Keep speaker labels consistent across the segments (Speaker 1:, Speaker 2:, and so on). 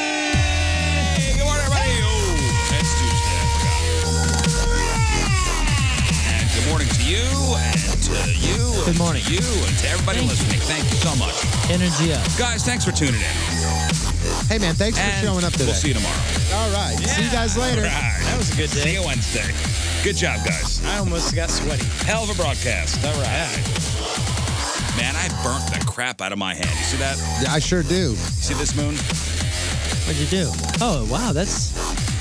Speaker 1: Hey, good morning, everybody. Oh, that's Tuesday. I forgot. And good morning to you and to you. Good morning. To you and to everybody listening. Thank you so much. Energy up. Guys, thanks for tuning in.
Speaker 2: Hey, man, thanks
Speaker 1: And
Speaker 2: for showing up today.
Speaker 1: We'll see you tomorrow.
Speaker 2: All right. See you guys later.
Speaker 1: That was a good day. See you Wednesday. Good job, guys. I almost got sweaty. Hell of a broadcast. All right. Man, I burnt the crap out of my hand. You see that?
Speaker 2: Yeah, I sure do.
Speaker 1: You see this moon?
Speaker 3: What'd you do? Oh wow, that's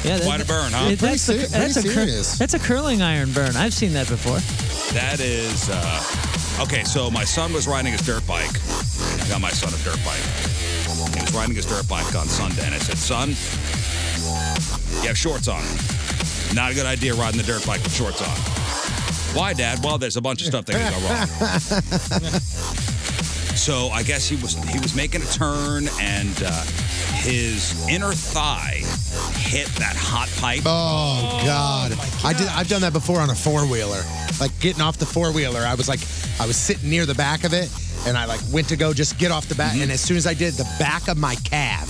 Speaker 3: yeah. that-
Speaker 1: Quite a burn, huh?
Speaker 3: Yeah,
Speaker 1: Pretty
Speaker 3: That's, a-
Speaker 1: ser-
Speaker 3: that's
Speaker 1: pretty
Speaker 3: a cur-
Speaker 1: serious.
Speaker 3: that's a curling iron burn. I've seen that before.
Speaker 1: That is uh, okay. So my son was riding his dirt bike. I got my son a dirt bike. He was riding his dirt bike on Sunday, and I said, "Son, you have shorts on. Not a good idea riding the dirt bike with shorts on." Why, Dad? Well, there's a bunch of stuff that can go wrong. So I guess he was he was making a turn, and uh, his inner thigh hit that hot pipe.
Speaker 2: Oh, God. I did. I've done that before on a four wheeler. Like getting off the four wheeler, I was like, I was sitting near the back of it, and I like went to go just get off the back, and as soon as I did, the back of my calf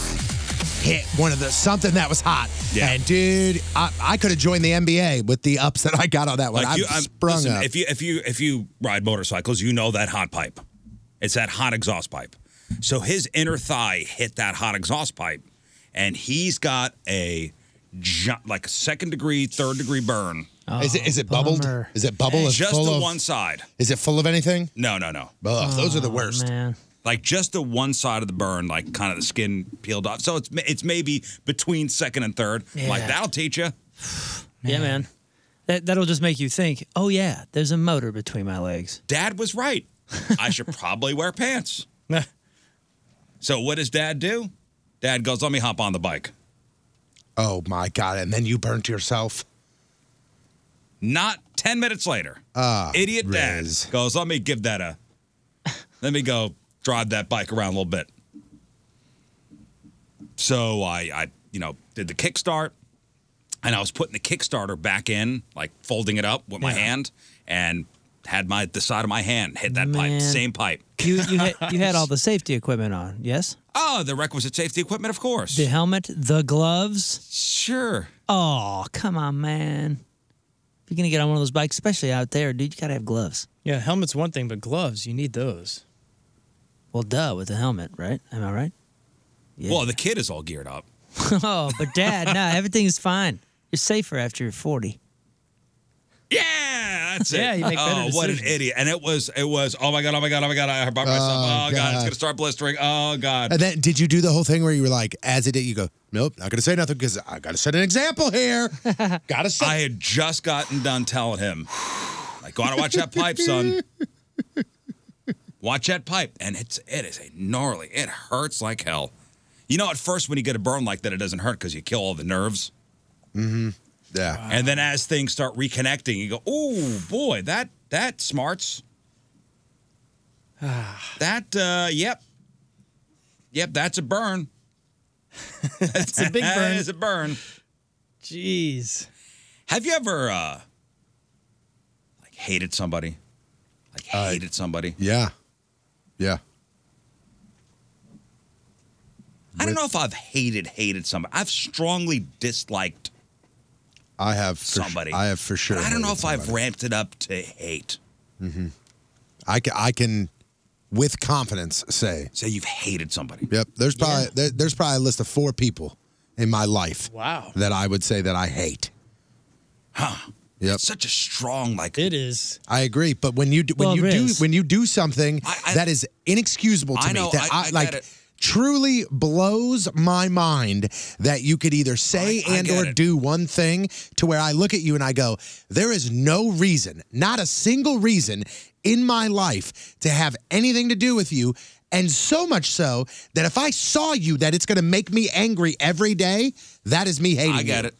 Speaker 2: hit one of the something that was hot.
Speaker 1: Yeah.
Speaker 2: And dude, I, I could have joined the NBA with the ups that I got on that one. I
Speaker 1: I'm-
Speaker 2: sprung
Speaker 1: listen,
Speaker 2: up.
Speaker 1: If you if you if you ride motorcycles, you know that hot pipe. It's that hot exhaust pipe. So his inner thigh hit that hot exhaust pipe, and he's got a gi- like a second degree, third degree burn.
Speaker 2: is it is it bubbled? Is it bubble? Is
Speaker 1: Just
Speaker 2: full
Speaker 1: the
Speaker 2: of-
Speaker 1: one side.
Speaker 2: Is it full of anything?
Speaker 1: No, no, no.
Speaker 2: Ugh, those are the
Speaker 3: Oh,
Speaker 2: worst.
Speaker 1: Like just the one side of the burn, like kind of the skin peeled off. So it's it's maybe between second and third. Like
Speaker 3: Yeah.
Speaker 1: that'll teach you.
Speaker 3: Yeah, man. That that'll just make you think. Oh yeah, there's a motor between my legs.
Speaker 1: Dad was right. I should probably wear pants. so what does dad do? Dad goes, let me hop on the bike.
Speaker 2: Oh my god! And then you burnt yourself.
Speaker 1: Not 10 minutes later,
Speaker 2: Ah,
Speaker 1: idiot dad goes, let me give that a, let me go drive that bike around a little bit. So I, I, you know, did the kickstart and I was putting the Kickstarter back in, like folding it up with my hand and had my, the side of my hand hit that pipe,
Speaker 3: Man.
Speaker 1: same pipe.
Speaker 3: You you had, you had all the safety equipment on. Yes.
Speaker 1: Oh, the requisite safety equipment, of course.
Speaker 3: The helmet, the gloves.
Speaker 1: Sure.
Speaker 3: Oh come on, man. If you're gonna get on one of those bikes, especially out there, dude, you gotta have gloves.
Speaker 4: Yeah, helmet's one thing, but gloves, you need those.
Speaker 3: Well, duh, with the helmet, right? Am I right?
Speaker 1: Well, the kid is all geared up.
Speaker 3: oh, but dad, no, everything's fine. You're safer after you're 40.
Speaker 1: Yeah, That's it.
Speaker 4: Yeah, you make better
Speaker 1: oh, what an
Speaker 4: decisions.
Speaker 1: idiot! And it was, it was. Oh my god! Oh my god! Oh my god! I hurt myself. Oh,
Speaker 2: Oh,
Speaker 1: god. It's
Speaker 2: God.
Speaker 1: gonna start blistering. Oh god!
Speaker 2: And then, did you do the whole thing where you were like, as it did, you go, nope, not gonna say nothing because I gotta set an example here. gotta set.
Speaker 1: I had just gotten done telling him, like, go out and watch that pipe, son. Watch that pipe. And it's it is a gnarly. It hurts like hell. You know, at first when you get a burn like that, it doesn't hurt because you kill all the nerves.
Speaker 2: Mm-hmm. Yeah.
Speaker 1: And then as things start reconnecting, you go, oh boy, that that smarts. That uh yep. Yep, that's a burn. that's
Speaker 4: a big burn.
Speaker 1: It's a burn. Jeez. Have you ever uh like hated somebody? Like
Speaker 2: Uh,
Speaker 1: hated somebody?
Speaker 2: Yeah. Yeah.
Speaker 1: I don't know if I've hated hated somebody. I've strongly disliked
Speaker 2: I have for su-
Speaker 1: somebody.
Speaker 2: I have for sure.
Speaker 1: But I don't know if I've ramped it up to hate.
Speaker 2: Mm-hmm. I can, I can, with confidence say
Speaker 1: say you've hated somebody.
Speaker 2: Yep. There's probably there, there's probably a list of four people in my life.
Speaker 4: Wow.
Speaker 2: That I would say that I hate.
Speaker 1: Huh.
Speaker 2: Yep.
Speaker 1: It's such a strong like
Speaker 4: it is.
Speaker 2: I agree, but when you do, when
Speaker 4: Well,
Speaker 2: you
Speaker 4: it
Speaker 2: do
Speaker 4: is.
Speaker 2: when you do something that is inexcusable to
Speaker 1: I
Speaker 2: me,
Speaker 1: know,
Speaker 2: that
Speaker 1: I- I
Speaker 2: like
Speaker 1: get it.
Speaker 2: truly blows my mind that you could either say
Speaker 1: I
Speaker 2: and
Speaker 1: get
Speaker 2: or
Speaker 1: it.
Speaker 2: do one thing to where I look at you and I go, there is no reason, not a single reason in my life to have anything to do with you. And so much so that if I saw you, that it's going to make me angry every day. That is me hating. you.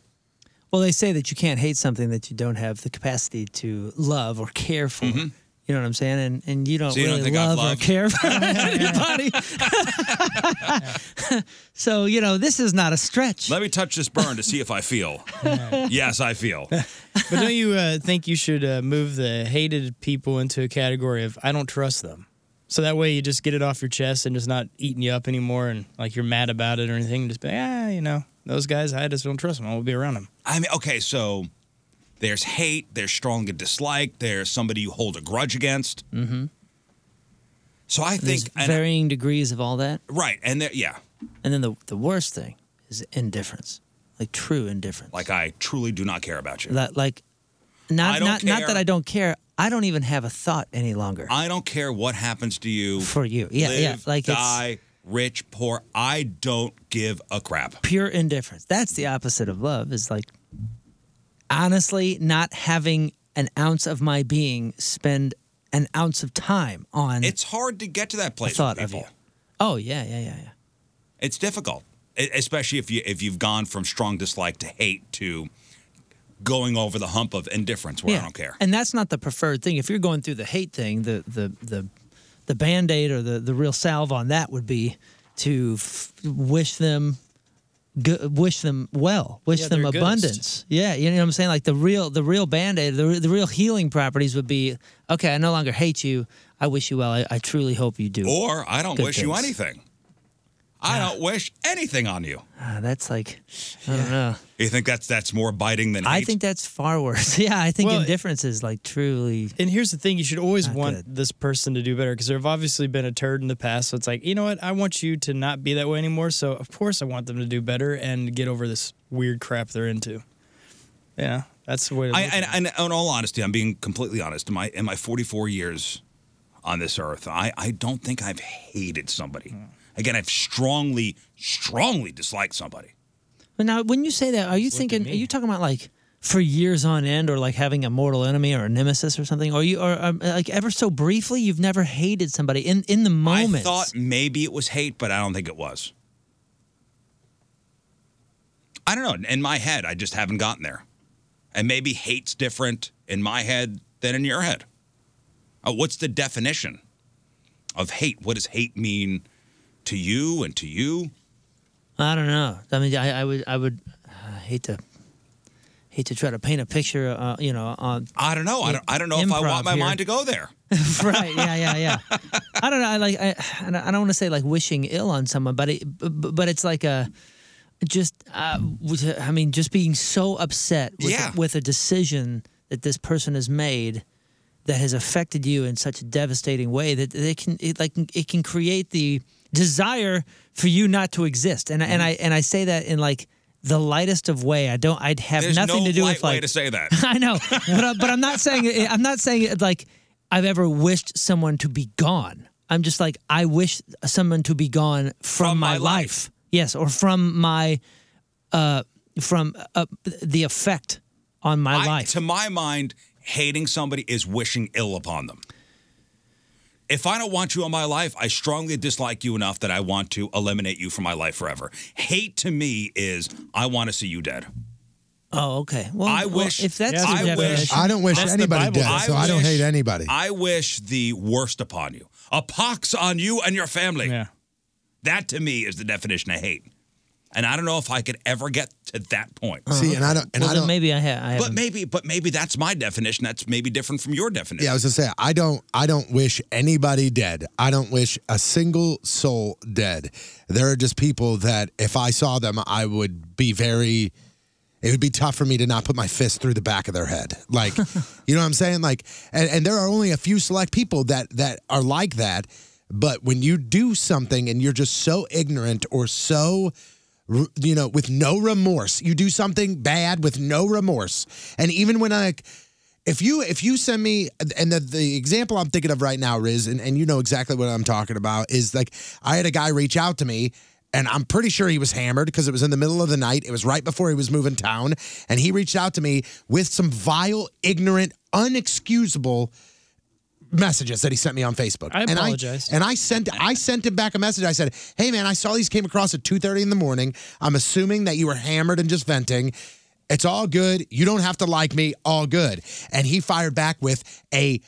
Speaker 3: Well, they say that you can't hate something that you don't have the capacity to love or care for. You know what I'm saying? And and you don't
Speaker 4: Mm-hmm. So you don't
Speaker 3: really
Speaker 4: think I've
Speaker 3: love,
Speaker 4: loved?
Speaker 3: or care for anybody. so you know this is not a stretch.
Speaker 1: Let me touch this burn to see if I feel. yes, I feel.
Speaker 4: But don't you uh, think you should uh, move the hated people into a category of I don't trust them? So that way you just get it off your chest and it's not eating you up anymore and like you're mad about it or anything. Just be, ah, you know, those guys, I just don't trust them. I won't be around them.
Speaker 1: I mean, okay, so there's hate, there's stronger dislike, there's somebody you hold a grudge against.
Speaker 3: Mm-hmm.
Speaker 1: So I
Speaker 3: There's
Speaker 1: think, and-
Speaker 3: varying degrees of all that.
Speaker 1: right, and there, yeah,
Speaker 3: And then the the worst thing is indifference, like true indifference.
Speaker 1: like I truly do not care about you.
Speaker 3: Like, like
Speaker 1: I
Speaker 3: not
Speaker 1: don't
Speaker 3: not not
Speaker 1: care.
Speaker 3: that I don't care. I don't even have a thought any longer.
Speaker 1: I don't care what happens to you.
Speaker 3: For you. Yeah, yeah,
Speaker 1: live,
Speaker 3: like it's-
Speaker 1: die, rich, poor. I don't give a crap.
Speaker 3: Pure indifference. That's the opposite of love. Is like honestly not having an ounce of my being spend an ounce of time on
Speaker 1: It's hard to get to that
Speaker 3: a
Speaker 1: place. with
Speaker 3: thought of
Speaker 1: people.
Speaker 3: you. Oh yeah, yeah, yeah, yeah.
Speaker 1: It's difficult, e- especially if you if you've gone from strong dislike to hate to going over the hump of indifference where
Speaker 3: yeah.
Speaker 1: I don't care.
Speaker 3: And that's not the preferred thing. If you're going through the hate thing, the the the the band aid or the the real salve on that would be to f- wish them. Good, wish them well. Wish
Speaker 4: Yeah,
Speaker 3: them
Speaker 4: their goodest.
Speaker 3: abundance. Yeah, you know what I'm saying. Like the real, the real band aid, the, re- the real healing properties would be okay. I no longer hate you. I wish you well. I, I truly hope you do.
Speaker 1: Or I don't
Speaker 3: good
Speaker 1: wish you
Speaker 3: things.
Speaker 1: anything. I don't wish anything on you.
Speaker 3: Ah, that's like, I don't know.
Speaker 1: You think that's that's more biting than hate?
Speaker 3: I think that's far worse. yeah, I think
Speaker 4: Well,
Speaker 3: indifference is like truly.
Speaker 4: And here's the thing you should always want this person to do better because there have obviously been a turd in the past. So it's like, you know what? I want you to not be that way anymore. So, of course, I want them to do better and get over this weird crap they're into. Yeah, that's the way to
Speaker 1: I,
Speaker 4: look
Speaker 1: and, and in all honesty, I'm being completely honest. In my in my 44 years on this earth, I, I don't think I've hated somebody.
Speaker 3: Hmm.
Speaker 1: Again, I've strongly, strongly disliked somebody.
Speaker 3: But now, when you say that, are you thinking? Are you talking about like for years on end, or like having a mortal enemy or a nemesis or something? Or you, or um, like ever so briefly, you've never hated somebody in in the
Speaker 1: I
Speaker 3: moment.
Speaker 1: thought maybe it was hate, but I don't think it was. I don't know. In my head, I just haven't gotten there. And maybe hate's different in my head than in your head. Uh, what's the definition of hate? What does hate mean to you and to you?
Speaker 3: I don't know. I mean, I, I would, I would uh, hate to. Hate to try to paint a picture, uh, you know. On
Speaker 1: I don't know. I don't, I don't know if I want my mind to go there.
Speaker 3: right. Yeah. Yeah. Yeah. I don't know. I like. I. I don't- I don't want to say like wishing ill on someone, but it. b- b- But it's like a. Just. Uh, with- I mean, just being so upset with,
Speaker 5: Yeah.
Speaker 3: with a decision that this person has made that has affected you in such a devastating way that they can it, like it can
Speaker 1: Mm-hmm.
Speaker 3: create the desire for you not to exist and I and I and I say that in like the lightest of way. I don't. I'd have
Speaker 1: There's
Speaker 3: nothing
Speaker 1: no
Speaker 3: to do
Speaker 1: polite
Speaker 3: with like.
Speaker 1: way to say that.
Speaker 3: I know, but I, but I'm not saying it, I'm not saying it like I've ever wished someone to be gone. I'm just like I wish someone to be gone from, my, life. Yes, or from my uh from uh, the effect on my
Speaker 1: I-
Speaker 3: life.
Speaker 1: To my mind, hating somebody is wishing ill upon them. If I don't want you in my life, I strongly dislike you enough that I want to eliminate you from my life forever. Hate to me is I want to see you dead.
Speaker 3: Oh, okay. Well,
Speaker 1: I
Speaker 3: well,
Speaker 1: wish
Speaker 3: if that's your
Speaker 1: I wish
Speaker 3: definition-
Speaker 2: I don't wish anybody dead, so I don't hate anybody.
Speaker 1: I wish the worst upon you. A pox on you and your family. Yeah. That to me is the definition of hate. And I don't know if I could ever get to that point.
Speaker 2: See, and I don't, and
Speaker 3: well,
Speaker 2: I
Speaker 3: then
Speaker 2: don't.
Speaker 3: Maybe I, ha- I
Speaker 1: But
Speaker 3: haven't.
Speaker 1: maybe but maybe that's my definition. That's maybe different from your definition.
Speaker 2: Yeah, I was gonna say I don't I don't wish anybody dead. I don't wish a single soul dead. There are just people that if I saw them, I would be very. It would be tough for me to not put my fist through the back of their head. Like, you know what I'm saying? Like, and, and there are only a few select people that that are like that. But when you do something and you're just so ignorant or so r- you know, with no remorse. You do something bad with no remorse. And even when I if you if you send me and the, the example I'm thinking of right now, Riz, and, and you know exactly what I'm talking about, is like I had a guy reach out to me and I'm pretty sure he was hammered because it was in the middle of the night. It was right before he was moving town. And he reached out to me with some vile, ignorant, unexcusable messages that he sent me on Facebook.
Speaker 4: I
Speaker 2: And
Speaker 4: apologize.
Speaker 2: and I sent I sent him back a message. I said, "Hey man, I saw these came across at 2:30 in the morning. I'm assuming that you were hammered and just venting. It's all good. You don't have to like me. All good." And he fired back with a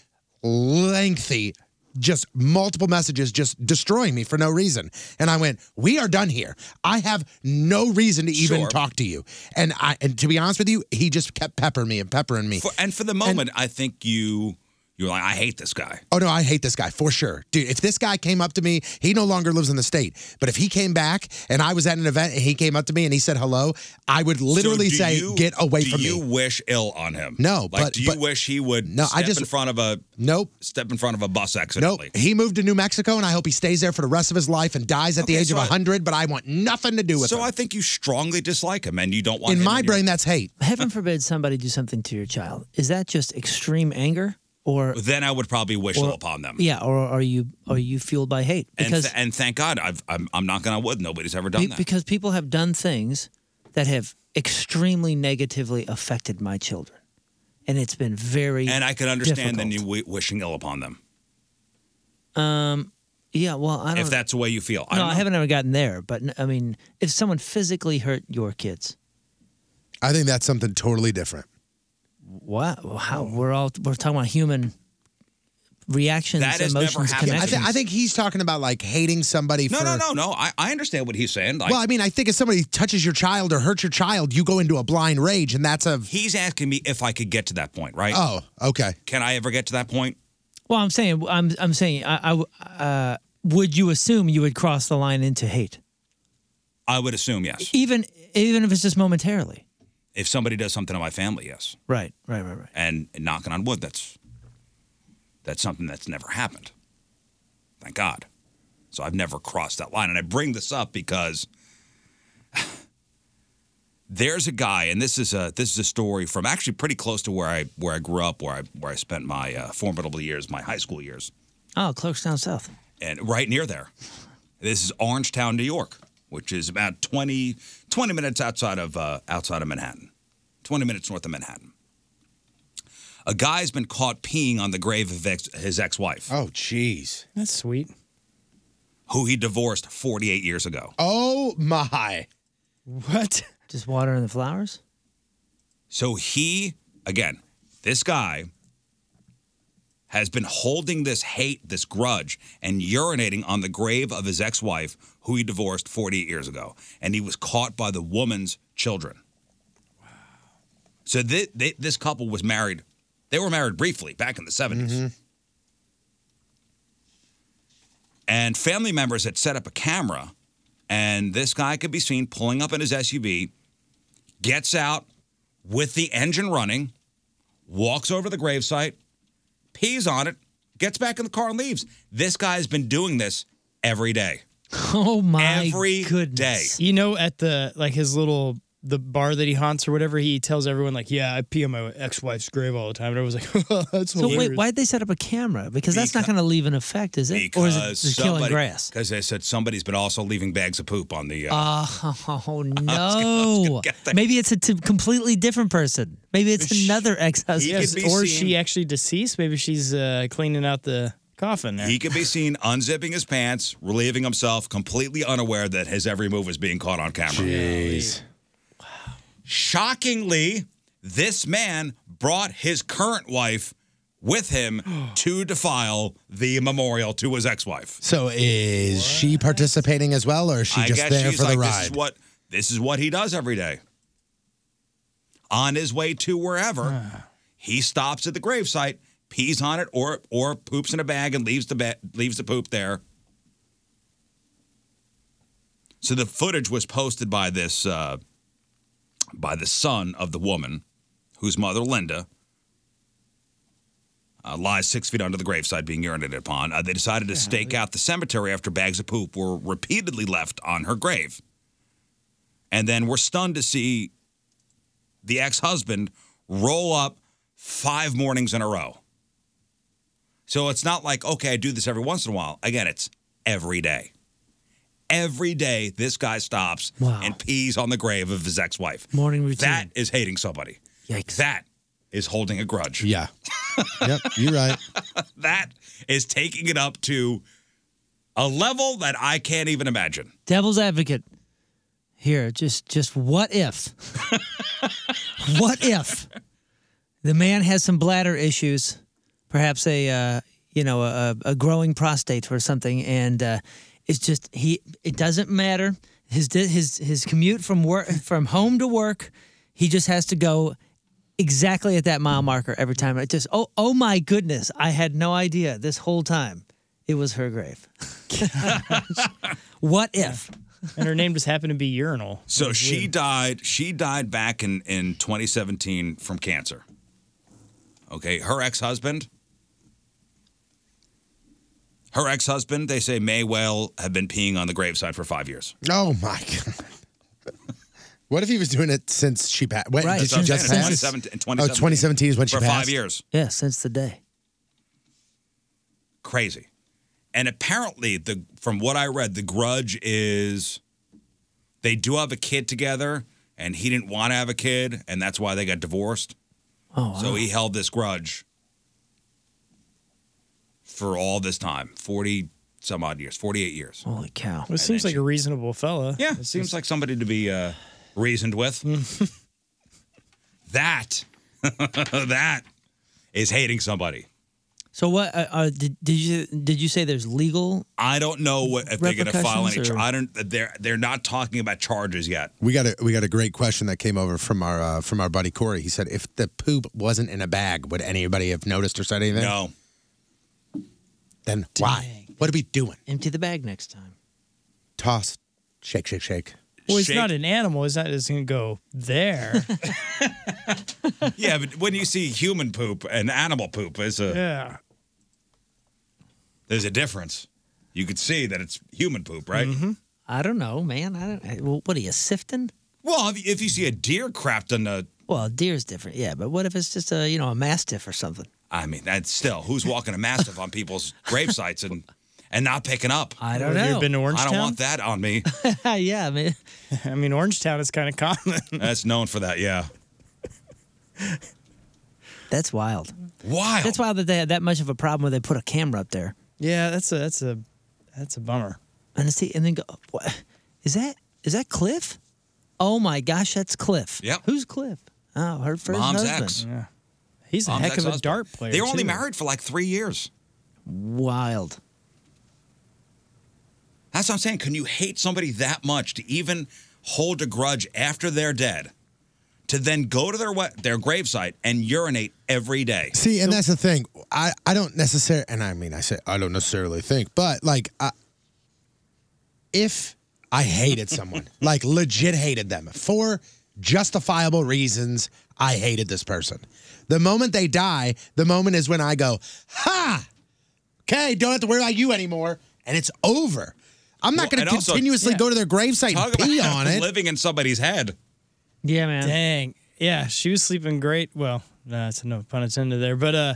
Speaker 2: lengthy just multiple messages just destroying me for no reason. And I went, "We are done here. I have no reason to even
Speaker 1: Sure.
Speaker 2: talk to you." And I and to be honest with you, he just kept peppering me and peppering me.
Speaker 1: For, and for the moment, I think you you're like, I hate this guy.
Speaker 2: Oh no, I hate this guy for sure, dude. If this guy came up to me, he no longer lives in the state. But if he came back and I was at an event and he came up to me and he said hello, I would literally
Speaker 1: So do
Speaker 2: say,
Speaker 1: you-
Speaker 2: "Get away
Speaker 1: do
Speaker 2: from
Speaker 1: you
Speaker 2: me."
Speaker 1: wish ill on him?
Speaker 2: No,
Speaker 1: like,
Speaker 2: but-
Speaker 1: do you
Speaker 2: but-
Speaker 1: wish he would
Speaker 2: No, I
Speaker 1: step
Speaker 2: just-
Speaker 1: in front of a
Speaker 2: Nope,
Speaker 1: step in front of a bus
Speaker 2: nope.
Speaker 1: accidentally?
Speaker 2: He moved to New Mexico, and I hope he stays there for the rest of his life and dies at the
Speaker 1: Okay,
Speaker 2: age
Speaker 1: so
Speaker 2: of
Speaker 1: I-
Speaker 2: of hundred. But I want nothing to do with
Speaker 1: So
Speaker 2: him.
Speaker 1: I think you strongly dislike him, and you don't want
Speaker 2: in
Speaker 1: him
Speaker 2: my
Speaker 1: your-
Speaker 2: brain, that's hate.
Speaker 3: Heaven forbid somebody do something to your child. Is that just extreme anger, or
Speaker 1: then I would probably wish ill upon them.
Speaker 3: yeah, or are you are you fueled by hate?
Speaker 1: and,
Speaker 3: Because
Speaker 1: th- and thank God, I've, I'm I'm knocking on wood. Nobody's ever done
Speaker 3: Be-
Speaker 1: that.
Speaker 3: Because people have done things that have extremely negatively affected my children. And it's been very
Speaker 1: and I can understand then you
Speaker 3: difficult.
Speaker 1: w- wishing ill upon them
Speaker 3: Um yeah, well, I don't
Speaker 1: if that's the way you feel. I,
Speaker 3: No,
Speaker 1: don't
Speaker 3: I
Speaker 1: know.
Speaker 3: haven't ever gotten there, but n- I mean, if someone physically hurt your kids,
Speaker 2: I think that's something totally different.
Speaker 3: what how we're all we're talking about human reactions,
Speaker 1: That has never
Speaker 3: emotions,
Speaker 1: happened.
Speaker 2: I,
Speaker 3: connections.
Speaker 2: thi- I think he's talking about like hating somebody.
Speaker 1: No,
Speaker 2: for,
Speaker 1: no, no, no. I, I understand what he's saying. Like,
Speaker 2: Well, I mean, I think if somebody touches your child or hurts your child, you go into a blind rage, and that's a
Speaker 1: he's asking me if I could get to that point, right?
Speaker 2: oh, okay.
Speaker 1: Can I ever get to that point?
Speaker 3: well, I'm saying I'm I'm saying I, I w- uh, would you assume you would cross the line into hate?
Speaker 1: I would assume yes.
Speaker 3: Even even if it's just momentarily.
Speaker 1: If somebody does something to my family, yes.
Speaker 3: Right, right, right, right.
Speaker 1: and knocking on wood that's that's something that's never happened thank god so i've never crossed that line and i bring this up because there's a guy and this is a this is a story from actually pretty close to where i where i grew up where i where i spent my uh, formidable years my high school years
Speaker 3: Oh, Clerks down south.
Speaker 1: and right near there this is orangetown new york which is about 20 20 minutes outside of uh, outside of manhattan 20 minutes north of manhattan a guy's been caught peeing on the grave of ex- his ex-wife
Speaker 2: Oh, jeez.
Speaker 4: That's sweet.
Speaker 1: who he divorced 48 years ago
Speaker 2: Oh my.
Speaker 4: What?
Speaker 3: Just watering the flowers?
Speaker 1: so he again this guy has been holding this hate this grudge and urinating on the grave of his ex-wife who he divorced 48 years ago and he was caught by the woman's children So thi- thi- this couple was married. They were married briefly back in the 70s. And family members had set up a camera, and this guy could be seen pulling up in his SUV, gets out with the engine running, walks over to the gravesite, pees on it, gets back in the car and leaves. This guy has been doing this every day.
Speaker 3: Oh my
Speaker 1: Every
Speaker 3: goodness.
Speaker 1: day.
Speaker 4: You know, at the like his little the bar that he haunts or whatever, he tells everyone like, "Yeah, I pee on my ex-wife's grave all the time." And I was like, "That's
Speaker 3: So
Speaker 4: hilarious."
Speaker 3: wait, why'd they set up a camera? Because that's not going to leave an effect, is it? Or is it just killing grass?
Speaker 1: Because they said somebody's been also leaving bags of poop on the. Uh,
Speaker 3: Oh no! Maybe it's a t- completely different person. Maybe it's another ex-husband,
Speaker 4: Yes, or is she actually deceased? Maybe she's uh, cleaning out the coffin. There.
Speaker 1: he could be seen unzipping his pants, relieving himself, completely unaware that his every move is being caught on camera. Jeez. Shockingly, this man brought his current wife with him to defile the memorial to his ex-wife.
Speaker 2: So is she participating as well, or is she
Speaker 1: I
Speaker 2: just
Speaker 1: guess
Speaker 2: there
Speaker 1: she's
Speaker 2: for
Speaker 1: like,
Speaker 2: the
Speaker 1: This is
Speaker 2: ride?
Speaker 1: what this is what he does every day. On his way to
Speaker 2: Ah.
Speaker 1: wherever, he stops at the gravesite, pees on it, or or poops in a bag and leaves the ba- leaves the poop there. So the footage was posted by this uh, by the son of the woman, whose mother Linda uh, lies six feet under the graveside being urinated upon. Uh, they decided to stake out the cemetery after bags of poop were repeatedly left on her grave. And then were stunned to see the ex husband roll up five mornings in a row. So it's not like, okay, I do this every once in a while. Again, it's every day. Every day, this guy stops and pees on the grave of his ex wife.
Speaker 3: Morning routine.
Speaker 1: That is hating somebody. Yikes. That is holding a grudge.
Speaker 2: Yeah. yep, you're right.
Speaker 1: that is taking it up to a level that I can't even imagine.
Speaker 3: Devil's advocate. Here, just just what if? what if the man has some bladder issues, perhaps a uh, you know a, a growing prostate or something, and uh, it's just he. It doesn't matter his di- his his commute from work from home to work. He just has to go exactly at that mile marker every time. It just oh oh my goodness, I had no idea this whole time it was her grave. what if?
Speaker 4: and her name just happened to be urinal.
Speaker 1: So she died. She died back in in 2017 from cancer. Okay, her ex husband. Her ex husband, they say, may well have been peeing on the graveside for five years.
Speaker 2: Oh my god. What if he was doing it since she passed? What
Speaker 1: Right.
Speaker 2: did
Speaker 1: That's what
Speaker 2: she
Speaker 1: I'm
Speaker 2: just
Speaker 1: saying, in
Speaker 2: pass?
Speaker 1: 2017 in
Speaker 2: Oh, 2017
Speaker 1: 2017.
Speaker 2: is when she
Speaker 1: For
Speaker 2: passed.
Speaker 1: five years.
Speaker 3: Yeah, since the day.
Speaker 1: crazy. And apparently, the from what I read, the grudge is they do have a kid together, and he didn't want to have a kid, and that's why they got divorced.
Speaker 3: Oh,
Speaker 1: So he held this grudge for all this time 40 some odd years, 48 years.
Speaker 3: Holy cow!
Speaker 4: Well, it seems like a reasonable fella.
Speaker 1: Yeah, it seems like somebody to be uh, reasoned with. that, that is hating somebody.
Speaker 3: So what uh, uh, did, did you did you say there's legal?
Speaker 1: I don't know what if they're going to file any.
Speaker 3: Repercussions
Speaker 1: Char-
Speaker 3: or-
Speaker 1: I don't. They're they're not talking about charges yet.
Speaker 2: We got a we got a great question that came over from our uh, from our buddy Corey. He said, "If the poop wasn't in a bag, would anybody have noticed or said anything?"
Speaker 1: No.
Speaker 2: Then why? What are we doing?
Speaker 3: Empty the bag next time.
Speaker 2: Toss, shake, shake, shake.
Speaker 4: Well, he's not an animal. He's not just gonna go there.
Speaker 1: yeah, but when you see human poop and animal poop, there's a
Speaker 4: yeah.
Speaker 1: there's a difference. You could see that it's human poop, right?
Speaker 4: Mm-hmm.
Speaker 3: I don't know, man. I don't. I- Well, what are you sifting?
Speaker 1: Well, if you, if you see a deer crapped on the,
Speaker 3: Well, deer's different, yeah. But what if it's just a you know a mastiff or something?
Speaker 1: I mean, that's still who's walking a mastiff on people's grave sites and and not picking up.
Speaker 3: I
Speaker 4: Have
Speaker 3: don't
Speaker 4: you ever
Speaker 3: know.
Speaker 4: been to
Speaker 1: I don't
Speaker 4: Orangetown?
Speaker 1: want that on me.
Speaker 3: yeah, I mean,
Speaker 4: I mean, Orangetown is kind of common.
Speaker 1: That's known for that. Yeah.
Speaker 3: that's wild.
Speaker 1: Wild.
Speaker 3: That's wild that they had that much of a problem where they put a camera up there.
Speaker 4: yeah, that's a that's a that's a bummer.
Speaker 3: And see, and then go. What is that? Is that Cliff? Oh my gosh, that's Cliff.
Speaker 1: Yep.
Speaker 3: Who's Cliff? Oh, her first
Speaker 1: Mom's
Speaker 3: husband.
Speaker 1: ex.
Speaker 4: He's a
Speaker 1: Mom's
Speaker 4: heck of a
Speaker 1: ex-husband.
Speaker 4: dart player.
Speaker 1: They were only
Speaker 4: too.
Speaker 1: married for like three years.
Speaker 3: Wild.
Speaker 1: That's what I'm saying. Can you hate somebody that much to even hold a grudge after they're dead, to then go to their we- their gravesite and urinate every day?
Speaker 2: See, and that's the thing. I, I don't necessarily, and I mean, I say I don't necessarily think, but like, I, if I hated someone, like legit hated them for justifiable reasons, I hated this person. The moment they die, the moment is when I go, ha, okay, don't have to worry about you anymore, and it's over. I'm not
Speaker 1: Well,
Speaker 2: going
Speaker 1: and
Speaker 2: to
Speaker 1: also-
Speaker 2: continuously
Speaker 1: yeah.
Speaker 2: go to their gravesite
Speaker 1: Talk
Speaker 2: and pee
Speaker 1: about
Speaker 2: on it.
Speaker 1: living in somebody's head.
Speaker 3: Yeah, man.
Speaker 4: Dang. Yeah, she was sleeping great. Well, nah, that's no pun intended there. But uh,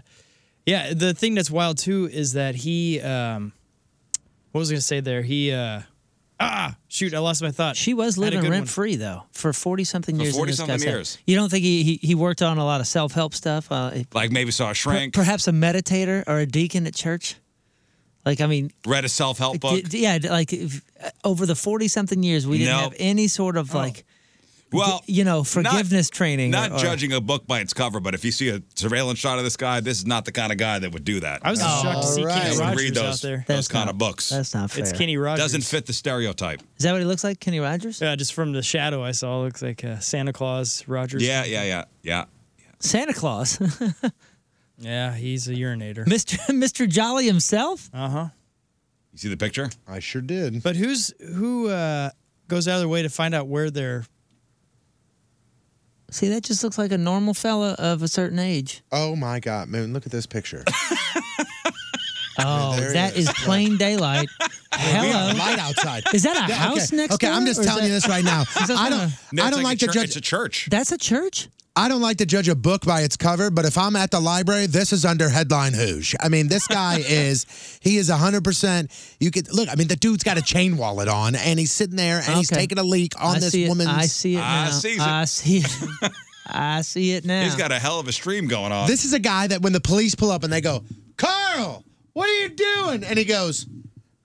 Speaker 4: yeah, the thing that's wild too is that he, um, what was I gonna say there? He, uh, ah, shoot, I lost my thought.
Speaker 3: She was
Speaker 4: I had a
Speaker 3: living
Speaker 4: good one.
Speaker 3: rent free though for forty something
Speaker 1: For
Speaker 3: years. in this
Speaker 1: 40-something
Speaker 3: guy's head.
Speaker 1: years.
Speaker 3: You don't think he he, he worked on a lot of self help stuff? Uh, per-
Speaker 1: Like maybe saw a shrink,
Speaker 3: perhaps a meditator or a deacon at church. Like I mean,
Speaker 1: read a self help book.
Speaker 3: d- d- yeah, d- like if, uh, over the forty something years, we didn't
Speaker 1: No.
Speaker 3: have any sort of like
Speaker 1: Oh. Well,
Speaker 3: you know forgiveness training.
Speaker 1: Not
Speaker 3: or- or-
Speaker 1: judging a book by its cover, but if you see a surveillance shot of this guy, this is not the kind of guy that would do that.
Speaker 4: I was
Speaker 1: Uh,
Speaker 4: shocked to see
Speaker 2: All right.
Speaker 4: Kenny
Speaker 1: doesn't
Speaker 2: Rogers
Speaker 1: read
Speaker 4: Rogers out
Speaker 1: those,
Speaker 4: there.
Speaker 1: those
Speaker 3: That's
Speaker 1: kind
Speaker 3: not-
Speaker 1: of books.
Speaker 3: That's not fair.
Speaker 4: It's Kenny Rogers.
Speaker 1: Doesn't fit the stereotype.
Speaker 3: Is that what he looks like, Kenny Rogers?
Speaker 4: Yeah, just from the shadow I saw, looks like uh, Santa Claus Rogers.
Speaker 1: Yeah, yeah, yeah, yeah.
Speaker 3: Santa Claus,
Speaker 4: yeah, he's a urinator.
Speaker 3: Mister Mister Jolly himself.
Speaker 4: Uh huh.
Speaker 1: You see the picture?
Speaker 2: I sure did.
Speaker 4: But who's who uh, goes out of their way to find out where they're?
Speaker 3: See, that just looks like a normal fella of a certain age.
Speaker 2: Oh my God, Moon! Look at this picture.
Speaker 3: Oh,
Speaker 2: there he
Speaker 3: that
Speaker 2: is.
Speaker 3: is plain daylight.
Speaker 2: We have
Speaker 3: Hello.
Speaker 2: light outside.
Speaker 3: Is that a
Speaker 2: Yeah,
Speaker 3: house
Speaker 2: okay.
Speaker 3: next
Speaker 2: Okay,
Speaker 3: door,
Speaker 2: I'm just
Speaker 3: or is
Speaker 2: telling you
Speaker 3: that-
Speaker 2: this right now.
Speaker 3: that
Speaker 2: I don't.
Speaker 3: kinda-
Speaker 1: No,
Speaker 2: I
Speaker 1: it's
Speaker 2: don't like
Speaker 1: like
Speaker 2: to
Speaker 1: a church- It's
Speaker 2: judge.
Speaker 1: a church.
Speaker 3: That's a church?
Speaker 2: I don't like to judge a book by its cover, but if I'm at the library, this is under headline hoosh. I mean, this guy is, he is 100%. You could look, I mean, the dude's got a chain wallet on and he's sitting there and he's
Speaker 3: Okay.
Speaker 2: taking a leak on
Speaker 3: I
Speaker 2: this
Speaker 3: see
Speaker 2: woman's.
Speaker 3: It. I see it
Speaker 1: I
Speaker 3: now.
Speaker 1: sees it.
Speaker 3: I see it. I see it now.
Speaker 1: He's got a hell of a stream going on.
Speaker 2: This is a guy that when the police pull up and they go, Carl, what are you doing? And he goes,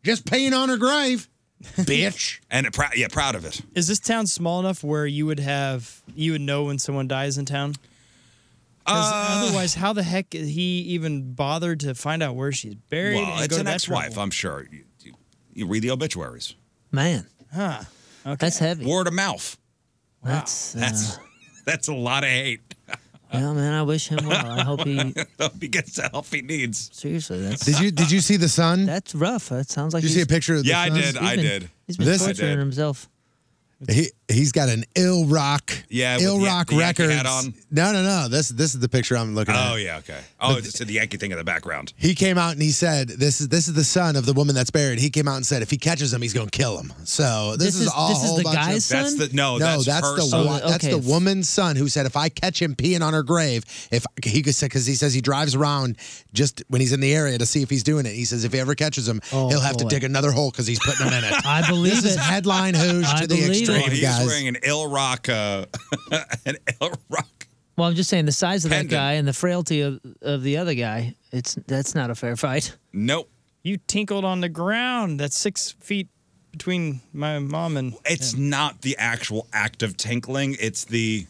Speaker 2: just peeing on her grave, bitch.
Speaker 1: and it, prou- yeah, proud of it.
Speaker 4: Is this town small enough where you would have you would know when someone dies in town? 'Cause
Speaker 1: Uh,
Speaker 4: otherwise, how the heck he even bothered to find out where she's buried?
Speaker 1: Well,
Speaker 4: and
Speaker 1: it's
Speaker 4: go to
Speaker 1: an
Speaker 4: that
Speaker 1: ex-wife,
Speaker 4: trouble?
Speaker 1: I'm sure. You, you- you read the obituaries,
Speaker 3: Man. That's heavy.
Speaker 1: word of mouth.
Speaker 3: That's, uh,
Speaker 1: That's that's a lot of hate.
Speaker 3: well, man, I wish him well. I hope he
Speaker 1: Hope he gets the help he needs.
Speaker 3: seriously. That's
Speaker 2: Did you did you see the sun? Did
Speaker 3: that's rough. That sounds like
Speaker 2: you
Speaker 3: he's,
Speaker 2: see a picture of the
Speaker 1: Yeah, I
Speaker 2: sun?
Speaker 1: did. I
Speaker 3: been-
Speaker 1: did.
Speaker 3: he's been
Speaker 2: This- I
Speaker 3: torturing
Speaker 1: did.
Speaker 3: himself.
Speaker 2: He he's got an ill rock,
Speaker 1: Yeah, with
Speaker 2: ill
Speaker 1: the-
Speaker 2: rock
Speaker 1: the Yankee
Speaker 2: records.
Speaker 1: hat on.
Speaker 2: No, no, no. This this is the picture I'm looking at.
Speaker 1: Oh yeah, okay. Oh, it's the Yankee thing in the background.
Speaker 2: He came out and he said, "This is this is the son of the woman that's buried." He came out and said, "If he catches him, he's gonna kill him." So this,
Speaker 3: This is-
Speaker 2: all
Speaker 3: this is
Speaker 2: whole
Speaker 3: the
Speaker 2: bunch of-
Speaker 3: guy's
Speaker 1: That's
Speaker 3: Son?
Speaker 1: the no.
Speaker 2: no,
Speaker 1: that's,
Speaker 2: that's,
Speaker 1: her
Speaker 2: the
Speaker 1: son.
Speaker 2: wo-
Speaker 3: Oh,
Speaker 2: that's the
Speaker 3: okay.
Speaker 2: woman's son who said, "If I catch him peeing on her grave, if he could say, because he says he drives around just when he's in the area to see if he's doing it. He says if he ever catches him, he'll have to
Speaker 3: Oh, boy.
Speaker 2: dig another hole because he's putting him in it."
Speaker 3: I believe
Speaker 2: this is
Speaker 3: it.
Speaker 2: headline hoosh
Speaker 3: I
Speaker 2: to the
Speaker 3: believe it.
Speaker 2: extreme,
Speaker 1: Well, Oh, he's
Speaker 2: guys.
Speaker 1: wearing an ill rock, uh, an ill rock.
Speaker 3: Well, I'm just saying the size of that
Speaker 1: Pendant.
Speaker 3: guy and the frailty of, of the other guy, it's that's not a fair fight.
Speaker 1: Nope.
Speaker 4: You tinkled on the ground. That's six feet between my mom and.
Speaker 1: It's not the actual act of tinkling. It's the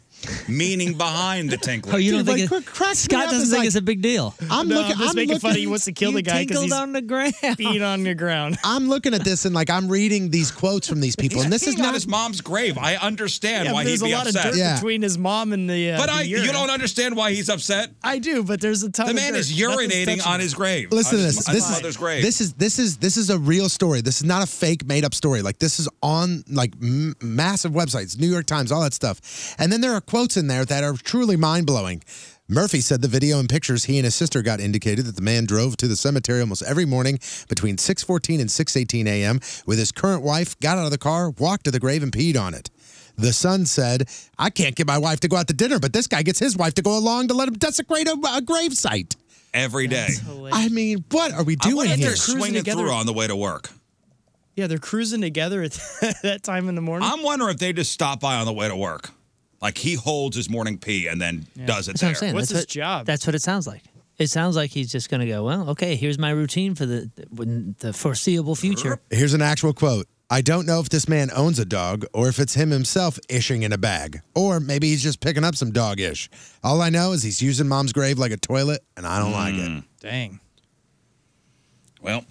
Speaker 1: meaning behind the tinkling.
Speaker 3: Oh, you don't
Speaker 2: Dude,
Speaker 3: think
Speaker 2: like,
Speaker 3: it,
Speaker 2: crack- crack me
Speaker 3: Scott
Speaker 2: up
Speaker 3: doesn't
Speaker 2: is
Speaker 3: think
Speaker 2: like-
Speaker 3: it's a big deal.
Speaker 2: I'm
Speaker 4: No,
Speaker 2: looking.
Speaker 4: I'm just
Speaker 2: I'm
Speaker 4: making
Speaker 2: looking,
Speaker 4: fun of you. What's the kill
Speaker 3: You
Speaker 4: the guy because
Speaker 3: tinkled
Speaker 4: he's
Speaker 3: on the ground.
Speaker 4: peeing on the ground.
Speaker 2: I'm looking at this and like I'm reading these quotes from these people, and this is
Speaker 1: Peeing on
Speaker 2: not
Speaker 1: his mom's grave. I understand
Speaker 4: Yeah,
Speaker 1: why
Speaker 4: but
Speaker 1: he'd
Speaker 4: there's
Speaker 1: be
Speaker 4: a lot
Speaker 1: upset.
Speaker 4: of dirt
Speaker 2: Yeah.
Speaker 4: between his mom and the. Uh,
Speaker 1: But
Speaker 4: the
Speaker 1: I, you
Speaker 4: urine.
Speaker 1: don't understand why he's upset.
Speaker 4: I do, but there's a ton.
Speaker 1: The
Speaker 4: of
Speaker 1: man
Speaker 4: dirt.
Speaker 1: is
Speaker 4: Nothing's
Speaker 1: urinating
Speaker 4: touching
Speaker 1: on
Speaker 4: it.
Speaker 1: his grave.
Speaker 2: Listen
Speaker 1: on
Speaker 2: to
Speaker 1: his,
Speaker 2: this.
Speaker 1: on his
Speaker 2: This
Speaker 1: mother's
Speaker 2: is,
Speaker 1: grave.
Speaker 2: this is this is this is a real story. This is not a fake made up story. Like this is on like m- massive websites, New York Times, all that stuff. And then there are quotes in there that are truly mind blowing. Murphy said the video and pictures he and his sister got indicated that the man drove to the cemetery almost every morning between 6:14 and 6:18 a.m. with his current wife, got out of the car, walked to the grave and peed on it. The son said, "I can't get my wife to go out to dinner, but this guy gets his wife to go along to let him desecrate a, a grave site."
Speaker 1: every day.
Speaker 2: I mean, what are we
Speaker 1: I
Speaker 2: doing
Speaker 1: wonder if
Speaker 2: here?
Speaker 1: they're swinging
Speaker 4: together.
Speaker 1: through on the way to work.
Speaker 4: Yeah, they're cruising together at that time in the morning.
Speaker 1: I'm wondering if they just stop by on the way to work. Like he holds his morning pee and then does it
Speaker 3: That's
Speaker 1: there.
Speaker 3: what I'm saying.
Speaker 4: What's
Speaker 3: that's
Speaker 4: his
Speaker 3: what,
Speaker 4: job?
Speaker 3: That's what it sounds like. It sounds like he's just going to go, well, okay, here's my routine for the when- the foreseeable future.
Speaker 2: Here's an actual quote. I don't know if this man owns a dog or if it's him himself ishing in a bag. Or maybe he's just picking up some dog ish. All I know is he's using mom's grave like a toilet and I don't like it.
Speaker 4: Dang.
Speaker 1: Well,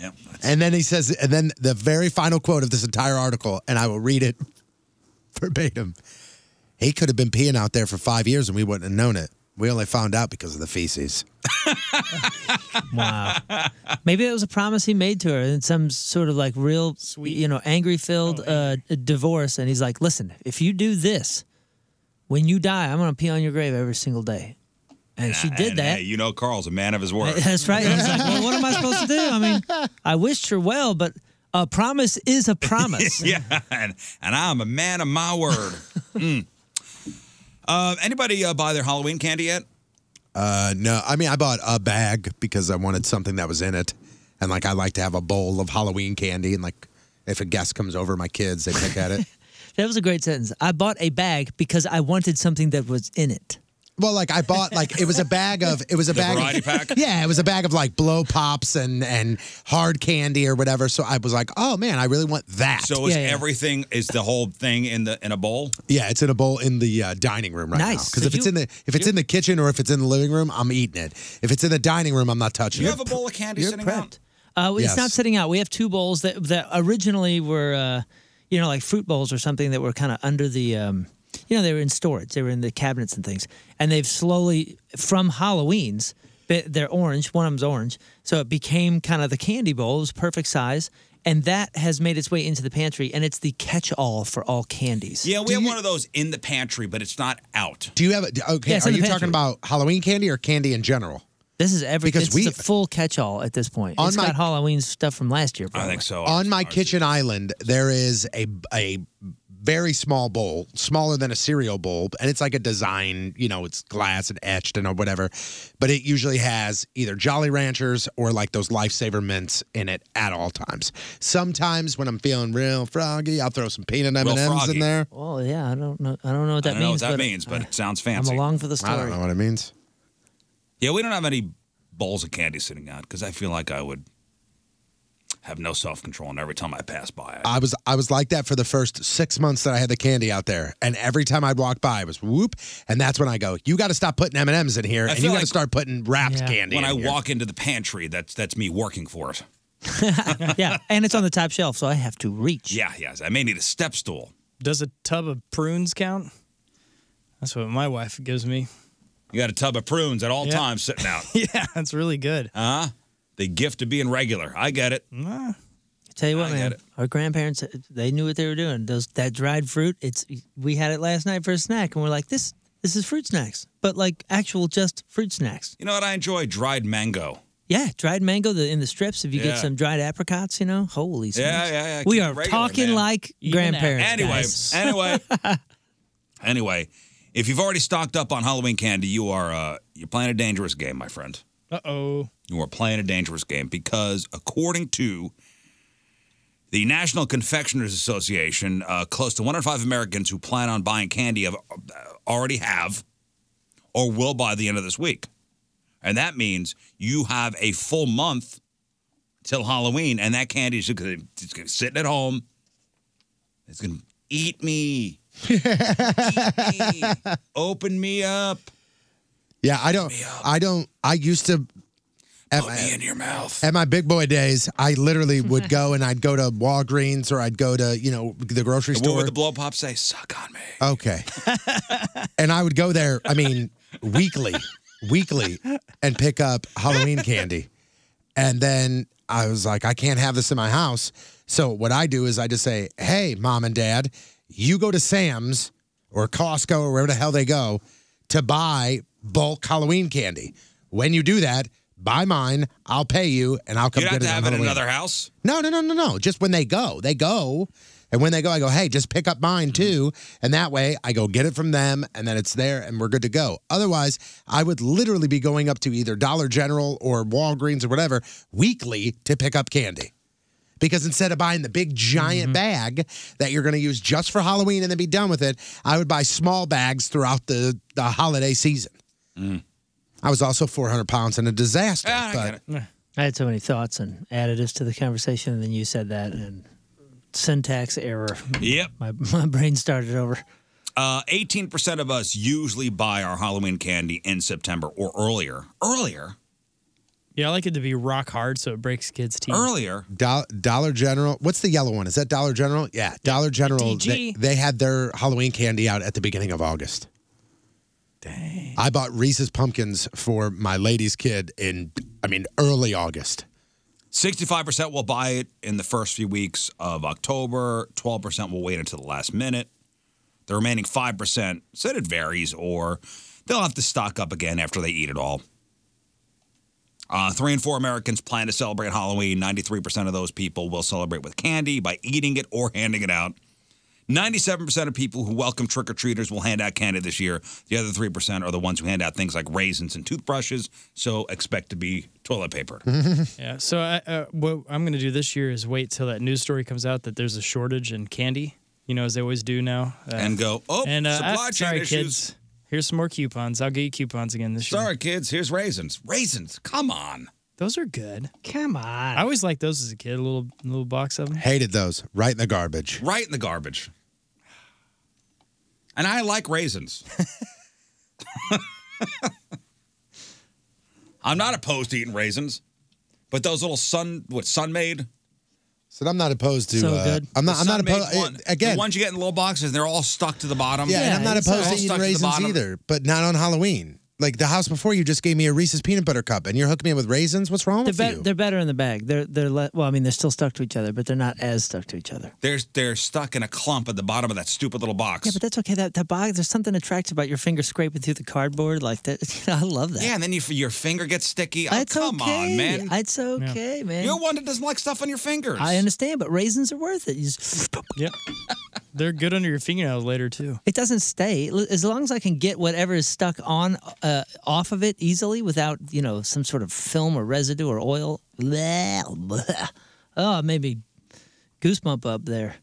Speaker 1: yeah. that's-
Speaker 2: And then he says, and then the very final quote of this entire article, and I will read it verbatim. He could have been peeing out there for five years and we wouldn't have known it. We only found out because of the feces.
Speaker 3: Wow. Maybe that was a promise he made to her in some sort of like real, Sweet. you know, angry filled uh, divorce. And he's like, listen, if you do this, when you die, I'm going to pee on your grave every single day. And, she did
Speaker 1: and,
Speaker 3: that.
Speaker 1: Hey, you know, Carl's a man of his word.
Speaker 3: That's right. I was like, well, what am I supposed to do? I mean, I wished her well, but a promise is a promise.
Speaker 1: yeah, and, and I'm a man of my word. Mm. Uh, anybody uh, buy their Halloween candy yet?
Speaker 2: Uh, no, I mean I bought a bag because I wanted something that was in it, and like I like to have a bowl of Halloween candy, and like if a guest comes over, my kids they pick at it.
Speaker 3: That was a great sentence. I bought a bag because I wanted something that was in it.
Speaker 2: Well, like I bought like it was a bag of it was a
Speaker 3: The
Speaker 2: bag
Speaker 3: variety
Speaker 2: of,
Speaker 3: pack?
Speaker 2: Yeah, it was a bag of like blow pops and and hard candy or whatever. So I was like, oh man, I really want that.
Speaker 1: So is everything is the whole thing in the in a bowl?
Speaker 2: Yeah, it's in a bowl in the uh, dining room right now.
Speaker 1: Nice.
Speaker 2: Because
Speaker 1: So
Speaker 2: if it's
Speaker 1: you-
Speaker 2: in the if it's in the kitchen or if it's in the living room, I'm eating it. If it's in the dining room, I'm not touching
Speaker 1: You
Speaker 2: it.
Speaker 1: have a bowl of candy
Speaker 2: You're
Speaker 1: sitting out.
Speaker 3: Uh, well,
Speaker 2: Yes.
Speaker 3: It's not sitting out. We have two bowls that that originally were, uh, you know, like fruit bowls or something that were kind of under the, um, you know, they were in storage. They were in the cabinets and things. And they've slowly, from Halloween's, they- they're orange. One of them's orange, so it became kind of the candy bowl. It was perfect size, and that has made its way into the pantry. And it's the catch-all for all candies.
Speaker 1: Yeah, we have one of those in the pantry, but it's not out.
Speaker 2: Do you have it? Okay,
Speaker 3: Yeah, it's
Speaker 2: are
Speaker 3: in the
Speaker 2: you
Speaker 3: pantry.
Speaker 2: talking about Halloween candy or candy in general?
Speaker 3: This is every
Speaker 2: Because
Speaker 3: because
Speaker 2: we-
Speaker 3: we a full catch-all at this point.
Speaker 2: On
Speaker 3: It's
Speaker 2: my-
Speaker 3: got Halloween stuff from last year. Probably.
Speaker 1: I think so.
Speaker 2: on my kitchen island there is a a very small bowl smaller than a cereal bowl and it's like a design you know it's glass and etched and uh, whatever but it usually has either jolly ranchers or like those lifesaver mints in it at all times sometimes when i'm feeling real froggy i'll throw some peanut
Speaker 1: Real
Speaker 2: m&ms in
Speaker 1: froggy.
Speaker 2: there
Speaker 3: Well, yeah, I don't know. I don't know what
Speaker 1: I
Speaker 3: that
Speaker 1: don't know
Speaker 3: means.
Speaker 1: what that
Speaker 3: but
Speaker 1: means, but
Speaker 3: I-
Speaker 1: it sounds fancy.
Speaker 3: I'm along for the story.
Speaker 2: i don't know what it means
Speaker 1: Yeah, we don't have any bowls of candy sitting out because I feel like I would have no self control, and every time I pass by,
Speaker 3: Ah,
Speaker 2: I was I was like that for the first six months that I had the candy out there, and every time I'd walk by, it was whoop, and that's when I go, "You got to stop putting M and M's in here,
Speaker 1: I
Speaker 2: and
Speaker 1: feel
Speaker 2: you got to
Speaker 1: like-
Speaker 2: start putting wrapped candy."
Speaker 1: when
Speaker 2: in
Speaker 1: I
Speaker 2: here."
Speaker 1: walk into the pantry, that's that's me working for it.
Speaker 3: yeah, and it's on the top shelf, so I have to reach.
Speaker 1: Yeah, yes, I may need a step stool.
Speaker 4: Does a tub of prunes count? That's what my wife gives me.
Speaker 1: You got a tub of prunes at all
Speaker 4: Yeah.
Speaker 1: times sitting out.
Speaker 4: yeah, that's really good. Mm-hmm.
Speaker 1: Huh? The gift of being regular. I get it.
Speaker 3: Tell you what,
Speaker 1: I get
Speaker 3: man,
Speaker 1: it.
Speaker 3: our grandparents uh, they knew what they were doing. Those that dried fruit, it's we had it last night for a snack, and we're like, this this is fruit snacks, but like actual just fruit snacks.
Speaker 1: You know what I enjoy? Dried mango.
Speaker 3: Yeah, dried mango the, in the strips. If you
Speaker 1: Yeah.
Speaker 3: get some dried apricots, you know, holy smokes.
Speaker 1: Yeah, yeah, yeah.
Speaker 3: We
Speaker 1: Keep
Speaker 3: are
Speaker 1: it regular,
Speaker 3: talking
Speaker 1: man.
Speaker 3: like grandparents.
Speaker 1: Anyway,
Speaker 3: guys.
Speaker 1: anyway, anyway. If you've already stocked up on Halloween candy, you are uh, you're playing a dangerous game, my friend.
Speaker 4: Uh oh.
Speaker 1: You are playing a dangerous game because, according to the National Confectioners Association, uh, close to one in five Americans who plan on buying candy have uh, already have or will by the end of this week, and that means you have a full month till Halloween, and that candy is just gonna, it's gonna sit at home. It's gonna eat me. Eat me. Open me up.
Speaker 2: yeah, I don't, I don't, I used to. At my,
Speaker 1: in your mouth.
Speaker 2: At my big boy days, I literally would go and I'd go to Walgreens or I'd go to you know the grocery
Speaker 1: And
Speaker 2: store.
Speaker 1: What would the blow pop say? Suck on me.
Speaker 2: Okay. and I would go there, I mean, weekly, weekly, and pick up Halloween candy. And then I was like, I can't have this in my house. So what I do is I just say, hey, mom and dad, you go to Sam's or Costco or wherever the hell they go to buy bulk Halloween candy. When you do that, buy mine, I'll pay you, and I'll come
Speaker 1: You'd
Speaker 2: get
Speaker 1: have
Speaker 2: it
Speaker 1: to
Speaker 2: on
Speaker 1: have it in
Speaker 2: Halloween.
Speaker 1: another house.
Speaker 2: No, no, no, no, no. Just when they go, they go. And when they go, I go, hey, just pick up mine too. And that way I go get it from them and then it's there and we're good to go. Otherwise, I would literally be going up to either Dollar General or Walgreens or whatever weekly to pick up candy. Because instead of buying the big giant bag that you're going to use just for Halloween and then be done with it, I would buy small bags throughout the, the holiday season. I was also 400 pounds and a disaster. but
Speaker 3: I had so many thoughts and additives to the conversation, and then you said that, and syntax error.
Speaker 1: Yep.
Speaker 3: My, my brain started over.
Speaker 1: Uh, 18% of us usually buy our Halloween candy in September or earlier. Earlier?
Speaker 4: Yeah, I like it to be rock hard so it breaks kids'
Speaker 2: Hmm.
Speaker 4: teeth.
Speaker 1: Earlier.
Speaker 2: Dol- Dollar General. What's the yellow one? Is that Dollar General? Yeah, Dollar General. They,
Speaker 4: DG.
Speaker 2: they had their Halloween candy out at the beginning of August. Dang. I bought Reese's pumpkins for my lady's kid in, I mean, early August.
Speaker 1: 65% will buy it in the first few weeks of October. 12% will wait until the last minute. The remaining 5% said it varies or they'll have to stock up again after they eat it all. Uh, three in four Americans plan to celebrate Halloween. 93% of those people will celebrate with candy by eating it or handing it out. 97% of people who welcome trick or treaters will hand out candy this year. The other 3% are the ones who hand out things like raisins and toothbrushes, so expect to be toilet paper.
Speaker 4: yeah. So I, uh, what I'm going to do this year is wait till that news story comes out that there's a shortage in candy. You know, as they always do now. Uh,
Speaker 1: And go, "Oh,
Speaker 3: uh, ah,
Speaker 1: supply chain
Speaker 4: sorry,
Speaker 1: issues."
Speaker 4: kids. Here's some more coupons. I'll get you coupons again this year.
Speaker 1: Sorry, kids, here's raisins. Raisins, come on.
Speaker 4: Those are good. Come on. I always liked those as a kid. A little little box of them.
Speaker 2: Hated those. Right in the garbage.
Speaker 1: Right in the garbage. And I like raisins. I'm not opposed to eating raisins, but those little sun, what, sun made?
Speaker 2: So I'm not opposed to. uh, I'm not.
Speaker 1: The
Speaker 2: I'm not
Speaker 1: Sun-Maid
Speaker 2: opposed.
Speaker 1: one-
Speaker 2: again,
Speaker 1: the ones you get in little boxes, they're all stuck to the bottom.
Speaker 2: Yeah, and I'm not opposed to
Speaker 1: All
Speaker 2: eating
Speaker 1: stuck the
Speaker 2: raisins
Speaker 1: bottom.
Speaker 2: either, but not on Halloween. Like the house before you just gave me a Reese's peanut butter cup, and you're hooking me up with raisins. What's wrong
Speaker 3: They're,
Speaker 2: with
Speaker 3: bet
Speaker 2: you?
Speaker 3: they're better in the bag. They're they're le- well. I mean, they're still stuck to each other, but they're not as stuck to each other.
Speaker 1: They're they're stuck in a clump at the bottom of that stupid little box.
Speaker 3: Yeah, but that's okay. That that box. There's something attractive about your finger scraping through the cardboard like that. I love that.
Speaker 1: Yeah, and then you, your finger gets sticky. Oh,
Speaker 3: That's
Speaker 1: come
Speaker 3: okay.
Speaker 1: on, man.
Speaker 3: It's okay, man.
Speaker 1: You're one that doesn't like stuff on your fingers.
Speaker 3: I understand, but raisins are worth it. You just,
Speaker 4: Yep. They're good under your fingernails later too.
Speaker 3: it doesn't stay L- as long as I can get whatever is stuck on uh, off of it easily without you know some sort of film or residue or oil. Blah, blah. Oh, maybe goosebump up there.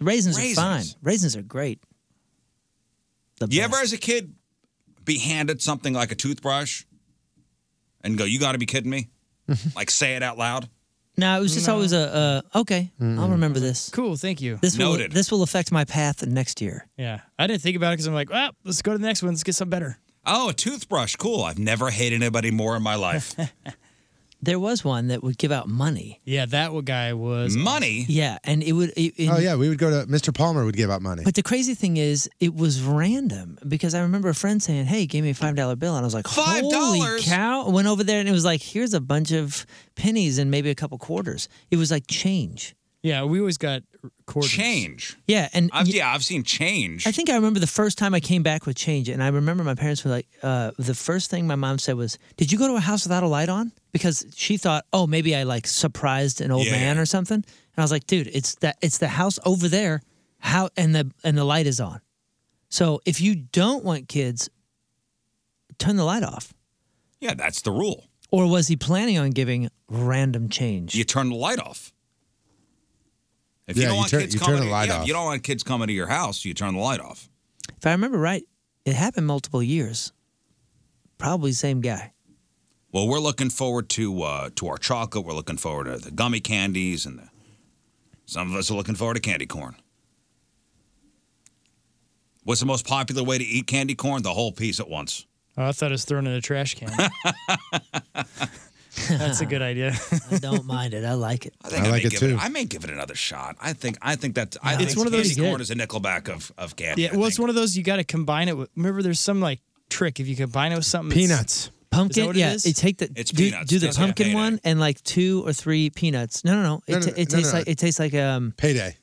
Speaker 3: Raisins,
Speaker 1: Raisins.
Speaker 3: are fine. Raisins are great.
Speaker 1: you ever, as a kid, be handed something like a toothbrush and go, "You got to be kidding me!" like say it out loud.
Speaker 3: No, it was just always a uh, okay. I'll remember this.
Speaker 4: Cool, thank you.
Speaker 3: This
Speaker 1: Noted.
Speaker 3: will this will affect my path next year.
Speaker 4: Yeah. I didn't think about it because I'm like, well, let's go to the next one. Let's get some better.
Speaker 1: Oh, a toothbrush. Cool. I've never hated anybody more in my life.
Speaker 3: There was one that would give out money.
Speaker 4: Yeah, that one guy was
Speaker 1: Money.
Speaker 3: Yeah, and it would. It, it-
Speaker 2: oh yeah, we would go to Mr. Palmer would give out money.
Speaker 3: But the crazy thing is, it was random because I remember a friend saying, "Hey, give me a five dollar bill," and I was like,
Speaker 1: Five
Speaker 3: "Holy
Speaker 1: dollars?
Speaker 3: cow!" I went over there and it was like, "Here's a bunch of pennies and maybe a couple quarters." It was like change.
Speaker 4: Yeah, we always got quarters.
Speaker 1: Change.
Speaker 3: Yeah, and
Speaker 1: I've, yeah, I've seen change.
Speaker 3: I think I remember the first time I came back with change, and I remember my parents were like, uh, the first thing my mom said was, "Did you go to a house without a light on?" Because she thought, "Oh, maybe I like surprised an old
Speaker 1: Yeah.
Speaker 3: man or something." And I was like, "Dude, it's that it's the house over there, how and the and the light is on." So if you don't want kids, turn the light off.
Speaker 1: yeah, that's the rule.
Speaker 3: Or was he planning on giving random change?
Speaker 1: you turn the light off. If
Speaker 2: Yeah,
Speaker 1: you don't
Speaker 2: you
Speaker 1: want
Speaker 2: turn-
Speaker 1: kids
Speaker 2: you turn
Speaker 1: coming,
Speaker 2: the light
Speaker 1: yeah, if
Speaker 2: off.
Speaker 1: you don't want kids coming to your house, you turn the light off.
Speaker 3: If I remember right, it happened multiple years. Probably same guy.
Speaker 1: Well, we're looking forward to uh, to our chocolate. We're looking forward to the gummy candies, and the, some of us are looking forward to candy corn. What's the most popular way to eat candy corn? The whole piece at once.
Speaker 4: Oh, I thought it was thrown in a trash can. That's a good idea.
Speaker 3: I don't mind it. I like it.
Speaker 1: I think
Speaker 2: I
Speaker 1: I,
Speaker 2: like
Speaker 1: may
Speaker 2: it
Speaker 1: give
Speaker 2: too.
Speaker 1: I may give it another shot. I think I think that I
Speaker 4: It's
Speaker 1: think
Speaker 4: one of those-
Speaker 1: candy corn
Speaker 4: Yeah.
Speaker 1: is a nickelback of of candy.
Speaker 4: Yeah, well, it's one of those you got to combine it with. Remember, there's some like trick if you combine it with something. it's-
Speaker 2: Peanuts.
Speaker 3: Pumpkin,
Speaker 4: what it
Speaker 3: yeah.
Speaker 4: is?
Speaker 3: It take the
Speaker 1: It's
Speaker 3: do,
Speaker 1: peanuts.
Speaker 3: do the
Speaker 1: That's
Speaker 3: pumpkin
Speaker 1: okay.
Speaker 3: one and like two or three peanuts. No, no, no. It,
Speaker 2: No, no,
Speaker 3: ta-
Speaker 2: no,
Speaker 3: it
Speaker 2: no,
Speaker 3: tastes
Speaker 2: no.
Speaker 3: like it tastes like um
Speaker 2: Payday.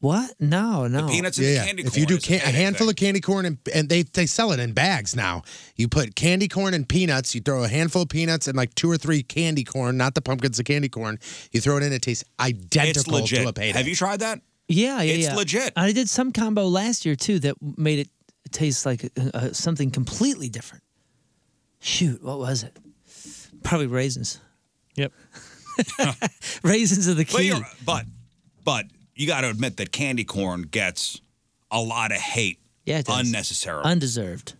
Speaker 3: what? No, no.
Speaker 1: peanuts and
Speaker 2: Yeah,
Speaker 1: the
Speaker 2: yeah.
Speaker 1: candy corn.
Speaker 2: If you do
Speaker 1: is a
Speaker 2: can- a
Speaker 1: headache
Speaker 2: handful
Speaker 1: thing.
Speaker 2: of candy corn and, and they they sell it in bags now. You put candy corn and peanuts. You throw a handful of peanuts and like two or three candy corn, not the pumpkins, the candy corn. You throw it in. It tastes
Speaker 1: it's
Speaker 2: identical to a
Speaker 1: legit.
Speaker 2: payday.
Speaker 1: Have you tried that?
Speaker 3: Yeah, yeah,
Speaker 1: It's
Speaker 3: yeah.
Speaker 1: legit.
Speaker 3: I did some combo last year too that made it taste like uh, uh, something completely different. Shoot, what was it? Probably raisins.
Speaker 4: Yep.
Speaker 3: Raisins are the
Speaker 1: But,
Speaker 3: key.
Speaker 1: you're, but but you got to admit that candy corn gets a lot of hate.
Speaker 3: Yeah, it does.
Speaker 1: unnecessarily.
Speaker 3: Undeserved.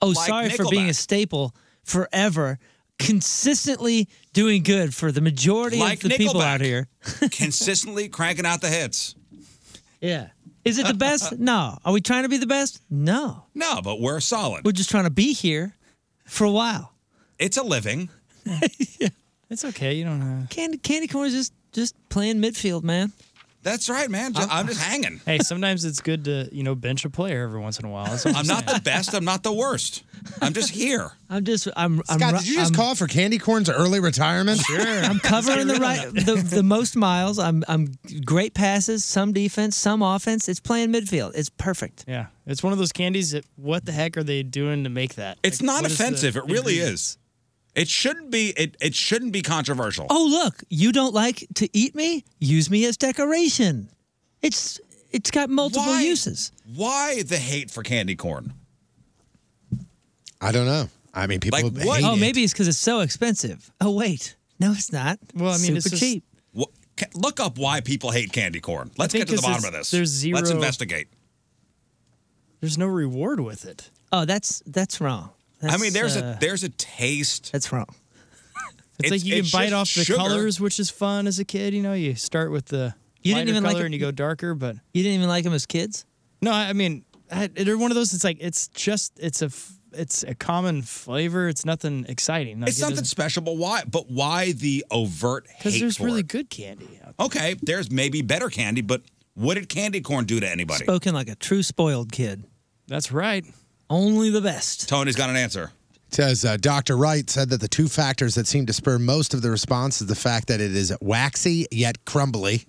Speaker 3: Oh,
Speaker 1: Like
Speaker 3: sorry for being a
Speaker 1: Nickelback.
Speaker 3: staple forever. Consistently doing good for the majority
Speaker 1: Like
Speaker 3: of the people out
Speaker 1: Nickelback.
Speaker 3: here.
Speaker 1: Consistently cranking out the hits.
Speaker 3: Yeah. Is it the best? no. Are we trying to be the best? No.
Speaker 1: No, but we're solid.
Speaker 3: We're just trying to be here for a while.
Speaker 1: It's a living.
Speaker 4: It's okay. You don't have.
Speaker 3: Candy Candy Corn is just just playing midfield, man.
Speaker 1: That's right, man. Ju- I'm just hanging.
Speaker 4: Hey, sometimes it's good to, you know, bench a player every once in a while. That's what
Speaker 1: I'm not the best. I'm not the worst. I'm just here.
Speaker 3: I'm just I'm I'm,
Speaker 2: God,
Speaker 3: ru-
Speaker 2: did you just
Speaker 3: I'm,
Speaker 2: call for candy corn's early retirement? Sure.
Speaker 3: I'm covering the right the, the most miles. I'm I'm great passes, some defense, some offense. It's playing midfield. It's perfect.
Speaker 4: Yeah, it's one of those candies that what the heck are they doing to make that?
Speaker 1: It's
Speaker 4: Like,
Speaker 1: not
Speaker 4: what is the
Speaker 1: offensive. It really
Speaker 4: ingredients?
Speaker 1: is. It shouldn't be. It it shouldn't be controversial.
Speaker 3: Oh look, you don't like to eat me? Use me as decoration. It's it's got multiple
Speaker 1: Why-
Speaker 3: uses.
Speaker 1: Why the hate for candy corn?
Speaker 2: I don't know. I mean, people
Speaker 1: Like, what?
Speaker 2: hate
Speaker 3: Oh,
Speaker 2: it.
Speaker 3: maybe it's because it's so expensive. Oh wait, no, it's not.
Speaker 4: Well, I mean,
Speaker 3: super
Speaker 4: it's just-
Speaker 3: cheap.
Speaker 1: Wha- ca- Look up why people hate candy corn. Let's
Speaker 4: think
Speaker 1: get to the
Speaker 4: it's-
Speaker 1: bottom of this.
Speaker 4: there's
Speaker 1: Let's
Speaker 4: zero-
Speaker 1: investigate.
Speaker 4: There's no reward with it.
Speaker 3: Oh, that's that's wrong. That's,
Speaker 1: I mean, there's
Speaker 3: uh,
Speaker 1: a there's a taste.
Speaker 3: that's wrong.
Speaker 4: It's,
Speaker 1: It's-
Speaker 4: like you
Speaker 1: it's
Speaker 4: can bite
Speaker 1: just
Speaker 4: off the
Speaker 1: sugar.
Speaker 4: colors, which is fun as a kid. You know, you start with the
Speaker 3: You
Speaker 4: you
Speaker 3: didn't
Speaker 4: didn't
Speaker 3: even like
Speaker 4: color
Speaker 3: it-
Speaker 4: and you go darker, but
Speaker 3: You didn't even like them as kids.
Speaker 4: no, I I mean, I, they're one of those. It's like it's just it's a f- it's a common flavor. It's nothing exciting.
Speaker 1: It's something special, but why? But why the overt hate?
Speaker 4: because there's
Speaker 1: for
Speaker 4: really
Speaker 1: it?
Speaker 4: good candy. out
Speaker 1: Okay, there's maybe better candy, but what did candy corn do to anybody?
Speaker 3: Spoken like a true spoiled kid.
Speaker 4: That's right.
Speaker 3: Only the best.
Speaker 1: Tony's got an answer.
Speaker 2: It Says uh, Dr. Wright said that the two factors that seem to spur most of the response is the fact that it is waxy yet crumbly.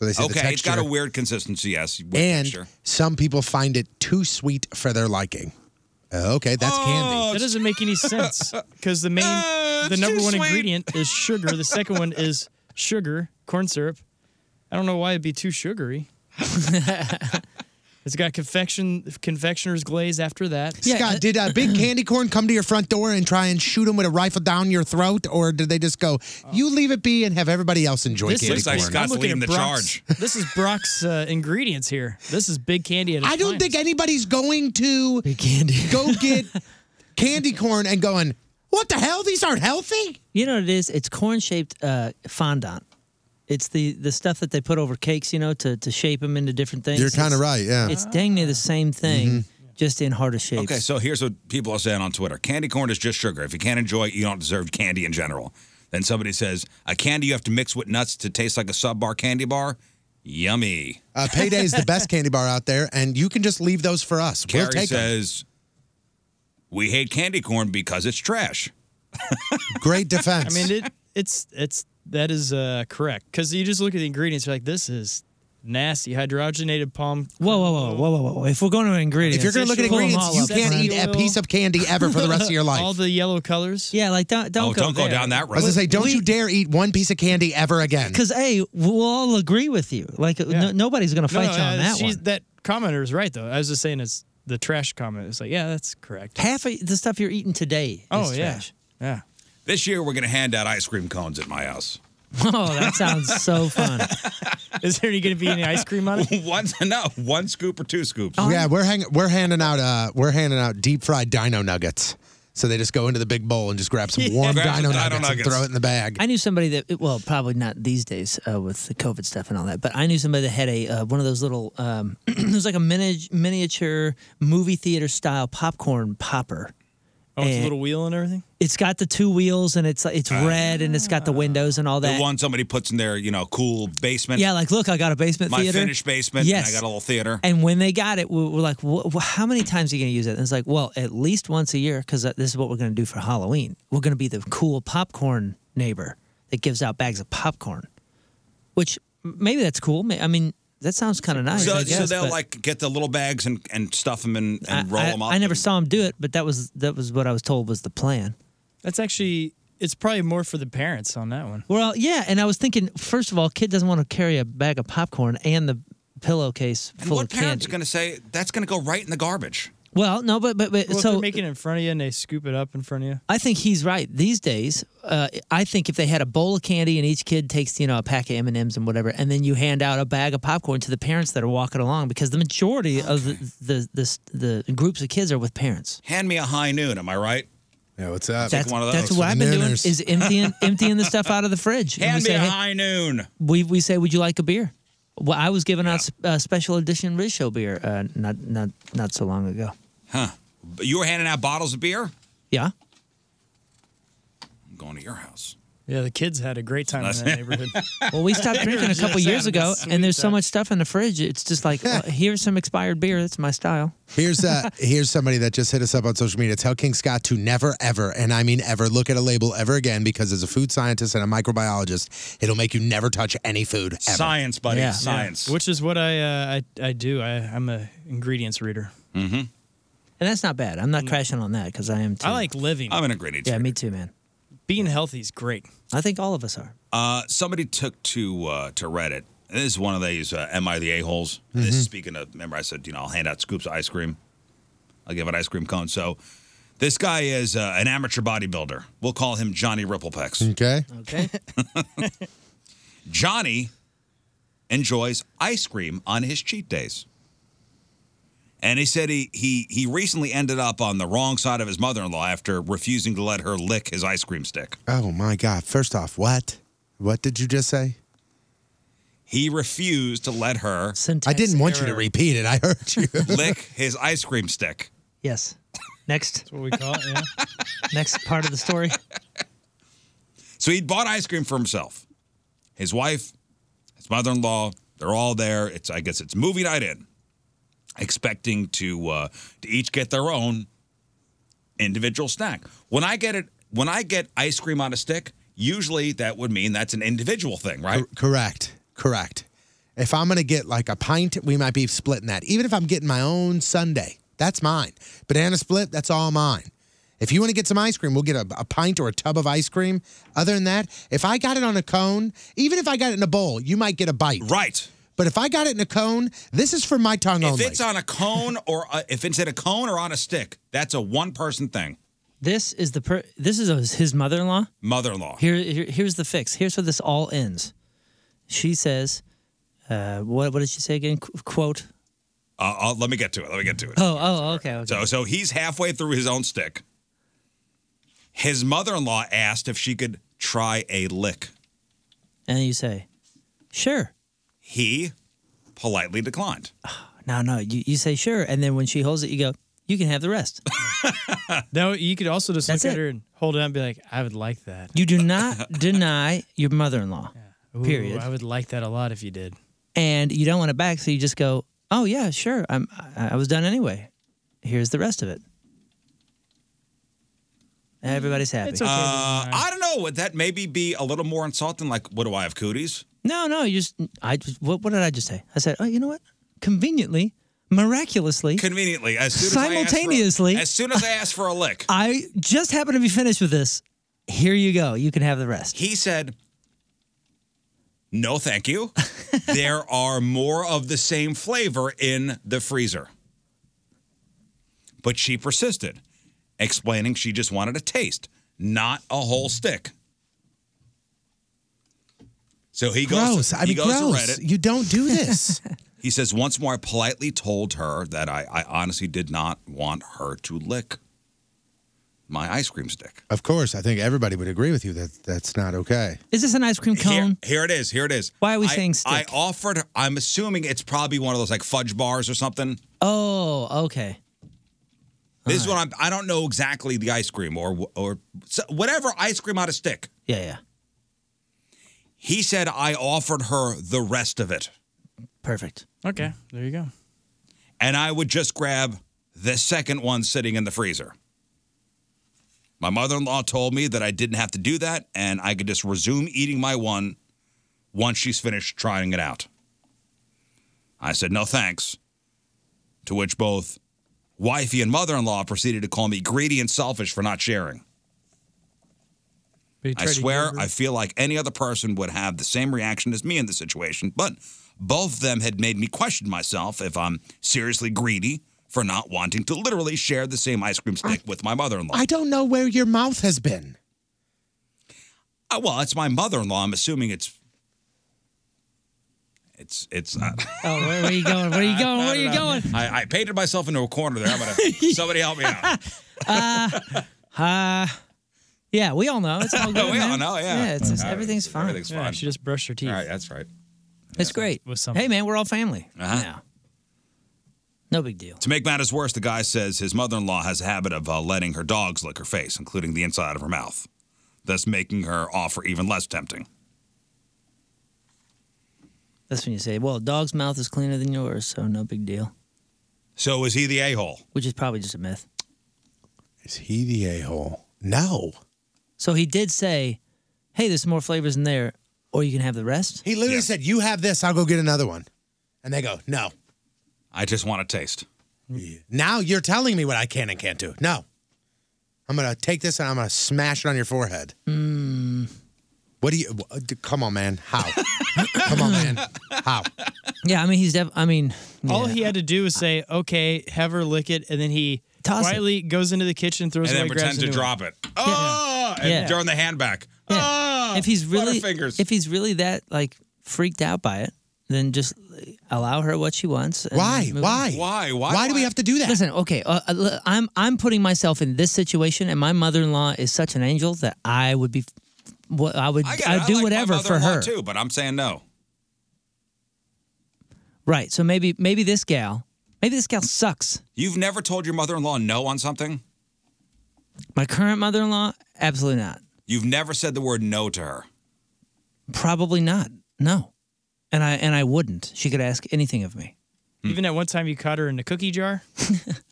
Speaker 2: So they said the
Speaker 1: Okay, it's
Speaker 2: texture.
Speaker 1: got a weird consistency. Yes, with
Speaker 2: and
Speaker 1: texture.
Speaker 2: some people find it too sweet for their liking. Uh, okay, that's
Speaker 1: Oh,
Speaker 2: candy.
Speaker 4: That doesn't make any sense because the main,
Speaker 1: Uh,
Speaker 4: the
Speaker 1: it's
Speaker 4: number
Speaker 1: too
Speaker 4: one
Speaker 1: sweet.
Speaker 4: ingredient is sugar. The second one is sugar, corn syrup. I don't know why it'd be too sugary. it's got confection, confectioner's glaze after that.
Speaker 3: Yeah,
Speaker 2: Scott,
Speaker 3: uh,
Speaker 2: did uh, Big Candy Corn come to your front door and try and shoot him with a rifle down your throat, or did they just go, "You leave it be and have everybody else enjoy
Speaker 4: This
Speaker 2: candy
Speaker 1: looks like
Speaker 2: corn"?
Speaker 1: Scott's
Speaker 4: I'm looking
Speaker 1: leading
Speaker 4: at
Speaker 1: the
Speaker 4: Brock's- This is Brock's uh, ingredients here. This is big candy. At its
Speaker 2: I don't think
Speaker 4: finest.
Speaker 2: anybody's going to
Speaker 3: Candy.
Speaker 2: go get candy corn and going, "What the hell? These aren't healthy."
Speaker 3: You know what it is? It's corn shaped uh, fondant. It's the, the stuff that they put over cakes, you know, to, to shape them into different things. It's-
Speaker 2: right. Yeah.
Speaker 3: It's dang
Speaker 2: Ah.
Speaker 3: near the same thing,
Speaker 2: Mm-hmm.
Speaker 3: just in harder shapes.
Speaker 1: Okay, so here's what people are saying on Twitter candy corn is just sugar. If you can't enjoy it, you don't deserve candy in general. Then somebody says, a candy you have to mix with nuts to taste like a sub bar candy bar. Yummy.
Speaker 2: Uh, Payday is the best candy bar out there, and you can just leave those for us.
Speaker 1: Carrie
Speaker 2: we'll take them.
Speaker 1: says, we hate candy corn because it's trash.
Speaker 2: Great defense.
Speaker 4: I mean, it, it's it's that is uh, correct because you just look at the ingredients. You're like, this is nasty hydrogenated palm.
Speaker 3: Whoa, whoa, whoa, whoa, whoa, whoa! If we're going to ingredients,
Speaker 2: if you're going to look at
Speaker 3: pull 'em
Speaker 2: ingredients,
Speaker 3: all
Speaker 2: you
Speaker 3: up,
Speaker 2: can't
Speaker 3: friend.
Speaker 2: eat a piece of candy ever for the rest of your life.
Speaker 4: All the yellow colors.
Speaker 3: Yeah, like don't don't
Speaker 1: oh,
Speaker 3: go
Speaker 1: don't go down that
Speaker 2: I was
Speaker 1: road.
Speaker 2: going to say, don't you dare eat one piece of candy ever again.
Speaker 3: Because a, we'll all agree with you. Like no, nobody's going to fight you on
Speaker 4: uh,
Speaker 3: that
Speaker 4: she's-
Speaker 3: one.
Speaker 4: That commenter is right though. I was just saying it's the trash comment. It's like, yeah, that's correct.
Speaker 3: Half of the stuff you're eating today is
Speaker 4: oh yeah,
Speaker 3: trash.
Speaker 4: yeah.
Speaker 1: This year, we're going to hand out ice cream cones at my house.
Speaker 3: Oh, that sounds so fun.
Speaker 4: Is there going to be any ice cream on it?
Speaker 1: one, no, one scoop or two scoops.
Speaker 3: Oh,
Speaker 2: yeah, we're hang- we're handing out uh, we're handing out deep fried dino nuggets. So they just go into the big bowl and just grab some warm
Speaker 1: Grab some
Speaker 2: dino,
Speaker 1: dino
Speaker 2: nuggets
Speaker 1: nuggets.
Speaker 2: and throw it in the bag.
Speaker 3: I knew somebody that, well, probably not these days uh, with the COVID stuff and all that, but I knew somebody that had a uh, one of those little, um, it was like a mini- miniature movie theater style popcorn popper.
Speaker 4: Oh, it's
Speaker 3: Eh.
Speaker 4: a little wheel and everything. Ah.
Speaker 3: It's got the two wheels and it's it's red and it's got the windows and all that.
Speaker 1: The one somebody puts in their, you know, cool basement.
Speaker 3: yeah, like look, I got a basement
Speaker 1: my
Speaker 3: theater.
Speaker 1: finished basement.
Speaker 3: Yes.
Speaker 1: And I got a little theater.
Speaker 3: And when they got it, we were like, "Wha- wha- how many times are you going to use it? And it's like, well, at least once a year because this is what we're going to do for Halloween. We're going to be the cool popcorn neighbor that gives out bags of popcorn, which m- maybe that's cool. May- I mean, that sounds kind of nice.
Speaker 1: so,
Speaker 3: I guess,
Speaker 1: so they'll
Speaker 3: but
Speaker 1: like get the little bags and, and stuff them and,
Speaker 3: I,
Speaker 1: and roll
Speaker 3: I-
Speaker 1: them up.
Speaker 3: I never
Speaker 1: and-
Speaker 3: saw him do it, but that was that was what I was told was the plan.
Speaker 4: That's actually it's probably more for the parents on that one.
Speaker 3: Well, yeah, and I was thinking, first of all, kid doesn't want to carry a bag of popcorn and the pillowcase
Speaker 1: And
Speaker 3: full
Speaker 1: what
Speaker 3: of
Speaker 1: parent's
Speaker 3: candy.
Speaker 1: going to say that's going to go right in the garbage?
Speaker 3: well, no, but but, but
Speaker 4: Well, if
Speaker 3: so
Speaker 4: they're making it in front of you and they scoop it up in front of you.
Speaker 3: I think he's right. These days, uh, I think if they had a bowl of candy and each kid takes you know a pack of M and M's and whatever, and then you hand out a bag of popcorn to the parents that are walking along, because the majority of the the, the the groups of kids are with parents.
Speaker 1: Hand me a high noon. Am I right?
Speaker 2: yeah, what's up?
Speaker 3: That's,
Speaker 1: one of
Speaker 3: that's
Speaker 1: those
Speaker 3: what
Speaker 2: for
Speaker 3: I've
Speaker 2: the
Speaker 3: been doing
Speaker 2: nooners.
Speaker 3: is emptying emptying the stuff out of the fridge. And we
Speaker 1: Hand me
Speaker 3: say,
Speaker 1: a
Speaker 3: "Hey,"
Speaker 1: high noon.
Speaker 3: we we say, "Would you like a beer?" Well, I was giving out a special edition Riz Show beer uh, not not not so long ago.
Speaker 1: But You were handing out bottles of beer.
Speaker 3: Yeah,
Speaker 1: I'm going to your house.
Speaker 4: Yeah, the kids had a great time in that neighborhood.
Speaker 3: Well, we stopped drinking a couple years
Speaker 4: having a
Speaker 3: ago,
Speaker 4: sweet
Speaker 3: and there's so
Speaker 4: time.
Speaker 3: much stuff in the fridge. It's just like, well, here's some expired beer. That's my style.
Speaker 2: Here's uh, here's somebody that just hit us up on social media. Tell King Scott to never ever, and I mean ever, look at a label ever again because as a food scientist and a microbiologist, it'll make you never touch any food ever.
Speaker 1: Science, buddy.
Speaker 3: Yeah.
Speaker 1: Science.
Speaker 4: Which is what I uh, I, I do. I, I'm a ingredients reader.
Speaker 1: Mm-hmm.
Speaker 4: Mm.
Speaker 3: And that's not bad. I'm not crashing on that because I am too.
Speaker 4: I like living.
Speaker 1: I'm an ingredient.
Speaker 3: Yeah,
Speaker 1: Yeah,
Speaker 3: me too, man.
Speaker 4: Being healthy is great.
Speaker 3: I think all of us are.
Speaker 1: uh, somebody took to uh, to Reddit And this is one of these uh, "Am I the a holes?" This speaking of, remember I said you know I'll hand out scoops of ice cream. I'll give an ice cream cone. So this guy is uh, an amateur bodybuilder. We'll call him Johnny Ripplepex.
Speaker 2: Okay.
Speaker 3: Okay.
Speaker 1: Johnny enjoys ice cream on his cheat days. And he said he, he, he recently ended up on the wrong side of his mother in law after refusing to let her lick his ice cream stick.
Speaker 2: Oh my God! First off, what? What did you just say?
Speaker 1: He refused to let her
Speaker 2: I didn't want you to repeat it. I heard you.
Speaker 1: lick his ice cream stick.
Speaker 3: Yes. Next. That's
Speaker 4: what we call it. Yeah.
Speaker 3: Next part of the story.
Speaker 1: So he bought ice cream for himself. His wife, his mother-in-law, they're all there. It's I guess it's movie night in, expecting to uh, to each get their own individual snack. When I get it, when I get ice cream on a stick, usually that would mean that's an individual thing, right?
Speaker 2: Correct. Correct. If I'm gonna get like a pint, we might be splitting that. Even if I'm getting my own Sunday, that's mine. Banana split, that's all mine. If you want to get some ice cream, we'll get a, a pint or a tub of ice cream. Other than that, if I got it on a cone, even if I got it in a bowl, you might get a bite.
Speaker 1: Right.
Speaker 2: But if I got it in a cone, this is for my tongue
Speaker 1: If
Speaker 2: only.
Speaker 1: it's on a cone or a, if it's in a cone or on a stick, that's a one-person thing.
Speaker 3: This is the per- this is his mother-in-law.
Speaker 1: Mother-in-law.
Speaker 3: Here, here- here's the fix. Here's where this all ends. She says, uh, "What what did she say again? Qu- quote.
Speaker 1: Uh, uh, let me get to it. Let me get to it.
Speaker 3: Oh oh okay okay.
Speaker 1: So so he's halfway through his own stick. His mother-in-law asked if she could try a lick.
Speaker 3: And you say, sure.
Speaker 1: He politely declined.
Speaker 3: No no. You you say sure, and then when she holds it, you go, you can have the rest.
Speaker 4: No, you could also just
Speaker 3: That's
Speaker 4: look at
Speaker 3: it.
Speaker 4: her and hold it up and be like, I would like that.
Speaker 3: You do not deny your mother-in-law.
Speaker 4: Ooh,
Speaker 3: Period.
Speaker 4: I would like that a lot if you did.
Speaker 3: and you don't want it back, so you just go, "Oh yeah, sure. I'm I, I was done anyway. Here's the rest of it." Everybody's happy.
Speaker 1: Uh, I don't know. Would that maybe be a little more insulting? Like, what do I have cooties?
Speaker 3: No, no, you just I just what, what did I just say? I said, "Oh, you know what? Conveniently, miraculously,
Speaker 1: Conveniently, as soon as I asked for a-
Speaker 3: Simultaneously.
Speaker 1: as soon as I asked for a lick,
Speaker 3: I just happen to be finished with this. Here you go. You can have the rest."
Speaker 1: he said, "No, thank you. there are more of the same flavor in the freezer." But she persisted, explaining she just wanted a taste, not a whole stick. So he goes.
Speaker 2: gross. I
Speaker 1: he
Speaker 2: mean,
Speaker 1: goes to
Speaker 2: gross.
Speaker 1: Reddit.
Speaker 2: You don't do this.
Speaker 1: He says, Once more, I politely told her that I, I honestly did not want her to lick my ice cream stick.
Speaker 2: of course, I think everybody would agree with you that that's not okay.
Speaker 3: Is this an ice cream cone?
Speaker 1: Here, here it is. Here it is.
Speaker 3: Why are we
Speaker 1: I-
Speaker 3: saying stick?
Speaker 1: I offered, I'm assuming it's probably one of those like fudge bars or something.
Speaker 3: Oh, okay.
Speaker 1: This is what I'm, I don't know exactly the ice cream or, or so- whatever ice cream on a stick.
Speaker 3: Yeah, yeah.
Speaker 1: He said, I offered her the rest of it.
Speaker 3: Perfect.
Speaker 4: Okay, there you go.
Speaker 1: and I would just grab the second one sitting in the freezer. My mother in law told me that I didn't have to do that and I could just resume eating my one once she's finished trying it out. I said, no thanks. To which both wifey and mother in law proceeded to call me greedy and selfish for not sharing.
Speaker 4: But you
Speaker 1: I
Speaker 4: tried to
Speaker 1: swear,
Speaker 4: give her-
Speaker 1: I feel like any other person would have the same reaction as me in the situation, but both of them had made me question myself if I'm seriously greedy for not wanting to literally share the same ice cream stick with my mother in law.
Speaker 2: I don't know where your mouth has been.
Speaker 1: Uh, Well, it's my mother in law. I'm assuming it's. It's, it's, uh,
Speaker 3: Oh, where, where are you going? Where are you going? Where are you going?
Speaker 1: I, I painted myself into a corner there. I'm gonna, somebody help me out.
Speaker 3: Uh, yeah, we all know. It's all good.
Speaker 1: We all
Speaker 3: man.
Speaker 1: know, yeah.
Speaker 3: it's just,
Speaker 1: All right,
Speaker 3: everything's fine.
Speaker 1: Everything's
Speaker 4: Yeah,
Speaker 1: fine.
Speaker 4: she just brushed her teeth.
Speaker 1: All right, that's right.
Speaker 3: It's great.
Speaker 4: with something.
Speaker 3: hey, man, we're all family.
Speaker 1: Uh-huh.
Speaker 3: Yeah. No big deal.
Speaker 1: To make matters worse, the guy says his mother in law has a habit of uh, letting her dogs lick her face, including the inside of her mouth, thus making her offer even less tempting.
Speaker 3: That's when you say, well, dog's mouth is cleaner than yours, so no big deal,
Speaker 1: So is he the a hole?
Speaker 3: which is probably just a myth.
Speaker 2: Is he the a hole? No.
Speaker 3: So he did say, hey, there's more flavors in there, or you can have the rest.
Speaker 2: He literally
Speaker 1: Yeah.
Speaker 2: said, "You have this. I'll go get another one," and they go, "No."
Speaker 1: I just want a taste.
Speaker 2: Now you're telling me what I can and can't do. Hmm. No, I'm gonna take this and I'm gonna smash it on your forehead. What do you? wha- d- Come on, man. How? come on, man. How?
Speaker 3: Yeah, I mean he's def- I mean
Speaker 1: Oh,
Speaker 4: All he had to do was say, "Okay, have her lick it," and then he
Speaker 3: Toss it.
Speaker 4: quietly goes into the kitchen, throws
Speaker 1: and
Speaker 4: it
Speaker 1: then
Speaker 4: away, grabs
Speaker 1: pretend
Speaker 4: a
Speaker 1: to
Speaker 4: new
Speaker 1: drop
Speaker 4: one.
Speaker 1: it. Oh, and
Speaker 3: Yeah.
Speaker 1: during the Oh, handback.
Speaker 3: Yeah. if
Speaker 1: uh,
Speaker 3: he's really if he's really that like freaked out by it, then just allow her what she wants. and
Speaker 2: Why?
Speaker 3: move on.
Speaker 2: Why?
Speaker 1: Why? Why?
Speaker 2: Why do we have to do that?
Speaker 3: Listen, okay, uh, uh, l- I'm I'm putting myself in this situation, and my mother-in-law is such an angel that I would be, what I would
Speaker 1: I
Speaker 3: I'd
Speaker 1: got it. I
Speaker 3: do
Speaker 1: like
Speaker 3: whatever
Speaker 1: my
Speaker 3: for
Speaker 1: mother-in-law,
Speaker 3: her.
Speaker 1: too, but I'm saying no.
Speaker 3: Right. So maybe maybe this gal, maybe this gal sucks.
Speaker 1: You've never told your mother-in-law no on something.
Speaker 3: My current mother-in-law, absolutely not.
Speaker 1: You've never said the word no to her.
Speaker 3: Probably not. No. And I and I wouldn't. She could ask anything of me.
Speaker 1: Hmm.
Speaker 4: Even at one time, you caught her in the cookie jar.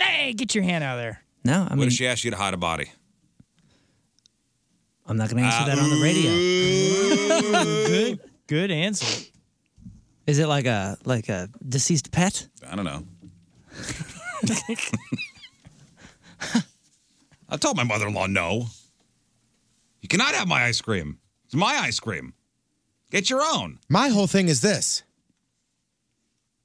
Speaker 4: hey, get your hand out of there!
Speaker 3: No, I
Speaker 1: what
Speaker 3: mean
Speaker 1: if she asks you to hide a body?
Speaker 3: I'm not going to answer that on
Speaker 1: Ah,
Speaker 3: the radio.
Speaker 4: Good, good answer.
Speaker 3: Is it like a like a deceased pet?
Speaker 1: I don't know. I told my mother-in-law no. You cannot have my ice cream. It's my ice cream. Get your own.
Speaker 2: My whole thing is this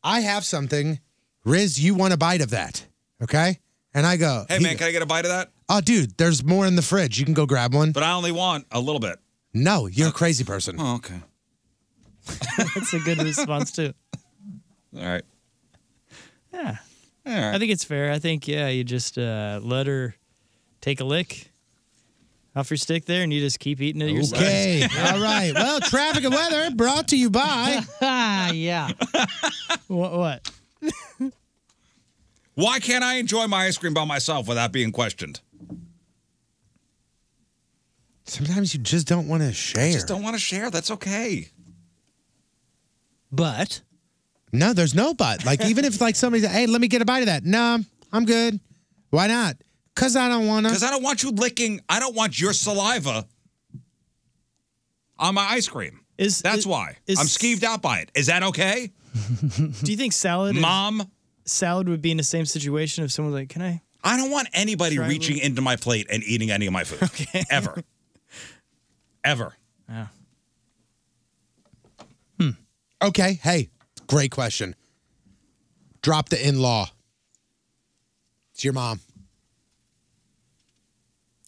Speaker 2: I have something. Riz, you want a bite of that. Okay? And I go,
Speaker 1: Hey
Speaker 2: he-
Speaker 1: man, can I get a bite of that?
Speaker 2: oh, dude, there's more in the fridge. You can go grab one.
Speaker 1: But I only want a little bit.
Speaker 2: No, you're a crazy person.
Speaker 1: Oh, okay.
Speaker 4: That's a good response too.
Speaker 1: All right.
Speaker 4: Yeah,
Speaker 1: All right.
Speaker 4: I think it's fair. I think yeah, you just uh, let her take a lick off your stick there, and you just keep eating it yourself.
Speaker 2: Okay. All right. Well, traffic and weather brought to you by.
Speaker 3: Ah, yeah.
Speaker 4: What? what?
Speaker 1: Why can't I enjoy my ice cream by myself without being questioned?
Speaker 2: Sometimes you just don't want to share.
Speaker 1: Just don't want to share. That's okay.
Speaker 3: But
Speaker 2: No, there's no but. Like even if like somebody's, hey, let me get a bite of that. No, I'm good. Why not? Cause I don't wanna.
Speaker 1: Because I don't want you licking. I don't want your saliva on my ice cream.
Speaker 4: Is-
Speaker 1: That's
Speaker 4: is-
Speaker 1: why
Speaker 4: is-
Speaker 1: I'm skeeved out by it. Is that okay,
Speaker 4: Do you think salad? is-
Speaker 1: Mom?
Speaker 4: salad would be in the same situation if someone's like, "Can I?"
Speaker 1: I don't want anybody
Speaker 4: Try
Speaker 1: reaching into my plate and eating any of my food ever, ever.
Speaker 2: okay, hey, great question. Drop the in-law. It's your mom.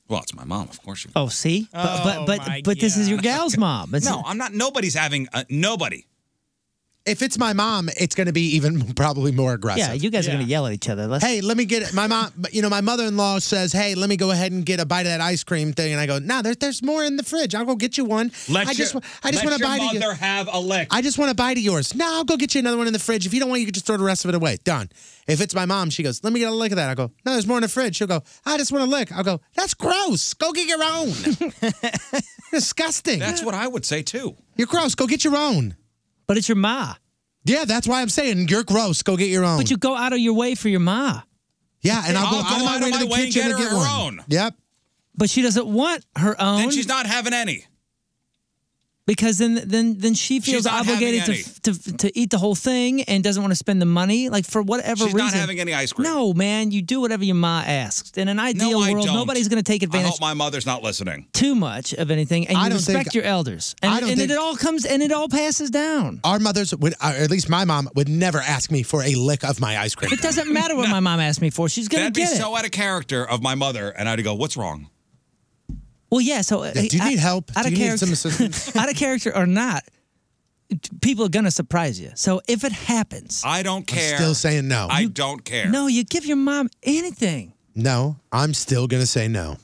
Speaker 1: Well, it's my mom, of course. you-
Speaker 3: oh, see, but but
Speaker 4: Oh,
Speaker 3: but,
Speaker 4: my
Speaker 3: but this is your
Speaker 4: God.
Speaker 3: gal's mom. It's-
Speaker 1: No, I'm not. Nobody's having. Uh, nobody.
Speaker 2: If it's my mom, it's gonna be even probably more aggressive.
Speaker 3: yeah, you guys are gonna
Speaker 4: Yeah.
Speaker 3: yell at each other. Let's,
Speaker 2: Hey, let me get it. My mom, but, you know, my mother-in-law says, "Hey, let me go ahead and get a bite of that ice cream thing." And I go, "No, nah, there's there's more in the fridge. I'll go get you one.
Speaker 1: Let
Speaker 2: I just
Speaker 1: your,
Speaker 2: wa- I just
Speaker 1: let
Speaker 2: want a
Speaker 1: your
Speaker 2: bite of
Speaker 1: mother
Speaker 2: you.
Speaker 1: have a lick.
Speaker 2: uh, I just want a bite of yours. No, I'll go get you another one in the fridge. If you don't want, you can just throw the rest of it away. Done. If it's my mom, she goes, "Let me get a lick of that." I go, "No, there's more in the fridge." She'll go, "I just want a lick." I'll go, "That's gross. Go get your own. Disgusting.
Speaker 1: That's what I would say too.
Speaker 2: You're gross. Go get your own."
Speaker 3: but it's your ma.
Speaker 2: Yeah, that's why I'm saying you're gross. Go get your own.
Speaker 3: But you go out of your way for your ma.
Speaker 2: yeah, and I'll,
Speaker 1: I'll
Speaker 2: go, out of my way to the
Speaker 1: way and
Speaker 2: kitchen and
Speaker 1: get her
Speaker 2: get
Speaker 1: her
Speaker 2: one.
Speaker 1: own.
Speaker 2: Yep.
Speaker 3: But she doesn't want her own.
Speaker 1: Then she's not having any.
Speaker 3: because then then then she feels
Speaker 1: not having
Speaker 3: obligated to,
Speaker 1: any.
Speaker 3: f- to f- to eat the whole thing and doesn't want to spend the money like for whatever
Speaker 1: She's
Speaker 3: reason.
Speaker 1: not having any ice cream.
Speaker 3: No, man, you do whatever your ma asks. In an
Speaker 1: No,
Speaker 3: ideal
Speaker 1: I
Speaker 3: world,
Speaker 1: don't.
Speaker 3: nobody's going to take
Speaker 1: I
Speaker 3: advantage
Speaker 1: hope my mother's not listening.
Speaker 3: too much of anything, and
Speaker 2: I
Speaker 3: you
Speaker 2: don't
Speaker 3: respect
Speaker 2: think-
Speaker 3: your elders. And,
Speaker 2: I don't
Speaker 3: and
Speaker 2: think-
Speaker 3: it all comes and it all passes down.
Speaker 2: Our mothers would, or at least my mom would never ask me for a lick of my ice cream.
Speaker 3: It doesn't matter what my mom asked me for; she's going
Speaker 1: That'd
Speaker 3: to
Speaker 1: be
Speaker 3: get it.
Speaker 1: so out of character of my mother, and I'd go, "What's wrong?"
Speaker 3: well, yeah. So, uh,
Speaker 2: Yeah, do you
Speaker 3: I-
Speaker 2: need help?
Speaker 3: Out
Speaker 2: Do
Speaker 3: of
Speaker 2: you need
Speaker 3: character,
Speaker 2: some assistance?
Speaker 3: out of character or not, t- people are going to surprise you. So if it happens,
Speaker 1: I don't care.
Speaker 2: Still saying no.
Speaker 1: I don't care.
Speaker 3: no, you give your mom anything.
Speaker 2: no, I'm still gonna say no.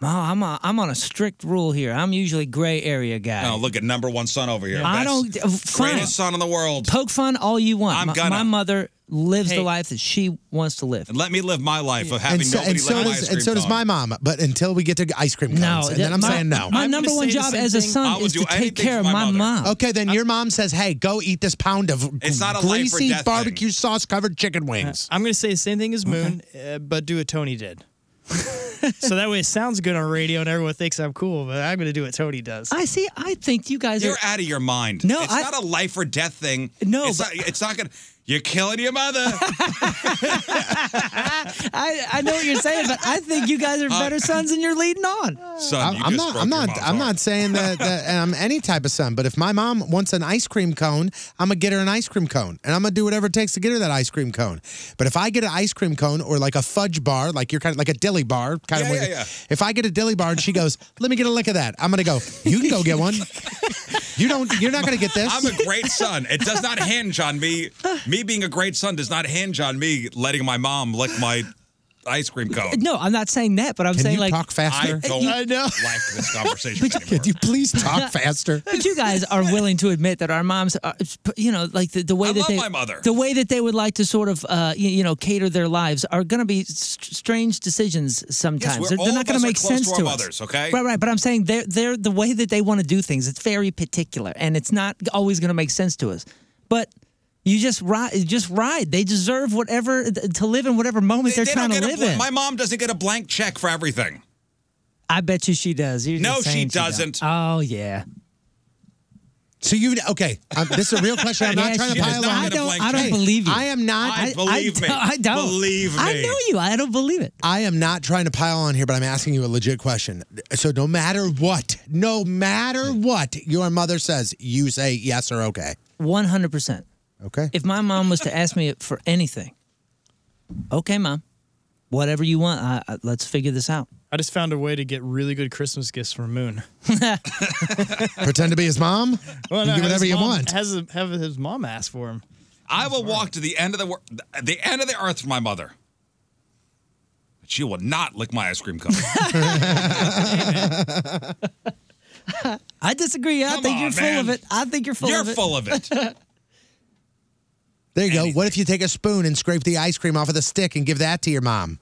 Speaker 3: No, Oh, I'm a, I'm on a strict rule here. I'm usually gray area guy.
Speaker 1: Oh, look at number one son over here.
Speaker 3: I
Speaker 1: Best-
Speaker 3: don't. uh, Fine.
Speaker 1: Greatest son in the world.
Speaker 3: Poke fun all you want.
Speaker 1: I'm
Speaker 3: my,
Speaker 1: gonna.
Speaker 3: my mother lives
Speaker 4: Hey.
Speaker 3: the life that she wants to live.
Speaker 1: And let me live my life of having
Speaker 2: and so,
Speaker 1: nobody
Speaker 2: and so
Speaker 1: let my ice
Speaker 2: does
Speaker 1: cream
Speaker 2: and so does
Speaker 1: cone.
Speaker 2: my mom. But until we get to ice cream cones,
Speaker 3: No, that-
Speaker 2: and then I'm
Speaker 3: my-
Speaker 2: saying no.
Speaker 3: My
Speaker 4: I'm
Speaker 3: number
Speaker 4: gonna
Speaker 3: one
Speaker 4: say the
Speaker 3: job
Speaker 4: same
Speaker 3: as a
Speaker 4: thing.
Speaker 1: I
Speaker 3: son
Speaker 1: would
Speaker 3: is
Speaker 1: do
Speaker 3: to take
Speaker 1: anything
Speaker 3: care
Speaker 1: for
Speaker 3: of
Speaker 1: my
Speaker 3: my
Speaker 1: mother.
Speaker 3: mom.
Speaker 2: okay, then your mom says, "Hey, go eat this pound of
Speaker 1: It's not a life or
Speaker 2: greasy
Speaker 1: death thing.
Speaker 2: barbecue sauce covered chicken
Speaker 3: Uh,
Speaker 2: wings."
Speaker 4: I'm going to say the same thing as Moon, uh, but do what Tony did. so that way it sounds good on radio and everyone thinks I'm cool, but I'm going to do what Tony does.
Speaker 3: I see. I think you guys
Speaker 1: You're
Speaker 3: are.
Speaker 1: out of your mind.
Speaker 3: No,
Speaker 1: it's
Speaker 3: I-
Speaker 1: not a life or death thing.
Speaker 3: No,
Speaker 1: it's
Speaker 3: but-
Speaker 1: not, it's not gonna. You're killing your mother.
Speaker 3: I, I know what you're saying, but I think you guys are better sons and you're leading on.
Speaker 1: Son,
Speaker 2: I'm,
Speaker 1: you
Speaker 2: I'm
Speaker 1: just
Speaker 2: not.
Speaker 1: broke
Speaker 2: I'm
Speaker 1: your
Speaker 2: not.
Speaker 1: mom's
Speaker 2: I'm
Speaker 1: heart.
Speaker 2: not saying that, that I'm any type of son. But if my mom wants an ice cream cone, I'm gonna get her an ice cream cone, and I'm gonna do whatever it takes to get her that ice cream cone. But if I get an ice cream cone or like a fudge bar, like you're kind of like a dilly bar, kind
Speaker 1: Yeah,
Speaker 2: of.
Speaker 1: yeah,
Speaker 2: way-
Speaker 1: yeah.
Speaker 2: If I get a dilly bar and she goes, "Let me get a lick of that," I'm gonna go. You can go get one. You don't. You're not gonna get this.
Speaker 1: I'm a great son. It does not hinge on me. Me being a great son does not hinge on me letting my mom lick my ice cream cone.
Speaker 3: No, I'm not saying that, but I'm
Speaker 2: Can
Speaker 3: saying
Speaker 2: you
Speaker 3: like
Speaker 2: talk
Speaker 1: I
Speaker 2: faster?
Speaker 1: don't like this conversation anymore.
Speaker 2: Could you please talk faster?
Speaker 3: But you guys are willing to admit that our moms, are, you know, like the, the way
Speaker 1: I
Speaker 3: that
Speaker 1: love
Speaker 3: they,
Speaker 1: my mother.
Speaker 3: the way that they would like to sort of, uh, you, you know, cater their lives are going to be st- strange decisions sometimes.
Speaker 1: we're-
Speaker 3: they're,
Speaker 1: all
Speaker 3: they're not
Speaker 1: of
Speaker 3: going
Speaker 1: us
Speaker 3: to
Speaker 1: are
Speaker 3: make
Speaker 1: close
Speaker 3: sense
Speaker 1: to our
Speaker 3: to
Speaker 1: mothers,
Speaker 3: us.
Speaker 1: okay?
Speaker 3: Right, right. But I'm saying they're they're the way that they want to do things. It's very particular, and it's not always going to make sense to us. But you just ride, just ride. They deserve whatever to live in whatever moment
Speaker 1: They-
Speaker 3: are
Speaker 1: they don't
Speaker 3: trying to live
Speaker 1: get a bl-
Speaker 3: in.
Speaker 1: My mom doesn't get a blank check for everything.
Speaker 3: I bet you she does. You're
Speaker 1: No,
Speaker 3: just
Speaker 1: she
Speaker 3: saying don't.
Speaker 1: doesn't.
Speaker 3: Oh yeah.
Speaker 2: So you okay? i this is a real question. I'm not
Speaker 3: Yeah,
Speaker 2: trying
Speaker 3: she
Speaker 2: to
Speaker 3: does.
Speaker 2: pile
Speaker 1: not
Speaker 2: on.
Speaker 3: I
Speaker 1: get a
Speaker 3: don't.
Speaker 1: blank
Speaker 3: I don't
Speaker 1: check.
Speaker 3: believe you.
Speaker 2: I am not.
Speaker 1: I- Believe
Speaker 3: I,
Speaker 1: me.
Speaker 3: don't- I don't.
Speaker 1: Believe me.
Speaker 3: I know you. I don't believe it.
Speaker 2: I am not trying to pile on here, but I'm asking you a legit question. So no matter what, no matter what your mother says, you say yes or okay.
Speaker 3: One hundred percent.
Speaker 2: Okay.
Speaker 3: If my mom was to ask me for anything, okay, mom, whatever you want, I, I, let's figure this out.
Speaker 4: I just found a way to get really good Christmas gifts for Moon.
Speaker 2: Pretend to be his mom.
Speaker 4: Well,
Speaker 2: you can
Speaker 4: no,
Speaker 2: do
Speaker 4: his
Speaker 2: whatever you
Speaker 4: mom
Speaker 2: want.
Speaker 4: Has a, have his mom ask for him.
Speaker 1: I will walk to the end of the wor- the end of the earth for my mother. But she will not lick my ice cream cone.
Speaker 3: I disagree. I
Speaker 1: Come
Speaker 3: think
Speaker 1: on,
Speaker 3: you're
Speaker 1: man.
Speaker 3: full of it. I think you're full
Speaker 1: You're
Speaker 3: of it.
Speaker 1: full of it.
Speaker 2: There you go. What if you take a spoon and scrape the ice cream off of the stick and give that to your mom?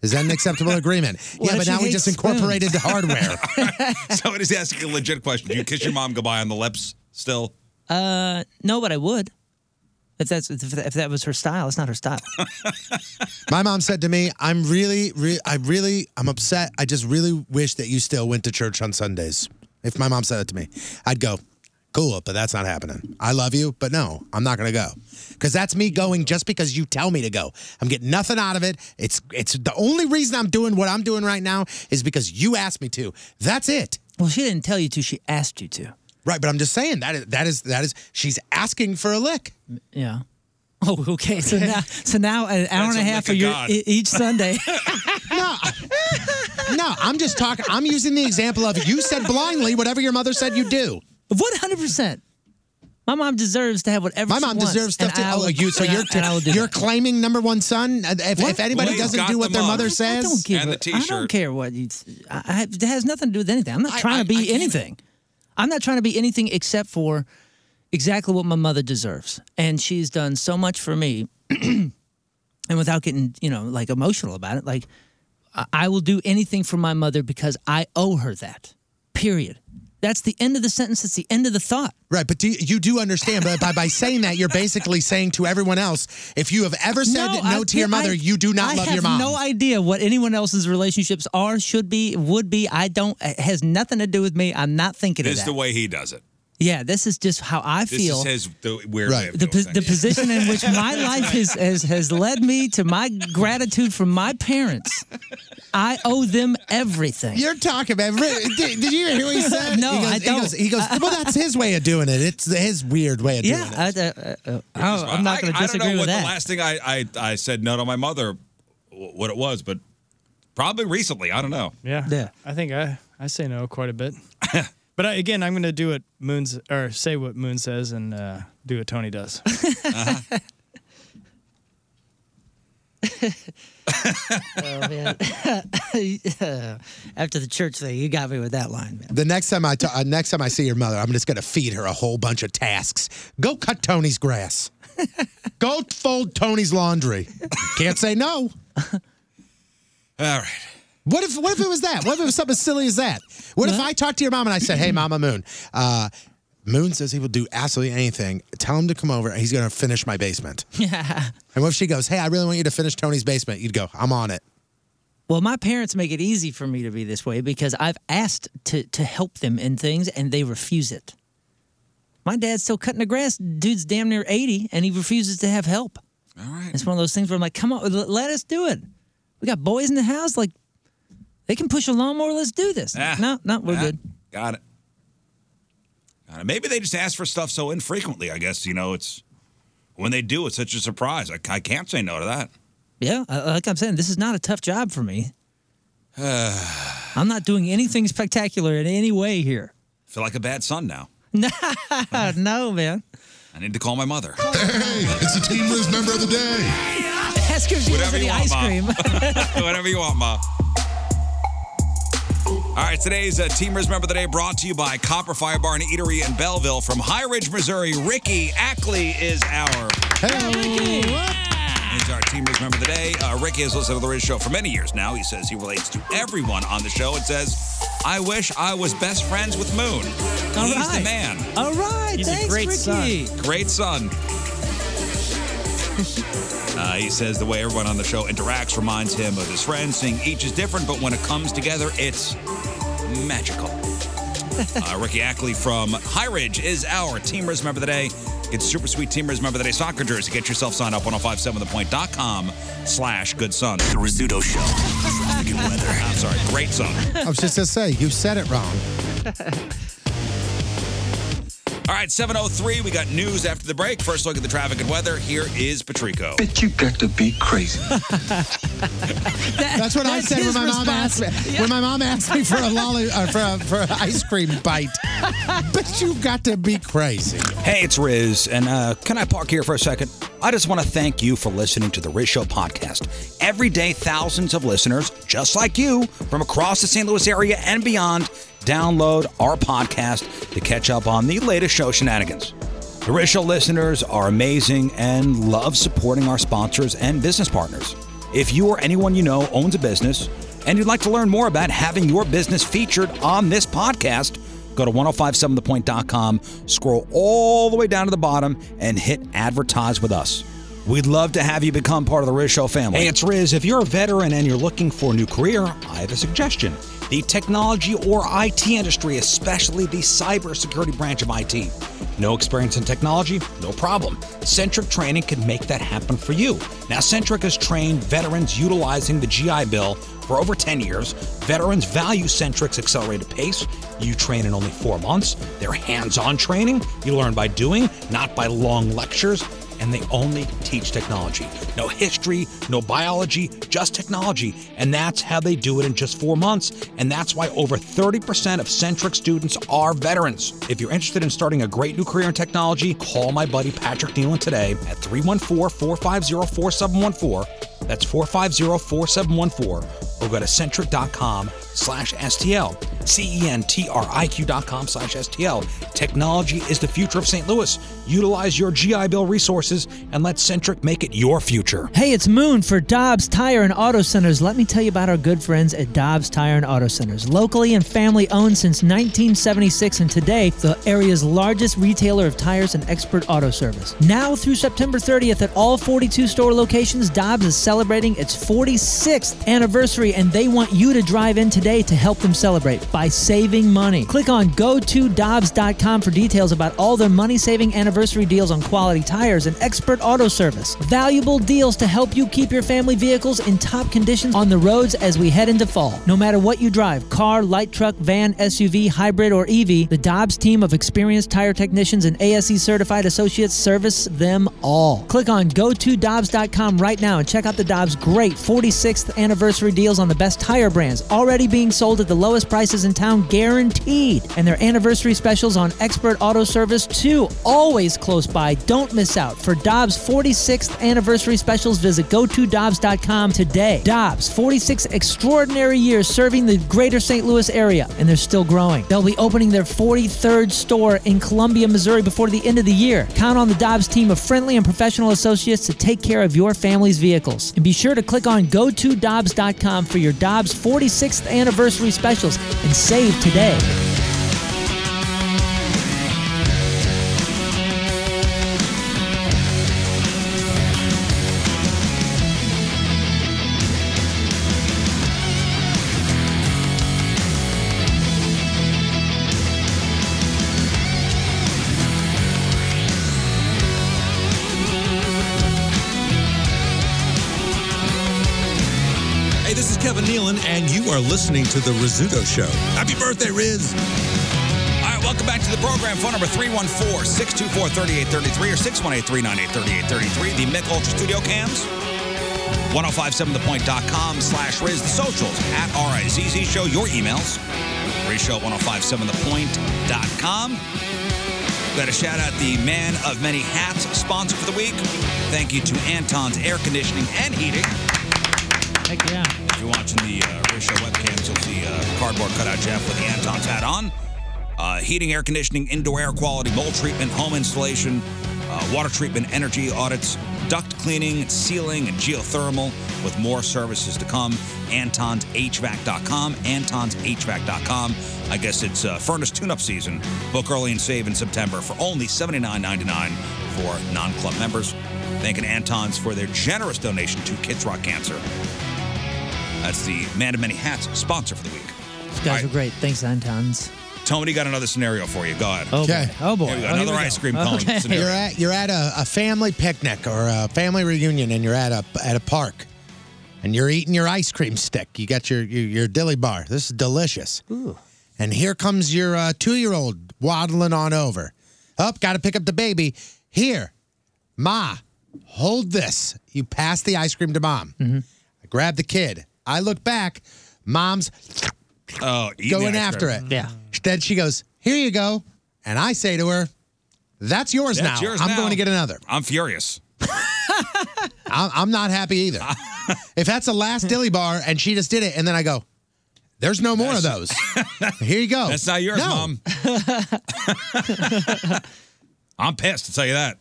Speaker 2: Is that an acceptable agreement?
Speaker 3: What
Speaker 2: yeah,
Speaker 3: if
Speaker 2: but
Speaker 3: she
Speaker 2: now we
Speaker 3: hates
Speaker 2: just incorporated the hardware.
Speaker 1: Somebody's asking a legit question. Do you kiss your mom goodbye on the lips still?
Speaker 3: No, but I would. If that's if that, if that was her style, it's not her style.
Speaker 2: My mom said to me, "I'm really, re- I really, I'm upset. I just really wish that you still went to church on Sundays." If my mom said it to me, I'd go, "Cool, but that's not happening. I love you, but no, I'm not gonna go, because that's me going just because you tell me to go. I'm getting nothing out of it. It's, it's the only reason I'm doing what I'm doing right now is because you asked me to. That's it."
Speaker 3: well, she didn't tell you to. She asked you to.
Speaker 2: Right, but I'm just saying that is that is that is she's asking for a lick.
Speaker 3: Yeah. Oh, okay. So now, so now an hour and
Speaker 1: That's
Speaker 3: a
Speaker 1: a lick
Speaker 3: half
Speaker 1: of
Speaker 3: of your
Speaker 1: God.
Speaker 3: e- each Sunday.
Speaker 2: No, no, I'm just talking. I'm using the example of you said blindly whatever your mother said you do.
Speaker 3: One hundred percent. My mom deserves to have whatever.
Speaker 2: My
Speaker 3: she
Speaker 2: mom
Speaker 3: wants,
Speaker 2: deserves
Speaker 3: and
Speaker 2: stuff too.
Speaker 3: I
Speaker 2: Oh,
Speaker 3: would-
Speaker 2: you so
Speaker 3: and I-
Speaker 2: you're
Speaker 3: and I will do
Speaker 2: you're
Speaker 3: that.
Speaker 2: claiming number one son. Uh, If, if anybody
Speaker 1: Blaine
Speaker 2: doesn't
Speaker 1: got
Speaker 2: do what
Speaker 1: the
Speaker 2: their
Speaker 1: mug.
Speaker 2: mother
Speaker 3: I
Speaker 2: says,
Speaker 3: don't give
Speaker 1: And
Speaker 3: a,
Speaker 1: the
Speaker 3: I
Speaker 1: t-shirt.
Speaker 3: don't care what you. I, I, it has nothing to do with anything. I'm not
Speaker 1: I-
Speaker 3: trying to
Speaker 1: I- I
Speaker 3: be
Speaker 1: can't-
Speaker 3: anything. I'm not trying to be anything except for exactly what my mother deserves, and she's done so much for me. and without getting you know like emotional about it, like I, I will do anything for my mother because I owe her that. Period. That's the end of the sentence. It's the end of the thought.
Speaker 2: right? But do, you- you do understand. But by, by saying that, you're basically saying to everyone else, if you have ever said no,
Speaker 3: I-
Speaker 2: to your mother,
Speaker 3: I-
Speaker 2: you do not
Speaker 3: I
Speaker 2: love your
Speaker 3: have
Speaker 2: mom.
Speaker 3: No idea what anyone else's relationships are, should be, would be. I don't. It has nothing to do with me. I'm not thinking
Speaker 1: This is
Speaker 3: of
Speaker 1: the
Speaker 3: that.
Speaker 1: way he does it.
Speaker 3: yeah, this is just how I
Speaker 1: This
Speaker 3: feel.
Speaker 1: is his the weird way
Speaker 2: Right.
Speaker 1: of
Speaker 3: the,
Speaker 1: doing
Speaker 3: pos- the
Speaker 1: things.
Speaker 3: position in which my life has, has has led me to my gratitude for my parents. I owe them everything.
Speaker 2: You're talking about. Did, did you hear what he said?
Speaker 3: No,
Speaker 2: he goes,
Speaker 3: I don't. Uh,
Speaker 2: He goes, he goes, well, that's his way of doing it. It's his weird way of doing
Speaker 3: yeah,
Speaker 2: it.
Speaker 3: I, uh, uh, uh, I, I'm not going to
Speaker 1: I-
Speaker 3: disagree
Speaker 1: I don't
Speaker 3: with
Speaker 1: know what
Speaker 3: that.
Speaker 1: the last thing I, I, I said no to my mother, w- what it was, but probably recently. I don't know.
Speaker 4: Yeah.
Speaker 3: Yeah.
Speaker 4: I think I, I say no quite a bit. but I, again, I'm going to do what Moon's, or say what Moon says and uh, do what Tony does.
Speaker 3: Oh, man. After the church thing, you got me with that line, man.
Speaker 2: The next time I ta- uh, next time I see your mother, I'm just gonna feed her a whole bunch of tasks. Go cut Tony's grass. Go fold Tony's laundry. Can't say no.
Speaker 1: All right.
Speaker 2: What if what if it was that? What if it was something as silly as that? What if I talked to your mom and I said, "Hey, Mama Moon, uh, Moon says he will do absolutely anything. Tell him to come over. and He's gonna finish my basement." And what if she goes, "Hey, I really want you to finish Tony's basement." You'd go, "I'm on it."
Speaker 3: Well, my parents make it easy for me to be this way because I've asked to to help them in things and they refuse it. My dad's still cutting the grass. Dude's damn near 80 and he refuses to have help.
Speaker 1: All right.
Speaker 3: It's one of those things where I'm like, come on, l- let us do it. We got boys in the house. Like, they can push a lawnmower. Let's do this.
Speaker 1: Ah.
Speaker 3: no, no, we're
Speaker 1: Ah,
Speaker 3: good.
Speaker 1: Got it. Got it. Maybe they just ask for stuff so infrequently. I guess you know it's when they do, it's such a surprise. I, I can't say no to that.
Speaker 3: Yeah, uh, like I'm saying, this is not a tough job for me. I'm not doing anything spectacular in any way here. Uh,
Speaker 1: feel like a bad son now.
Speaker 3: no, man.
Speaker 1: I need to call my mother.
Speaker 5: Hey, it's a Team Liz member of the day.
Speaker 3: Ask her if she wants any ice cream.
Speaker 1: Whatever you want, Ma. All right, today's uh, Teamers Member of the Day brought to you by Copper Fire Bar and Eatery in Belleville from High Ridge, Missouri. Ricky Ackley is our He's our team member of the day. Uh, Ricky has listened to the radio show for many years now. He says he relates to everyone on the show. It says, I wish I was best friends with Moon.
Speaker 3: All
Speaker 1: He's the
Speaker 3: right.
Speaker 1: man.
Speaker 3: All right,
Speaker 4: He's a
Speaker 3: thanks,
Speaker 4: great
Speaker 3: Ricky.
Speaker 1: Great son. Uh, he says the way everyone on the show interacts reminds him of his friends, saying each is different, but when it comes together, it's magical. Uh, Ricky Ackley from High Ridge is our Teamers Member of the Day. Get super sweet Teamers Member of the Day soccer jersey. Get yourself signed up 1057thepoint.com slash good son.
Speaker 6: The Rizzuto Show. Traffic and weather.
Speaker 1: I'm sorry, great son.
Speaker 2: I was just gonna say, you said it wrong.
Speaker 1: All right, 703, we got news after the break. First look at the traffic and weather. Here is Patrico.
Speaker 5: You got to be crazy.
Speaker 2: That's what I
Speaker 3: That's
Speaker 2: said when
Speaker 3: his
Speaker 2: my mom asked
Speaker 3: response.
Speaker 2: me. When my mom asked me for a lolly, uh, for a, for an ice cream bite. but you got to be crazy.
Speaker 1: Hey, it's Riz, and uh, can I park here for a second? I just want to thank you for listening to the Riz Show podcast. Every day, thousands of listeners, just like you, from across the St. Louis area and beyond, download our podcast to catch up on the latest show shenanigans. The Riz Show listeners are amazing and love supporting our sponsors and business partners. If you or anyone you know owns a business and you'd like to learn more about having your business featured on this podcast, Go to 1057thepoint.com, scroll all the way down to the bottom, and hit advertise with us. We'd love to have you become part of the Riz Show family. Hey, it's Riz. If you're a veteran and you're looking for a new career, I have a suggestion. The technology or IT industry, especially the cybersecurity branch of IT. No experience in technology? No problem. Centric Training can make that happen for you. Now, Centric has trained veterans utilizing the GI Bill for over 10 years. Veterans value Centric's accelerated pace. You train in only four months. They're hands on training. You learn by doing, not by long lectures. And they only teach technology. No history, no biology, just technology. And that's how they do it in just four months. And that's why over 30% of Centric students are veterans. If you're interested in starting a great new career in technology, call my buddy Patrick Nealon today at 314 450 4714. That's 450-4714 or go to centric.com slash STL. C-E-N-T-R-I-Q dot com slash STL. Technology is the future of St. Louis. Utilize your GI Bill resources and let Centric make it your future.
Speaker 3: Hey, it's Moon for Dobbs Tire and Auto Centers. Let me tell you about our good friends at Dobbs Tire and Auto Centers. Locally and family owned since 1976 and today, the area's largest retailer of tires and expert auto service. Now through September 30th at all 42 store locations, Dobbs is celebrating its 46th anniversary and they want you to drive in today to help them celebrate by saving money. Click on go to Dobbs.com for details about all their money saving anniversary deals on quality tires and expert auto service. Valuable deals to help you keep your family vehicles in top conditions on the roads as we head into fall. No matter what you drive car, light truck, van, SUV, hybrid, or EV the Dobbs team of experienced tire technicians and ASE certified associates service them all. Click on go to Dobbs.com right now and check out the Dobbs great 46th anniversary deals on the best tire brands already being sold at the lowest prices in town guaranteed. And their anniversary specials on expert auto service too, always close by. Don't miss out. For Dobbs 46th anniversary specials, visit go to Dobbs.com today. Dobbs, 46 extraordinary years serving the greater St. Louis area, and they're still growing. They'll be opening their 43rd store in Columbia, Missouri before the end of the year. Count on the Dobbs team of friendly and professional associates to take care of your family's vehicles. And be sure to click on go to Dobbs.com for your Dobbs 46th anniversary specials and save today.
Speaker 7: Nealon, and you are listening to The Rizzuto Show.
Speaker 1: Happy birthday, Riz. All right, welcome back to the program. Phone number 314 624 3833 or 618 398 3833. The Mick Ultra Studio Cams. 1057thepoint.com slash Riz. The socials at RIZZ Show. Your emails. Reshow 1057thepoint.com. Got to shout out the Man of Many Hats sponsor for the week. Thank you to Anton's Air Conditioning and Heating.
Speaker 3: Heck yeah.
Speaker 1: If you're watching the uh, Risha webcams, you'll see uh, cardboard cutout Jeff with the Anton's hat on. Uh, heating, air conditioning, indoor air quality, mold treatment, home installation, uh, water treatment, energy audits, duct cleaning, sealing, and geothermal, with more services to come. Anton'sHVAC.com, Anton'sHVAC.com. I guess it's uh, furnace tune-up season. Book early and save in September for only $79.99 for non-club members. Thanking Anton's for their generous donation to Kids Rock Cancer. That's the Man of Many Hats sponsor for the week.
Speaker 3: These guys are great. Thanks, Antons.
Speaker 1: Tony got another scenario for you. Go ahead.
Speaker 3: Oh, boy.
Speaker 1: Okay.
Speaker 3: Oh, boy.
Speaker 1: Here we go.
Speaker 3: Oh, here
Speaker 1: another
Speaker 3: we go.
Speaker 1: ice cream cone
Speaker 3: Okay.
Speaker 1: scenario.
Speaker 2: You're at you're at a, a family picnic or a family reunion, and you're at a at a park, and you're eating your ice cream stick. You got your your, your dilly bar. This is delicious. And here comes your uh, two year old waddling on over. Up, got to pick up the baby. Here, ma, hold this. You pass the ice cream to mom. I grab the kid. I look back. Mom's
Speaker 1: Oh, eating
Speaker 2: going
Speaker 1: the ice
Speaker 2: after
Speaker 1: cream.
Speaker 2: it. Then she goes, "Here you go," and I say to her, "That's yours
Speaker 1: That's
Speaker 2: now.
Speaker 1: yours
Speaker 2: I'm
Speaker 1: now.
Speaker 2: going to get another.
Speaker 1: I'm furious.
Speaker 2: I'm, I'm not happy either. if that's the last dilly bar and she just did it, and then I go, "There's no more of those. Here you
Speaker 3: Oh,
Speaker 2: go.
Speaker 1: That's not yours,
Speaker 2: No.
Speaker 1: Mom. I'm pissed to tell you that.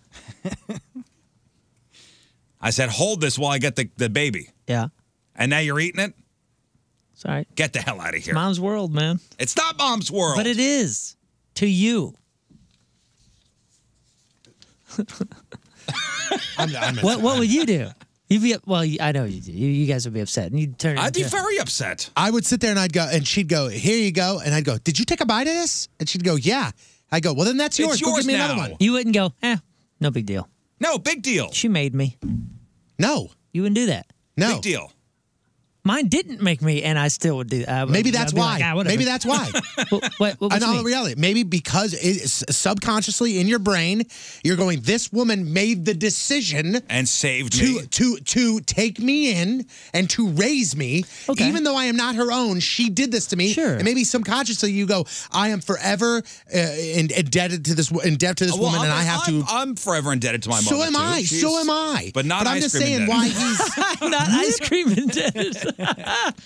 Speaker 1: I said, hold this while I get the, the baby.
Speaker 3: Yeah.
Speaker 1: And now you're eating it?
Speaker 3: Sorry.
Speaker 1: Get the hell out of
Speaker 3: It's
Speaker 1: here.
Speaker 3: mom's world, man.
Speaker 1: It's not mom's world.
Speaker 3: But it is to you. what What would you do? You'd be well. you- I know you. do. You, you guys would be upset, and you'd turn. it into-
Speaker 1: upset.
Speaker 2: I would sit there and I'd go, and she'd go, "Here you go," and I'd go, "Did you take a bite of this?" And she'd go, "Yeah." I go, "Well, then that's yours. go give me another one."
Speaker 3: You wouldn't go. Eh, no big deal.
Speaker 1: No big deal.
Speaker 3: She made me.
Speaker 2: No,
Speaker 3: you wouldn't do that.
Speaker 2: No
Speaker 1: big deal.
Speaker 3: Mine didn't make me, and I still would do. I would-
Speaker 2: Maybe
Speaker 3: I'd
Speaker 2: that's
Speaker 3: be like,
Speaker 2: why.
Speaker 3: "Ah, whatever."
Speaker 2: Maybe that's why.
Speaker 3: what, what
Speaker 2: In all
Speaker 3: mean?
Speaker 2: reality, maybe because it's subconsciously in your brain, you're going, "This woman made the decision."
Speaker 1: and saved
Speaker 2: to
Speaker 1: me.
Speaker 2: to to take me in and to raise me even though i am not her own she did this to me sure. and maybe subconsciously you go i am forever uh, in- indebted to this wo- in debt to this
Speaker 1: Well,
Speaker 2: woman
Speaker 1: I'm,
Speaker 2: and i have
Speaker 1: I'm,
Speaker 2: to
Speaker 1: I'm forever indebted to my
Speaker 2: so
Speaker 1: mother.
Speaker 2: am
Speaker 1: too.
Speaker 2: i
Speaker 1: She's-
Speaker 2: so am i
Speaker 1: But not
Speaker 2: but i'm
Speaker 1: ice
Speaker 2: just
Speaker 1: cream
Speaker 2: saying
Speaker 1: indebted.
Speaker 2: why he's
Speaker 3: not ice cream indebted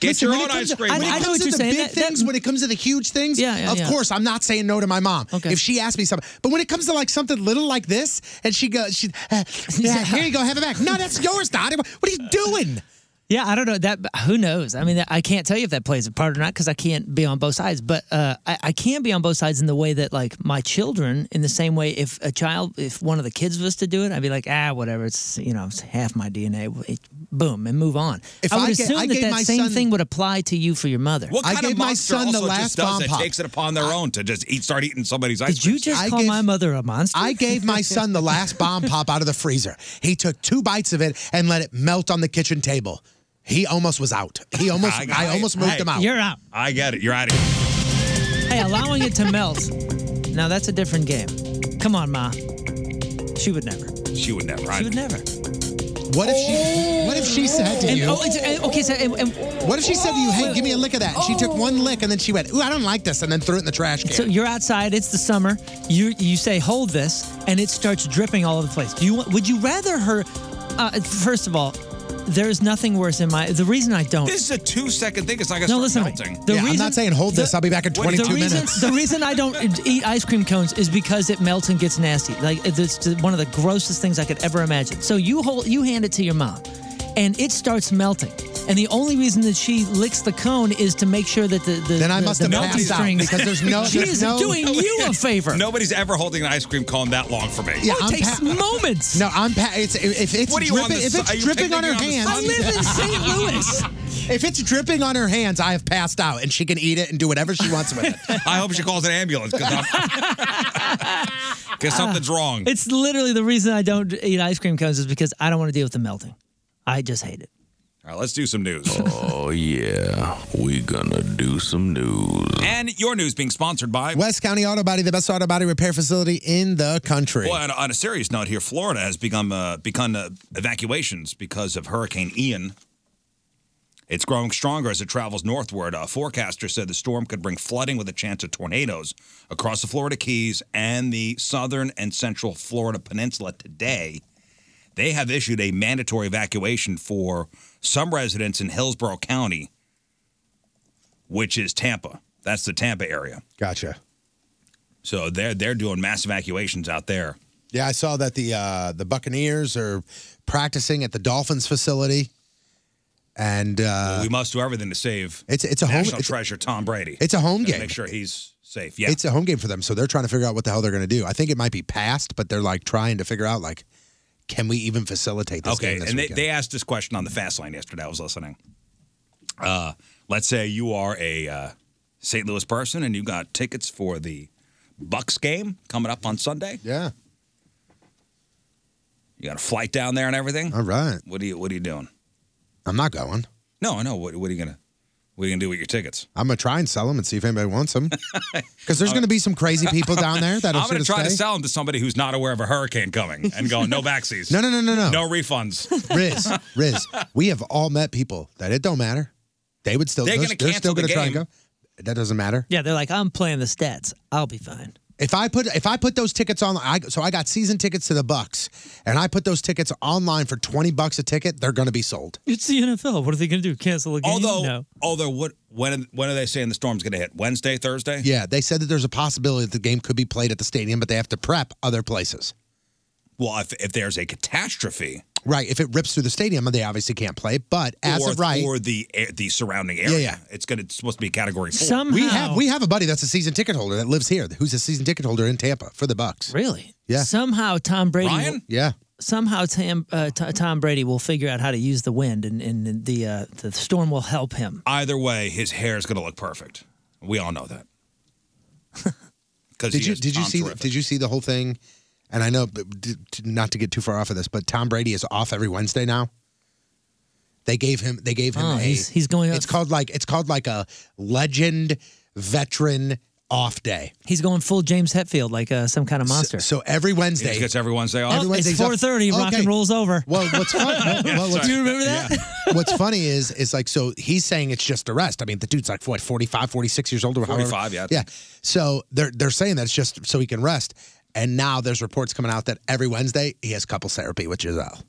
Speaker 1: Get
Speaker 2: Listen,
Speaker 1: your
Speaker 2: when it
Speaker 1: own
Speaker 2: comes
Speaker 1: ice cream.
Speaker 2: To, when
Speaker 1: Mom.
Speaker 2: it comes to the big things, when it comes to the huge things,
Speaker 1: Yeah, yeah,
Speaker 2: of
Speaker 1: yeah.
Speaker 2: course, I'm not saying no to my mom. If she asks me something, but when it comes to like something little like this, and she goes, she, uh, yeah, here you go, have it back. No, that's yours, Dad. What are you doing?
Speaker 3: Yeah, I don't know that. Who knows? I mean, that- I can't tell you if that plays a part or not because I can't be on both sides. But uh, I, I can be on both sides in the way that, like, my children, in the same way, if a child, if one of the kids was to do it, I'd be like, ah, whatever. It's you know, it's half my DNA. Boom, and move on.
Speaker 2: If
Speaker 3: I would
Speaker 2: I ga-
Speaker 3: assume
Speaker 2: I
Speaker 3: that
Speaker 2: gave
Speaker 3: that
Speaker 2: my
Speaker 3: same
Speaker 2: son-
Speaker 3: thing would apply to you for your mother.
Speaker 1: What kind of monster also just does that, Takes it upon their own to just eat, start eating somebody's ice
Speaker 3: Did
Speaker 1: cream.
Speaker 3: you just
Speaker 1: I
Speaker 3: call
Speaker 1: gave-
Speaker 3: my mother a monster?
Speaker 2: I gave my son the last bomb pop out of the freezer. He took two bites of it and let it melt on the kitchen table. He almost was out. He almost, I, almost moved him out.
Speaker 3: You're out.
Speaker 1: I get it. You're out of here.
Speaker 3: Hey, allowing it to melt. Now that's a different game. Come on, Ma. She would never.
Speaker 1: She would never.
Speaker 3: She would never.
Speaker 2: What if she? What if she said to
Speaker 3: And-
Speaker 2: you?
Speaker 3: oh, it's- and- okay, so eh, and, and-
Speaker 2: What if she said to you, "Hey, give me a lick of that"? And she took one lick and then she went, "Ooh, I don't like this," and then threw it in the trash can.
Speaker 3: So you're outside. It's the summer. You you say hold this, and it starts dripping all over the place. Do you want- would you rather her? Uh, first of all, there's nothing worse in my. The reason I don't.
Speaker 1: This is a two second thing. It's not going
Speaker 3: no,
Speaker 1: to
Speaker 3: listen.
Speaker 1: start
Speaker 3: to me.
Speaker 1: melting.
Speaker 3: The reason, the- the reason- The reason I don't eat ice cream cones is because it melts and gets nasty. Like it's just one of the grossest things I could ever imagine. So you hold, you hand it to your mom, and it starts melting. And the only reason that she licks the cone is to make sure that the, the
Speaker 2: Then I
Speaker 3: the-
Speaker 2: must
Speaker 3: the
Speaker 2: have
Speaker 3: melting
Speaker 2: passed out
Speaker 3: strings-
Speaker 2: because there's no-
Speaker 3: she
Speaker 2: there's
Speaker 3: is
Speaker 2: no-
Speaker 3: doing you a favor.
Speaker 1: Nobody's ever holding an ice cream cone that long for me.
Speaker 3: moments.
Speaker 2: No, I'm. Pa- it's, if it's
Speaker 1: What are you on
Speaker 2: dripping,
Speaker 1: the
Speaker 2: if
Speaker 1: si-
Speaker 2: it's
Speaker 1: are you
Speaker 2: dripping on her
Speaker 1: picnicking
Speaker 2: hands,
Speaker 1: on the
Speaker 3: St. Louis.
Speaker 2: If it's dripping on her hands, I have passed out, and she can eat it and do whatever she wants with it.
Speaker 1: I hope she calls an ambulance because something's wrong.
Speaker 3: It's literally the reason I don't eat ice cream cones is because I don't want to deal with the melting. I just hate it.
Speaker 1: All right, let's do some news.
Speaker 8: Oh, yeah. we gonna do some news.
Speaker 1: And your news being sponsored by.
Speaker 2: West County Auto Body, the best auto body repair facility in the country.
Speaker 1: Boy, on, on a serious note here, Florida has begun uh, begun uh, evacuations because of Hurricane Ian. It's growing stronger as it travels northward. A forecaster said the storm could bring flooding with a chance of tornadoes across the Florida Keys and the southern and central Florida peninsula today. They have issued a mandatory evacuation for some residents in Hillsborough County, which is Tampa. That's the Tampa area.
Speaker 2: Gotcha.
Speaker 1: So they're they're doing mass evacuations out there.
Speaker 2: Yeah, I saw that the uh, the Buccaneers are practicing at the Dolphins facility, and uh,
Speaker 1: we must do everything to save
Speaker 2: It's- it's a home-
Speaker 1: national
Speaker 2: it's-
Speaker 1: treasure Tom Brady.
Speaker 2: it's a home
Speaker 1: Gotta
Speaker 2: game.
Speaker 1: Make sure he's safe. Yeah,
Speaker 2: it's a home game for them, so they're trying to figure out what the hell they're going to do. I think it might be past, but they're like trying to figure out like, can we even facilitate this
Speaker 1: okay.
Speaker 2: game this
Speaker 1: and they,
Speaker 2: weekend?
Speaker 1: they asked this question on the fast lane yesterday. I was listening. Uh, let's say you are a uh, St. Louis person and you got tickets for the Bucks game coming up on Sunday.
Speaker 2: Yeah.
Speaker 1: You got a flight down there and everything.
Speaker 2: All right.
Speaker 1: What are you What are you doing?
Speaker 2: I'm not going.
Speaker 1: No, I know. What, what are you gonna What are you gonna do with your tickets?
Speaker 2: I'm gonna try and sell them and see if anybody wants them, because there's gonna be some crazy people down there that'll
Speaker 1: I'm
Speaker 2: shoot
Speaker 1: going to
Speaker 2: us
Speaker 1: try to
Speaker 2: today.
Speaker 1: sell them to somebody who's not aware of a hurricane coming and going no backsies.
Speaker 2: No, no, no, no, no.
Speaker 1: No refunds.
Speaker 2: Riz, Riz, we have all met people that it don't matter. They would still.
Speaker 3: They're
Speaker 2: They're,
Speaker 3: gonna
Speaker 2: they're
Speaker 3: cancel
Speaker 2: still gonna
Speaker 3: the
Speaker 2: try and
Speaker 3: game.
Speaker 2: go. That doesn't matter.
Speaker 3: Yeah, they're like, I'm playing the stats. I'll be fine.
Speaker 2: If I put if I put those tickets on, I, so I got season tickets to the Bucks, and I put those tickets online for twenty bucks a ticket, they're gonna be sold.
Speaker 3: It's the NFL. What are they going to do? Cancel a game?
Speaker 1: Although,
Speaker 3: no.
Speaker 1: although, what when when are they saying the storm's going to hit? Wednesday, Thursday?
Speaker 2: Yeah, they said that there's a possibility that the game could be played at the stadium, but they have to prep other places.
Speaker 1: Well, if, if there's a catastrophe,
Speaker 2: Right. If it rips through the stadium, they obviously can't play. But as
Speaker 1: or,
Speaker 2: of right,
Speaker 1: or the a- the surrounding area,
Speaker 2: Yeah, yeah.
Speaker 1: it's going to supposed to be category four.
Speaker 2: we have we have a buddy that's a season ticket holder that lives here, who's a season ticket holder in Tampa for the Bucks.
Speaker 3: Really?
Speaker 2: Yeah.
Speaker 3: Somehow Tom Brady. Will,
Speaker 2: Yeah.
Speaker 3: somehow Tam, uh, T- Tom Brady will figure out how to use the wind, and, and the uh, the storm will help him.
Speaker 1: Either way, his hair is going to look perfect. We all know that. Because
Speaker 2: Did you did you see the, did you see the whole thing? And I know, but d- t- not to get too far off of this, but Tom Brady is off every Wednesday now. They gave him they gave him
Speaker 3: Oh,
Speaker 2: a
Speaker 3: he's- he's going up-
Speaker 2: It's called like it's called like a legend veteran off day.
Speaker 3: He's going full James Hetfield, like uh, some kind of monster.
Speaker 2: So, every Wednesday,
Speaker 1: He gets every Wednesday off.
Speaker 3: Oh, it's four thirty. Rock and roll's over.
Speaker 2: Well, what's fun? well, well, what's-
Speaker 3: do you remember that?
Speaker 2: What's funny is is like so he's saying it's just arrest. I mean, the dude's like what 45, 46 years old or however.
Speaker 1: 45, yeah.
Speaker 2: Yeah. So they're they're saying that it's just so he can rest. And now there's reports coming out that every Wednesday he has couples therapy with Giselle.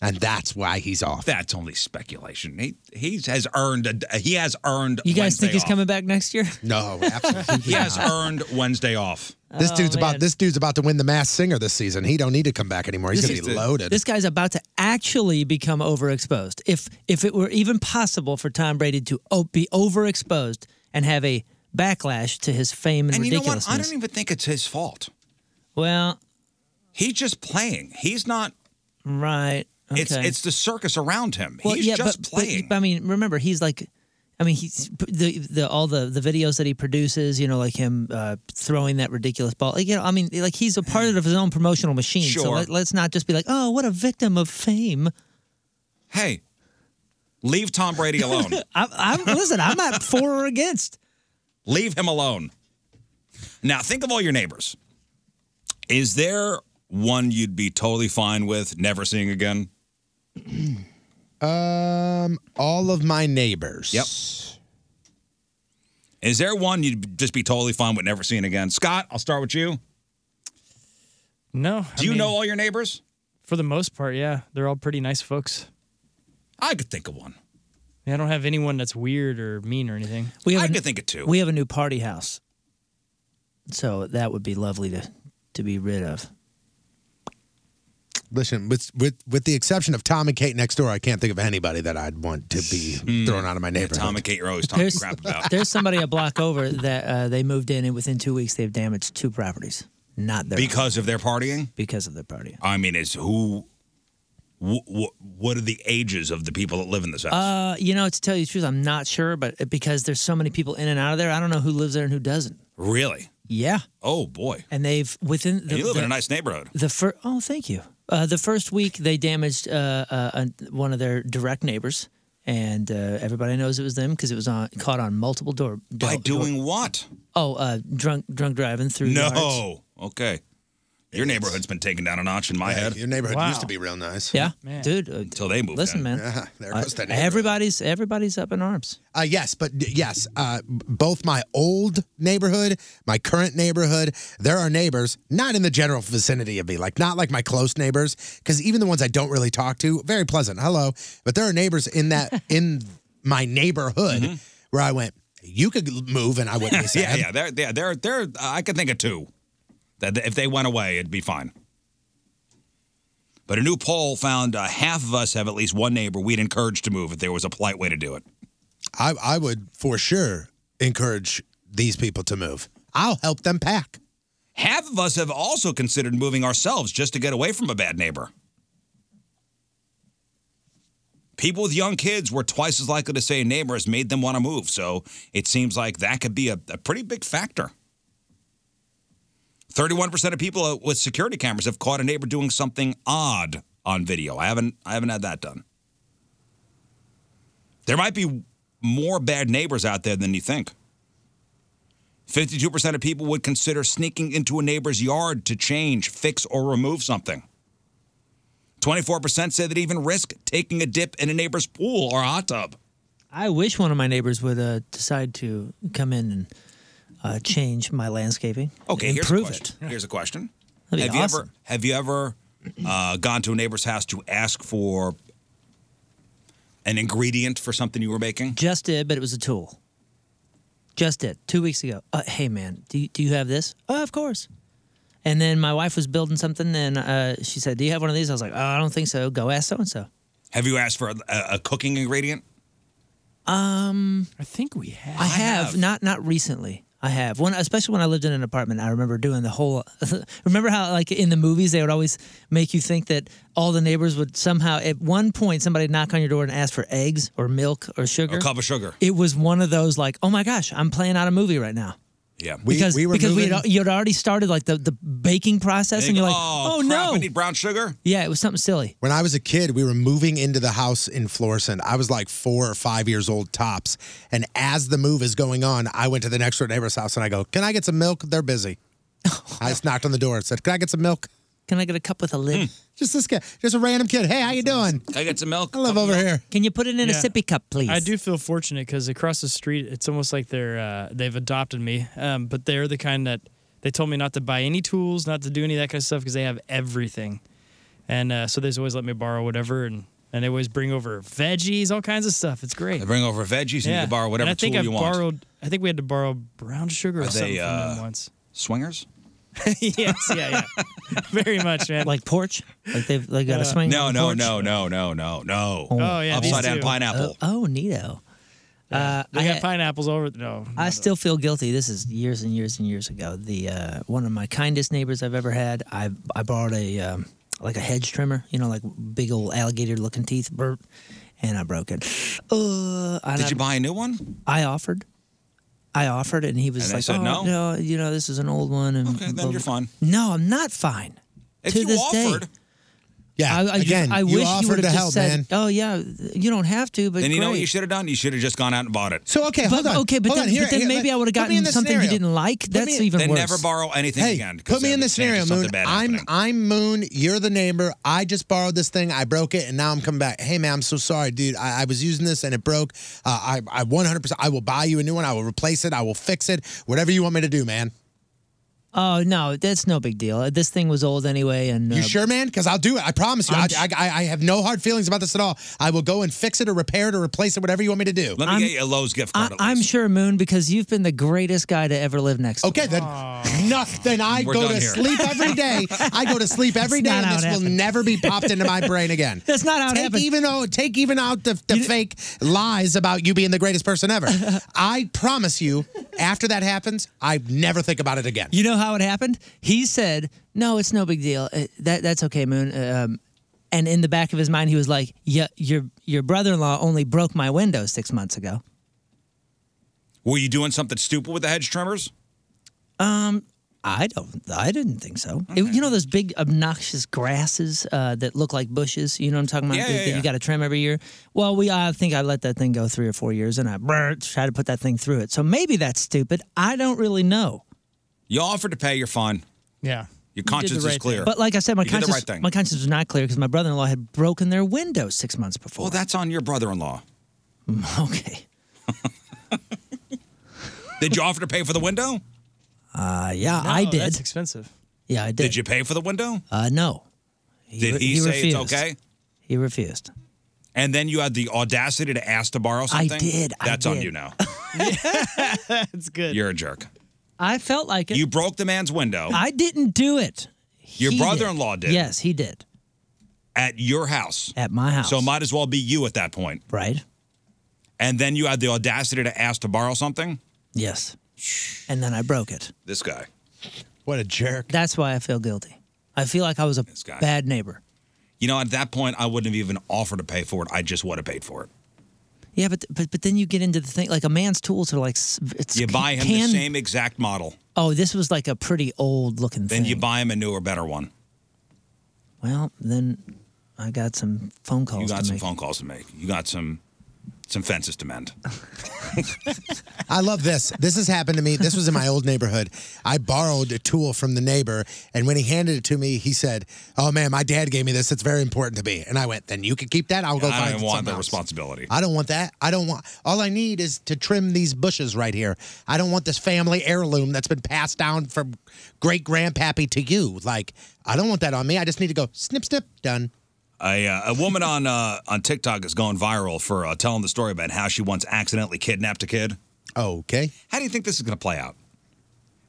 Speaker 2: And that's why he's off.
Speaker 1: That's only speculation. He he has earned a, he has earned.
Speaker 3: You guys think
Speaker 1: Wednesday
Speaker 3: he's
Speaker 1: off.
Speaker 3: coming back next year?
Speaker 2: No, absolutely.
Speaker 1: He has earned Wednesday off.
Speaker 2: This dude's about this dude's about to win the Mass Singer this season. He don't need to come back anymore. He's
Speaker 3: This
Speaker 2: gonna be
Speaker 3: is-
Speaker 2: loaded.
Speaker 3: This guy's about to actually become overexposed. If if it were even possible for Tom Brady to o- be overexposed and have a backlash to his fame and,
Speaker 1: And you know what?
Speaker 3: ridiculousness.
Speaker 1: I don't even think it's his fault.
Speaker 3: Well,
Speaker 1: he's just playing. He's not
Speaker 3: right.
Speaker 1: It's
Speaker 3: okay.
Speaker 1: it's the circus around him. he's just
Speaker 3: but,
Speaker 1: playing.
Speaker 3: But, I mean, remember, he's like, I mean, he's the the all the the videos that he produces. You know, like him uh, throwing that ridiculous ball. Like, you know, I mean, like he's a part of his own promotional machine. So
Speaker 1: Sure.
Speaker 3: let, let's not just be like, oh, what a victim of fame.
Speaker 1: hey, leave Tom Brady alone.
Speaker 3: I'm, I'm listen. I'm not for or against.
Speaker 1: leave him alone. Now think of all your neighbors. Is there one you'd be totally fine with never seeing again?
Speaker 2: um all of my neighbors.
Speaker 1: Yep. Is there one you'd just be totally fine with never seeing again? Scott, I'll start with you.
Speaker 4: No.
Speaker 1: Do you know all your neighbors?
Speaker 4: For the most part, yeah. They're all pretty nice folks.
Speaker 1: I could think of one.
Speaker 4: I don't have anyone that's weird or mean or anything.
Speaker 3: We have
Speaker 4: I
Speaker 3: a-
Speaker 4: could
Speaker 1: think of two.
Speaker 3: We have a new party house, so that would be lovely to to be rid of.
Speaker 2: Listen, with with with the exception of Tom and Kate next door, I can't think of anybody that I'd want to be thrown out of my neighborhood.
Speaker 1: Hmm. Tom and Kate are always talking crap about.
Speaker 3: There's somebody a block over that uh, they moved in, and within two weeks they've damaged two properties. Not their
Speaker 1: because of their partying.
Speaker 3: Because of their partying.
Speaker 1: I mean, it's who. Wh- wh- what are the ages of the people that live in this house?
Speaker 3: Uh, you know, to tell you the truth, I'm not sure, but because there's so many people in and out of there, I don't know who lives there and who doesn't.
Speaker 1: really?
Speaker 3: Yeah,
Speaker 1: Oh boy.
Speaker 3: and they've within
Speaker 1: And
Speaker 3: the,
Speaker 1: you live
Speaker 3: the,
Speaker 1: in a nice neighborhood.
Speaker 3: the fir- Oh, thank you. Uh, the first week, they damaged uh, uh, an- one of their direct neighbors, and uh, everybody knows it was them because it was on, caught on multiple door.
Speaker 1: By doing
Speaker 3: what? Oh, uh, drunk drunk driving through. yards.
Speaker 1: No. Okay. Your neighborhood's been taken down a notch in my head.
Speaker 2: Uh, Your neighborhood used to be real nice.
Speaker 3: Yeah, dude. Uh,
Speaker 1: Until they moved.
Speaker 3: listen,
Speaker 1: in.
Speaker 3: man. Uh,
Speaker 2: there
Speaker 1: Uh,
Speaker 2: goes that neighborhood.
Speaker 3: everybody's everybody's up in arms.
Speaker 2: Uh, yes, but d- yes, uh, b- both my old neighborhood, my current neighborhood, there are neighbors not in the general vicinity of me, like not like my close neighbors, because even the ones I don't really talk to, very pleasant, hello. But there are neighbors in that in my neighborhood where I went, you could l- move, and I wouldn't be sad.
Speaker 1: Mm-hmm. yeah, yeah, they're, yeah, they're, they're, I can think of two. That if they went away, it'd be fine. But a new poll found uh, half of us have at least one neighbor we'd encourage to move if there was a polite way to do it.
Speaker 2: I, I would for sure encourage these people to move. I'll help them pack.
Speaker 1: Half of us have also considered moving ourselves just to get away from a bad neighbor. People with young kids were twice as likely to say a neighbor has made them want to move, so it seems like that could be a, a pretty big factor. 31% of people uh, with security cameras have caught a neighbor doing something odd on video. I haven't I haven't had that done. There might be more bad neighbors out there than you think. 52% of people would consider sneaking into a neighbor's yard to change, fix, or remove something. 24% said that even risk taking a dip in a neighbor's pool or hot tub.
Speaker 3: I wish one of my neighbors would uh, decide to come in and uh, change my landscaping.
Speaker 1: Okay, here's a
Speaker 3: improve it.
Speaker 1: question. Here's a question.
Speaker 3: That'd
Speaker 1: have
Speaker 3: be
Speaker 1: you ever
Speaker 3: awesome.
Speaker 1: have you ever uh, gone to a neighbor's house to ask for an ingredient for something you were making?
Speaker 3: Just did, but it was a tool. Just did two weeks ago. Uh, hey man, do you, do you have this? Oh, of course. And then my wife was building something, and uh, she said, "Do you have one of these?" I was like, "Oh, I don't think so. Go ask so and so."
Speaker 1: Have you asked for a, a cooking ingredient?
Speaker 3: Um, I think we have. I have, not not recently. I have when, especially when I lived in an apartment. I remember doing the whole. remember how, like in the movies, they would always make you think that all the neighbors would somehow, at one point, somebody would knock on your door and ask for eggs or milk or sugar.
Speaker 1: A cup of sugar.
Speaker 3: It was one of those like, oh my gosh, I'm playing out a movie right now.
Speaker 1: Yeah,
Speaker 3: because because we had, you'd already started like the, the baking process, and you're like, oh, no,
Speaker 1: I need brown sugar.
Speaker 3: yeah, it was something silly.
Speaker 2: When I was a kid, we were moving into the house in Florissant. I was like four or five years old tops. And as the move is going on, I went to the next door neighbor's house and I go, Can I get some milk? They're busy. I just knocked on the door and said, Can I get some milk?
Speaker 3: Can I get a cup with a lid?
Speaker 2: Just this guy, just a random kid. Hey, how you doing?
Speaker 1: I got some milk.
Speaker 2: I live over here.
Speaker 3: Can you put it in a sippy cup, please?
Speaker 4: I do feel fortunate because across the street, it's almost like they're uh, they've adopted me. Um, but they're the kind that they told me not to buy any tools, not to do any of that kind of stuff because they have everything, and uh, so they just always let me borrow whatever and. And they always bring over veggies, all kinds of stuff. It's great. They
Speaker 1: bring over veggies, and you can borrow
Speaker 4: And
Speaker 1: whatever
Speaker 4: I think
Speaker 1: tool
Speaker 4: I've
Speaker 1: you want.
Speaker 4: Borrowed, I think we had to borrow brown sugar or
Speaker 1: Are
Speaker 4: something
Speaker 1: they
Speaker 4: from
Speaker 1: uh,
Speaker 4: them once.
Speaker 1: swingers?
Speaker 4: yes, yeah, yeah. Very much, man.
Speaker 3: Like porch? Like they've they got a swing?
Speaker 1: No,
Speaker 3: on
Speaker 1: no,
Speaker 3: porch?
Speaker 1: no, no, no, no, no.
Speaker 3: Oh,
Speaker 4: yeah, these
Speaker 1: upside down
Speaker 4: two.
Speaker 1: pineapple.
Speaker 3: Oh, neato. Uh,
Speaker 4: They
Speaker 3: I,
Speaker 4: got
Speaker 3: had-
Speaker 4: pineapples over. No,
Speaker 3: I still feel guilty. This is years and years and years ago. The uh, one of my kindest neighbors I've ever had. I I borrowed a um, like a hedge trimmer, you know, like big old alligator looking teeth, burp, and I broke it. Uh, and
Speaker 1: Did
Speaker 3: I-
Speaker 1: you buy a new one?
Speaker 3: I offered. I offered, and he was
Speaker 1: And they
Speaker 3: like,
Speaker 1: said
Speaker 3: "Oh,
Speaker 1: no?
Speaker 3: no, you know, this is an old one." And
Speaker 1: Okay, then
Speaker 3: blah,
Speaker 1: you're
Speaker 3: blah."
Speaker 1: fine.
Speaker 3: No, I'm not fine.
Speaker 1: If
Speaker 3: to
Speaker 1: you
Speaker 3: this
Speaker 1: offered-
Speaker 3: day.
Speaker 2: Yeah,
Speaker 3: I, I just-
Speaker 1: again,
Speaker 3: I
Speaker 1: you
Speaker 3: wish
Speaker 1: offered
Speaker 3: he would
Speaker 1: to
Speaker 3: have
Speaker 1: help,
Speaker 3: just said,
Speaker 1: man.
Speaker 3: "Oh yeah, you don't have to." But
Speaker 1: then you know what
Speaker 3: great."
Speaker 1: you should have done? You should have just gone out and bought it.
Speaker 2: So okay,
Speaker 3: But-
Speaker 2: hold on.
Speaker 3: okay, but
Speaker 2: Hold
Speaker 3: then-
Speaker 2: on. Here-
Speaker 3: but then
Speaker 2: here,
Speaker 3: maybe
Speaker 2: let-
Speaker 3: I would've
Speaker 2: put me in
Speaker 3: gotten
Speaker 2: this
Speaker 3: something you
Speaker 2: scenario.
Speaker 3: didn't like.
Speaker 2: Put
Speaker 3: That's
Speaker 2: me-
Speaker 3: even
Speaker 1: Then worse. never borrow anything
Speaker 2: hey,
Speaker 1: again, 'cause
Speaker 2: Put me
Speaker 1: that
Speaker 2: in
Speaker 1: would
Speaker 2: this
Speaker 1: change
Speaker 2: scenario,
Speaker 1: something
Speaker 2: Moon.
Speaker 1: bad
Speaker 2: I'm
Speaker 1: happening.
Speaker 2: I'm Moon. You're the neighbor. I just borrowed this thing. I broke it, and now I'm coming back. Hey, man, I'm so sorry, dude. I, I was using this and it broke. Uh, I I 100. percent I will buy you a new one. I will replace it. I will fix it. Whatever you want me to do, man.
Speaker 3: Oh no, that's no big deal. This thing was old anyway, and uh,
Speaker 2: You sure, man? Because I'll do it. I promise you. I,
Speaker 3: I'm sh-
Speaker 2: I, I I have no hard feelings about this at all. I will go and fix it or repair it or replace it. Whatever you want me to do.
Speaker 1: Let me get you a Lowe's gift
Speaker 3: I,
Speaker 1: card.
Speaker 3: I'm sure Moon because you've been the greatest guy to ever live next.
Speaker 2: Okay, then nothing. I
Speaker 3: Oh. We're
Speaker 2: go
Speaker 3: done
Speaker 2: to
Speaker 3: here.
Speaker 2: sleep every day. I go to sleep every day,
Speaker 3: That's not
Speaker 2: and
Speaker 3: how
Speaker 2: this
Speaker 3: it
Speaker 2: will
Speaker 3: happened.
Speaker 2: never be popped into my brain again.
Speaker 3: That's not how it
Speaker 2: take
Speaker 3: happened.
Speaker 2: Even though, take even out the, the fake lies about you being the greatest person ever. I promise you, after that happens, I never think about it again.
Speaker 3: You know how it happened? He said, "No, it's no big deal. Uh, That that's okay, Moon." Um, and in the back of his mind, he was like, "Yeah, your your brother-in-law only broke my window six months ago."
Speaker 1: Were you doing something stupid with the hedge trimmers?
Speaker 3: Um, I don't. I didn't think so. It- you know those big obnoxious grasses uh, that look like bushes. You know what I'm talking about?
Speaker 9: Yeah,
Speaker 3: that,
Speaker 9: yeah,
Speaker 3: that
Speaker 9: yeah.
Speaker 3: you got to trim every year. Well, we. I think I let that thing go three or four years, and I brr, tried to put that thing through it. So maybe that's stupid. I don't really know.
Speaker 1: You offered to pay, you're fine.
Speaker 3: Yeah.
Speaker 1: Your
Speaker 3: You did
Speaker 1: conscience
Speaker 3: the right
Speaker 1: is clear.
Speaker 3: thing. But like I said, my
Speaker 1: You did the
Speaker 3: conscience,
Speaker 1: right thing.
Speaker 3: my conscience was not clear because my brother-in-law had broken their window six months before.
Speaker 1: Well, that's on your brother-in-law.
Speaker 3: Okay.
Speaker 1: Did you offer to pay for the window?
Speaker 3: Uh, yeah, I
Speaker 1: No,
Speaker 3: did.
Speaker 1: that's
Speaker 3: expensive. Yeah, I did.
Speaker 1: Did. you pay for the window?
Speaker 3: Uh, no.
Speaker 1: Did
Speaker 3: re-
Speaker 1: he,
Speaker 3: he
Speaker 1: say it's
Speaker 3: refused.
Speaker 1: okay?
Speaker 3: He refused.
Speaker 1: And then you had the audacity to ask to borrow
Speaker 3: I
Speaker 1: something?
Speaker 3: did, I
Speaker 1: That's on
Speaker 3: did.
Speaker 1: you now.
Speaker 3: That's good.
Speaker 1: You're a jerk.
Speaker 3: I felt like it.
Speaker 1: You broke the man's window.
Speaker 3: I didn't do it.
Speaker 1: Your
Speaker 3: He
Speaker 1: brother-in-law did.
Speaker 3: Yes, he did.
Speaker 1: At your house.
Speaker 3: At my house.
Speaker 1: So it might as well be you at that point.
Speaker 3: Right.
Speaker 1: And then you had the audacity to ask to borrow something?
Speaker 3: Yes. And then I broke it.
Speaker 1: This guy.
Speaker 3: What a jerk. That's why I feel guilty. I feel like I was a
Speaker 1: guy.
Speaker 3: bad neighbor.
Speaker 1: You know, at that point, I wouldn't have even offered to pay for it. I just would have paid for it.
Speaker 3: Yeah, but but but then you get into the thing like a man's tools are like s- it's
Speaker 1: You buy him
Speaker 3: can-
Speaker 1: the same exact model.
Speaker 3: Oh, this was like a pretty old looking
Speaker 1: Then
Speaker 3: thing.
Speaker 1: you buy him a newer, better one.
Speaker 3: well, then I got some phone calls.
Speaker 1: You got
Speaker 3: to
Speaker 1: some
Speaker 3: make.
Speaker 1: phone calls to make. You got some some fences to mend.
Speaker 2: I love this. This has happened to me. This was in my old neighborhood. I borrowed a tool from the neighbor, and when he handed it to me, he said, "Oh man, my dad gave me this. It's very important to me." And I went, "Then you can keep that. I'll go
Speaker 1: I
Speaker 2: find
Speaker 1: don't even want
Speaker 2: something
Speaker 1: the
Speaker 2: else."
Speaker 1: responsibility.
Speaker 2: I don't want that. I don't want. All I need is to trim these bushes right here. I don't want this family heirloom that's been passed down from great grandpappy to you. Like, I don't want that on me. I just need to go snip, snip, done.
Speaker 1: A, uh, a woman on uh, on TikTok has gone viral for uh, telling the story about how she once accidentally kidnapped a kid.
Speaker 2: Okay.
Speaker 1: How do you think this is going to play out?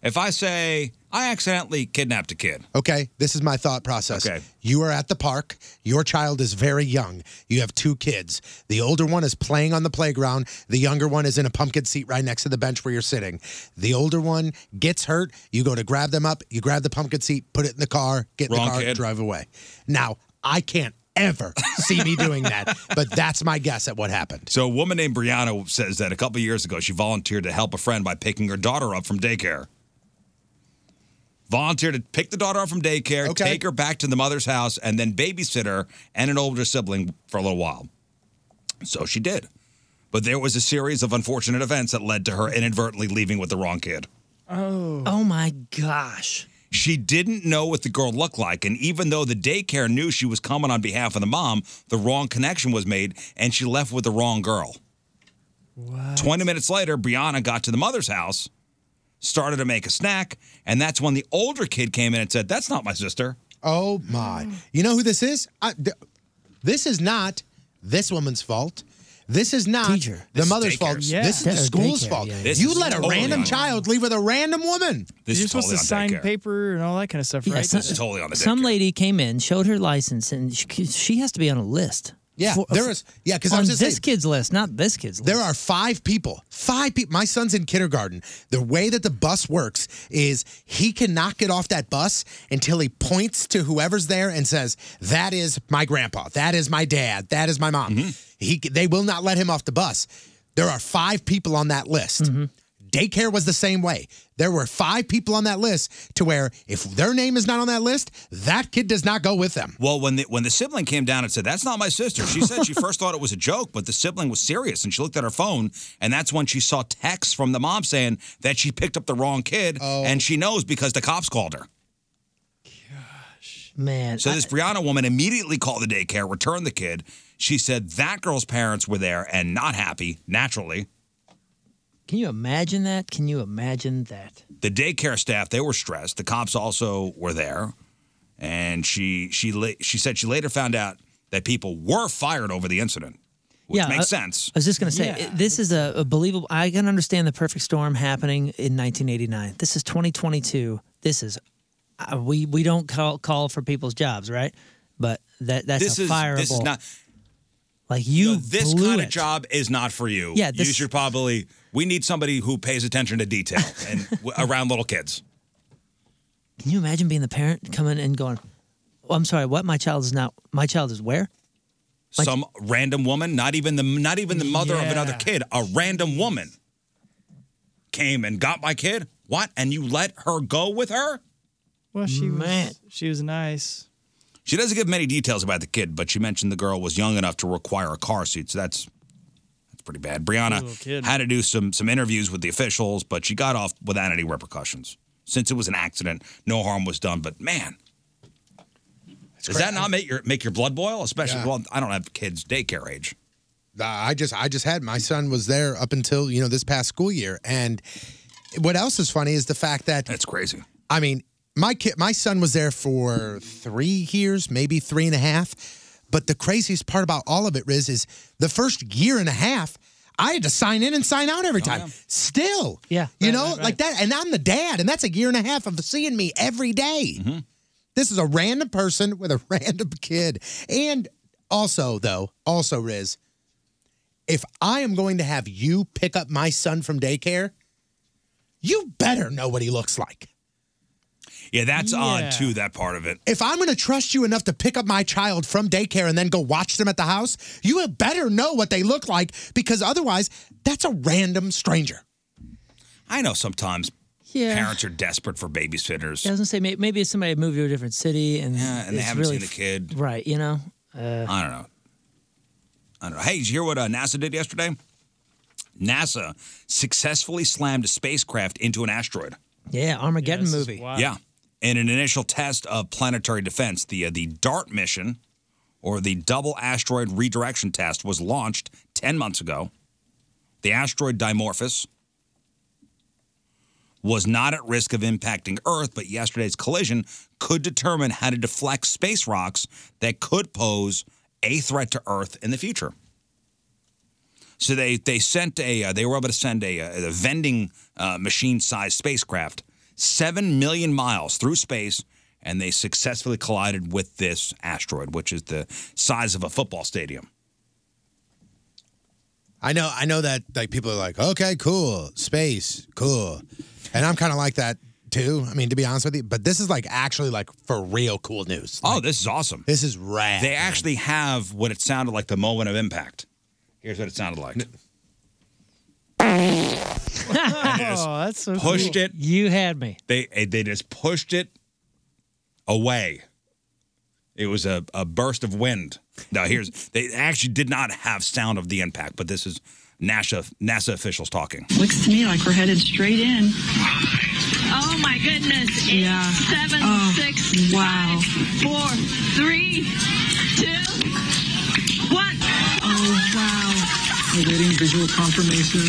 Speaker 1: If I say I accidentally kidnapped a kid,
Speaker 2: Okay, this is my thought process.
Speaker 1: Okay.
Speaker 2: You are at the park. Your child is very young. You have two kids. The older one is playing on the playground. The younger one is in a pumpkin seat right next to the bench where you're sitting. The older one gets hurt. You go to grab them up. You grab the pumpkin seat, put it in the car, get in
Speaker 1: Wrong
Speaker 2: the car,
Speaker 1: kid.
Speaker 2: drive away. Now, I can't ever see me doing that, but that's my guess at what happened.
Speaker 1: so a woman named Brianna says that a couple years ago she volunteered to help a friend by picking her daughter up from daycare. Volunteered to pick the daughter up from daycare, take her back to the mother's house, and then babysit her and an older sibling for a little while. So she did. But there was a series of unfortunate events that led to her inadvertently leaving with the wrong kid.
Speaker 3: Oh. Oh my gosh.
Speaker 1: She didn't know what the girl looked like, and even though the daycare knew she was coming on behalf of the mom, the wrong connection was made, and she left with the wrong girl. 20 minutes later, Brianna got to the mother's house, started to make a snack, and that's when the older kid came in and said, That's not my sister.
Speaker 2: Oh my!
Speaker 3: Mm.
Speaker 2: You know who this is? I, th- this is not this woman's fault. This is not the
Speaker 1: This is
Speaker 2: mother's fault.
Speaker 1: daycare's. Yeah.
Speaker 2: This is the
Speaker 1: Daycare,
Speaker 2: school's
Speaker 1: yeah,
Speaker 2: fault.
Speaker 1: yeah, This
Speaker 2: you
Speaker 1: is
Speaker 2: let a
Speaker 1: totally
Speaker 2: random
Speaker 1: on-
Speaker 2: child leave with a random woman.
Speaker 4: You're supposed to sign paper and all that kind of stuff, right?
Speaker 3: some- Some lady came in, showed her license, and she, she has to be on a list.
Speaker 2: Yeah,
Speaker 3: For-
Speaker 2: there is. Yeah, because I
Speaker 3: on
Speaker 2: was just
Speaker 3: this
Speaker 2: saying-
Speaker 3: kid's list, not this kid's.
Speaker 2: There are five people. Five people. My son's in kindergarten. The way that the bus works is he cannot get off that bus until he points to whoever's there and says, "That is my grandpa. That is my dad. That is my mom." He. They will not let him off the bus. There are five people on that list. Daycare was the same way. There were five people on that list to where if their name is not on that list, that kid does not go with them.
Speaker 1: Well, when the, when the sibling came down and said, That's not my sister, she said she first thought it was a joke, but the sibling was serious, and she looked at her phone, and that's when she saw texts from the mom saying that she picked up the wrong kid, and she knows because the cops called her.
Speaker 3: Man.
Speaker 1: So this Brianna woman immediately called the daycare, returned the kid. She said that girl's parents were there and not happy, naturally.
Speaker 3: Can you imagine that? Can you imagine that?
Speaker 1: The daycare staff, they were stressed. The cops also were there. And she she la- she said she later found out that people were fired over the incident, which makes
Speaker 3: I-
Speaker 1: sense.
Speaker 3: I was just going to say,
Speaker 1: Yeah.
Speaker 3: it- this is a, a believable. I can understand the perfect storm happening in 1989. This is 2022. This is, uh, we we don't call, call for people's jobs, right? But that that's
Speaker 1: this
Speaker 3: a
Speaker 1: is
Speaker 3: fireable.
Speaker 1: this is not
Speaker 3: like you.
Speaker 1: this
Speaker 3: blew
Speaker 1: kind
Speaker 3: it.
Speaker 1: of job is not for you.
Speaker 3: Yeah, this-
Speaker 1: you should probably we need somebody who pays attention to detail and w- around little kids.
Speaker 3: Can you imagine being the parent coming and going, oh, "I'm sorry, what? My child is not. My child is where?
Speaker 1: some random woman, not even the not even the mother of another
Speaker 3: Yeah.
Speaker 1: kid, a random woman came and got my kid. What? And you let her go with her?
Speaker 4: Well, she was she was nice.
Speaker 1: She doesn't give many details about the kid, but she mentioned the girl was young enough to require a car seat, so that's that's pretty bad.
Speaker 4: Little
Speaker 1: Brianna
Speaker 4: kid.
Speaker 1: had to do some some interviews with the officials, but she got off without any repercussions. Since it was an accident, no harm was done. But man, does that not make your make your blood boil? Especially,
Speaker 2: Yeah.
Speaker 1: well, I don't have kids daycare age.
Speaker 2: Uh, I just I just had my son was there up until you know this past school year, and what else is funny is the fact that
Speaker 1: that's crazy.
Speaker 2: I mean, my kid, my son was there for three years, maybe three and a half. But the craziest part about all of it, Riz, is the first year and a half. I had to sign in and sign out every time. Still, yeah, you know, like that. And I'm the dad, and that's a year and a half of seeing me every day. This is a random person with a random kid. And also, though, also, Riz, if I am going to have you pick up my son from daycare, you better know what he looks like.
Speaker 1: Yeah, that's
Speaker 2: Yeah.
Speaker 1: odd too. That part of it.
Speaker 2: If I'm going to trust you enough to pick up my child from daycare and then go watch them at the house, you had better know what they look like because otherwise, that's a random stranger.
Speaker 1: I know sometimes
Speaker 3: Yeah.
Speaker 1: parents are desperate for babysitters,
Speaker 3: doesn't say may- maybe it's somebody moved to a different city and
Speaker 1: and they
Speaker 3: it's
Speaker 1: haven't
Speaker 3: really
Speaker 1: seen the kid.
Speaker 3: right. You know, uh,
Speaker 1: I don't know. I don't know. Hey, did you hear what uh, NASA did yesterday? NASA successfully slammed a spacecraft into an asteroid.
Speaker 3: yeah, Armageddon movie.
Speaker 1: Yeah. In an initial test of planetary defense, the uh, the DART mission, or the Double Asteroid Redirection Test, was launched 10 months ago. The asteroid Dimorphos was not at risk of impacting Earth, but yesterday's collision could determine how to deflect space rocks that could pose a threat to Earth in the future. So they they sent a uh, they were able to send a, uh, a vending uh, machine sized spacecraft seven million miles through space, and they successfully collided with this asteroid, which is the size of a football stadium.
Speaker 2: I know, I know that like people are like, okay, cool, space, cool, and I'm kind of like that too. I mean, to be honest with you, but this is like actually like for real cool news.
Speaker 1: oh, this is awesome!
Speaker 2: This is rad.
Speaker 1: They actually have what it sounded like the moment of impact. Here's what it sounded like.
Speaker 3: oh, that's so
Speaker 1: pushed
Speaker 3: cool.
Speaker 1: it.
Speaker 3: You had me.
Speaker 1: They eh, they just pushed it away. It was a, a burst of wind. Now here's they actually did not have sound of the impact, but this is NASA NASA officials talking.
Speaker 9: Looks to me like we're headed straight in. Oh my goodness. Eight, seven, six, five, four, three, two, one. Oh wow.
Speaker 10: We're getting visual confirmation.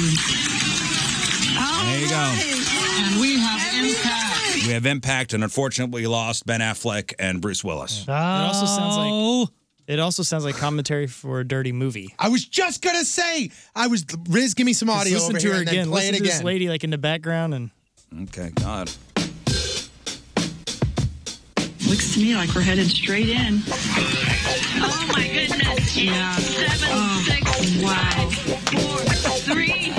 Speaker 1: there you go.
Speaker 10: And we have impact.
Speaker 1: We have impact, and unfortunately, we lost Ben Affleck and Bruce Willis.
Speaker 3: Ah,
Speaker 4: It also sounds
Speaker 2: Oh.
Speaker 4: like it also sounds like commentary for a dirty movie.
Speaker 2: I was just gonna say, I was Riz, give me some
Speaker 4: Just
Speaker 2: audio
Speaker 4: listen
Speaker 2: over
Speaker 4: to
Speaker 2: here
Speaker 4: her
Speaker 2: and
Speaker 4: again.
Speaker 2: then play
Speaker 4: listen
Speaker 2: it
Speaker 4: to this
Speaker 2: again.
Speaker 4: lady like in the background and
Speaker 1: Okay, God.
Speaker 9: Looks to me like we're headed straight in. Oh my goodness. Eight, seven, six, five, four, three,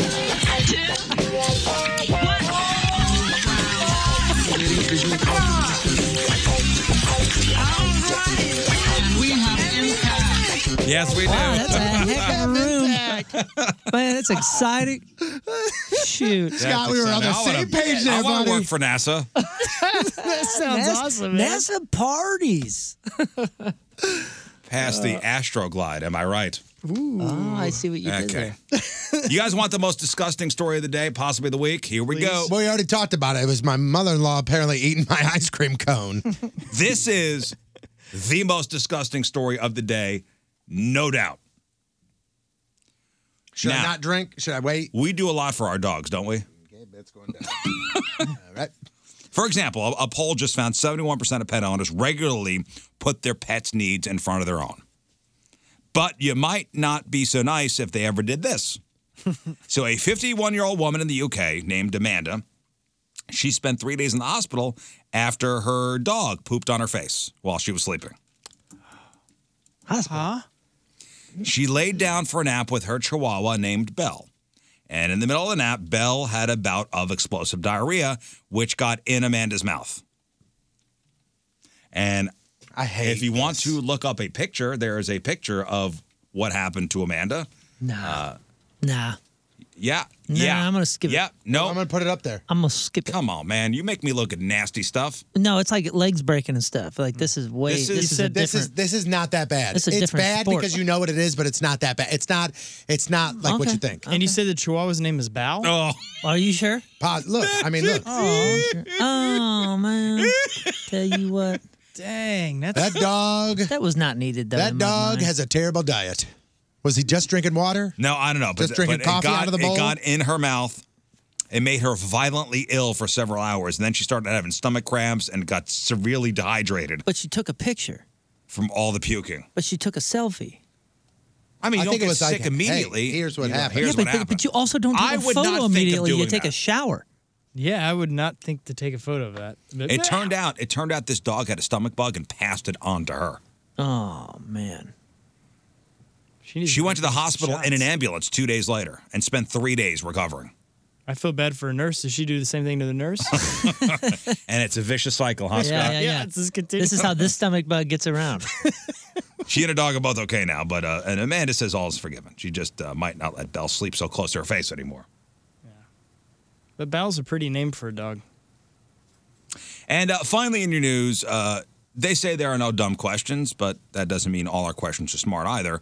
Speaker 9: two, one.
Speaker 1: Yes, we do.
Speaker 3: Wow, that's a heck of a room. Man, that's exciting. Shoot.
Speaker 1: That's exciting. I wanna- I want to work for NASA.
Speaker 3: that
Speaker 4: sounds awesome, man.
Speaker 3: NASA parties.
Speaker 1: Past the
Speaker 9: Uh.
Speaker 1: Astroglide, am I right?
Speaker 3: Ooh. Oh, I see what you did
Speaker 1: Okay.
Speaker 3: there.
Speaker 1: you guys want the most disgusting story of the day, possibly the week? Here we go.
Speaker 2: Well, we already talked about it. It was my mother-in-law apparently eating my ice cream cone.
Speaker 1: This is the most disgusting story of the day, no doubt.
Speaker 2: Should I not drink? Should I wait?
Speaker 1: We do a lot for our dogs, don't we?
Speaker 2: All right.
Speaker 1: For example, a, a poll just found 71% of pet owners regularly put their pets' needs in front of their own. But you might not be so nice if they ever did this. so, a 51 year old woman in the UK named Amanda, she spent three days in the hospital after her dog pooped on her face while she was sleeping.
Speaker 3: Huh?
Speaker 1: She laid down for a nap with her chihuahua named Belle. And in the middle of the nap, Belle had a bout of explosive diarrhea, which got in Amanda's mouth. And
Speaker 2: I hate
Speaker 1: if you want to look up a picture, there is a picture of what happened to Amanda.
Speaker 3: Nah.
Speaker 1: Uh,
Speaker 3: Nah.
Speaker 1: Yeah. yeah. I'm
Speaker 3: gonna skip
Speaker 1: yeah, it. Yeah. No. I'm
Speaker 2: gonna put it up there.
Speaker 3: I'm gonna skip it.
Speaker 1: Come on, man. You make me look at nasty stuff.
Speaker 3: No, it's like legs breaking and stuff. Like this is way. This is, a
Speaker 2: this is
Speaker 3: different.
Speaker 2: this is not that bad.
Speaker 3: This is a
Speaker 2: it's
Speaker 3: different
Speaker 2: bad
Speaker 3: sport.
Speaker 2: because you know what it is, but it's not that bad. It's not it's not like what you think.
Speaker 4: And you said the Chihuahua's name is Bow?
Speaker 1: Oh.
Speaker 3: Are you sure?
Speaker 2: Pause. Look, I mean, look.
Speaker 3: Oh, oh man. Tell you what.
Speaker 4: Dang, that's
Speaker 2: That dog.
Speaker 3: That was not needed though.
Speaker 2: That
Speaker 3: in my
Speaker 2: dog
Speaker 3: mind.
Speaker 2: has a terrible diet. Was he just drinking water?
Speaker 1: No, I don't know. But,
Speaker 2: Just drinking
Speaker 1: but
Speaker 2: coffee
Speaker 1: it got,
Speaker 2: out of the bowl?
Speaker 1: It got in her mouth. It made her violently ill for several hours. And then she started having stomach cramps and got severely dehydrated
Speaker 3: But she took a picture.
Speaker 1: from all the puking.
Speaker 3: But she took a selfie.
Speaker 1: I mean, you
Speaker 3: I
Speaker 1: don't
Speaker 3: think it
Speaker 1: get
Speaker 3: was
Speaker 1: sick
Speaker 3: like, hey,
Speaker 1: immediately.
Speaker 2: here's what
Speaker 1: You know,
Speaker 2: happened.
Speaker 1: Here's
Speaker 3: yeah,
Speaker 1: what
Speaker 3: but,
Speaker 1: happened.
Speaker 3: but, but you also don't take
Speaker 1: I
Speaker 3: a
Speaker 1: would
Speaker 3: photo
Speaker 1: not think of
Speaker 3: immediately. you
Speaker 1: doing
Speaker 3: take a
Speaker 1: that.
Speaker 3: shower.
Speaker 4: Yeah, I would not think to take a photo of that. But-
Speaker 1: It turned out. It turned out this dog had a stomach bug and passed it on to her.
Speaker 3: Oh man.
Speaker 1: She, went to the hospital in an ambulance two days later and spent three days recovering.
Speaker 4: I feel bad for a nurse. Does she do the same thing to the nurse?
Speaker 1: And it's a vicious cycle, huh, Scott?
Speaker 4: it's just continuing.
Speaker 3: This is how this stomach bug gets around.
Speaker 1: She and her dog are both okay now, but uh, and Amanda says all is forgiven. She just uh, might not let Belle sleep so close to her face anymore.
Speaker 4: But Bow's a pretty name for a dog.
Speaker 1: And uh, finally, in your news, uh, they say there are no dumb questions, but that doesn't mean all our questions are smart either.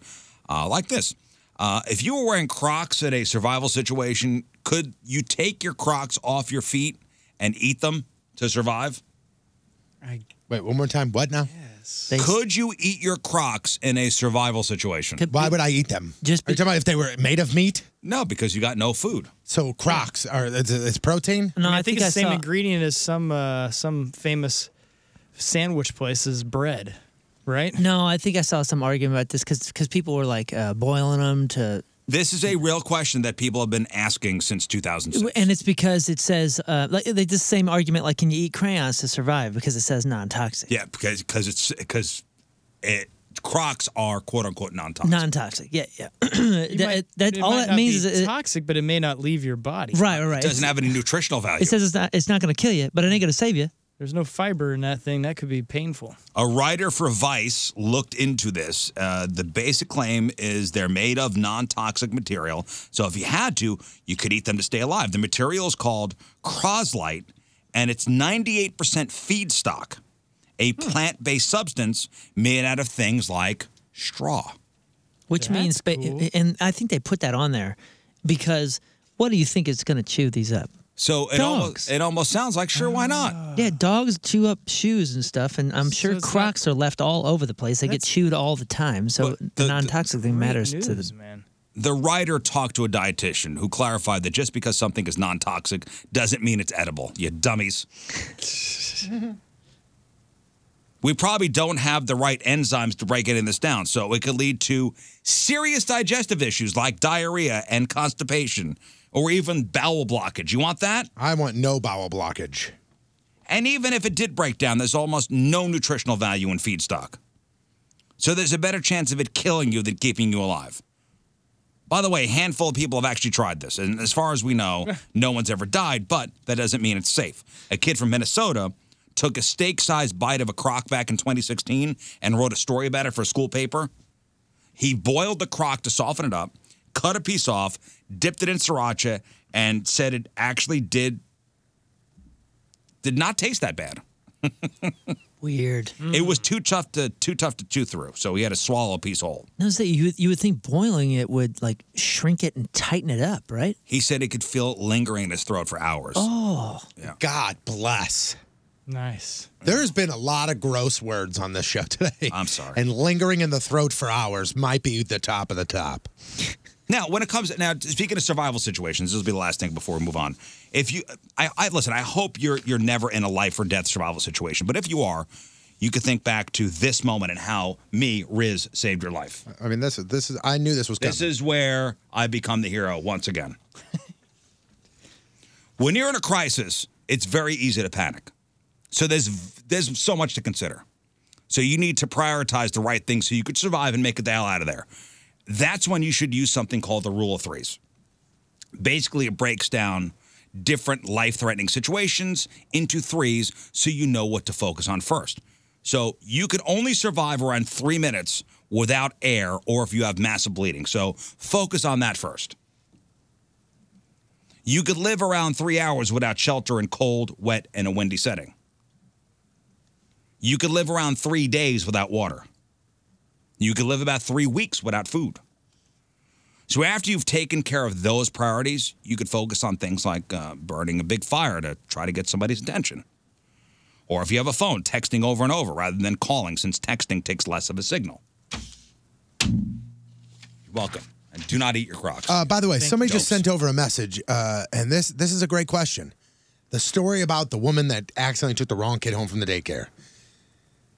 Speaker 1: Uh, like this uh, If you were wearing Crocs in a survival situation, could you take your Crocs off your feet and eat them to survive?
Speaker 2: Wait, one more time. What now?
Speaker 1: Could you eat your Crocs in a survival situation?
Speaker 2: Why would I eat them? Just Are you talking about if they were made of meat?
Speaker 1: No, because you got no food.
Speaker 2: So Crocs are it's, it's protein?
Speaker 4: I, mean, I think, it's the same ingredient as some uh, some famous sandwich place's bread. Right?
Speaker 3: No, I think I saw some argument about this because people were like uh, boiling them to,
Speaker 1: This is a real question that people have been asking since 2006.
Speaker 3: and it's because it says uh, like they this same argument like can you eat crayons to survive because it says non-toxic,
Speaker 1: Yeah, because because it's because it Crocs are quote unquote non-toxic.
Speaker 3: non-toxic. Yeah, yeah. that, that
Speaker 4: It
Speaker 3: all
Speaker 4: might
Speaker 3: that
Speaker 4: not
Speaker 3: means
Speaker 4: be
Speaker 3: is it,
Speaker 4: toxic, but it may not leave your body.
Speaker 3: Right, right, right.
Speaker 1: It doesn't have any nutritional value.
Speaker 3: it says it's not it's not going to kill you, but it ain't going to save you.
Speaker 4: There's no fiber in that thing. That could be painful.
Speaker 1: A writer for Vice looked into this. Uh, the basic claim is they're made of non toxic material. So if you had to, you could eat them to stay alive. The material is called croslite, and it's 98% feedstock, a plant based substance made out of things like straw.
Speaker 3: Which means, ba- and I think they put that on there because what do you think is going to chew these up?
Speaker 1: So it, almost, it almost sounds like, sure, why not?
Speaker 3: Yeah, dogs chew up shoes and stuff, and I'm sure
Speaker 1: it's
Speaker 3: Crocs are left all over the place. They get chewed all the time, so the non-toxic thing matters to the.
Speaker 1: The writer talked to a dietitian who clarified that just because something is non toxic doesn't mean it's edible. You dummies. we probably don't have the right enzymes to break any of this down. So it could lead to serious digestive issues like diarrhea and constipation or even bowel blockage. You want that?
Speaker 2: I want no bowel blockage.
Speaker 1: And even if it did break down, there's almost no nutritional value in feedstock. So there's a better chance of it killing you than keeping you alive. By the way, a handful of people have actually tried this. And as far as we know, no one's ever died, but that doesn't mean it's safe. A kid from Minnesota took a steak sized bite of a crock back in 2016 and wrote a story about it for a school paper. He boiled the crock to soften it up, cut a piece off, dipped it in sriracha, and said it actually did did not taste that bad.
Speaker 3: Weird.
Speaker 1: It was too tough to too tough to chew through, so he had to swallow a piece whole.
Speaker 3: Notice that you you would think boiling it would like shrink it and tighten it up, right?
Speaker 1: He said it could feel it lingering in his throat for hours.
Speaker 3: Oh,
Speaker 2: God bless.
Speaker 4: Nice.
Speaker 2: There's been a lot of gross words on this show today. I'm
Speaker 1: sorry.
Speaker 2: And lingering in the throat for hours might be the top of the top.
Speaker 1: Now, when it comes now, speaking of survival situations, this will be the last thing before we move on. If you, I, I listen. I hope you're you're never in a life or death survival situation, but if you are, you could think back to this moment and how me Riz saved your life.
Speaker 2: I mean, this is this is I knew this was coming.
Speaker 1: This is where I become the hero once again. when you're in a crisis, it's very easy to panic. So there's there's so much to consider. So you need to prioritize the right things so you could survive and make it the hell out of there. That's when you should use something called the rule of threes. Basically, it breaks down different life threatening situations into threes so you know what to focus on first. So you can only survive around three minutes without air or if you have massive bleeding. So focus on that first. You could live around three hours without shelter in cold, wet, and a windy setting. You could live around three days without water. You could live about three weeks without food. So after you've taken care of those priorities, you could focus on things like uh, burning a big fire to try to get somebody's attention. Or if you have a phone, texting over and over rather than calling, since texting takes less of a signal. You're welcome. And do not eat your crocs.
Speaker 2: Uh, by the way,
Speaker 1: Thank
Speaker 2: somebody just
Speaker 1: you.
Speaker 2: sent over a message, uh, and this this is a great question. The story about the woman that accidentally took the wrong kid home from the daycare.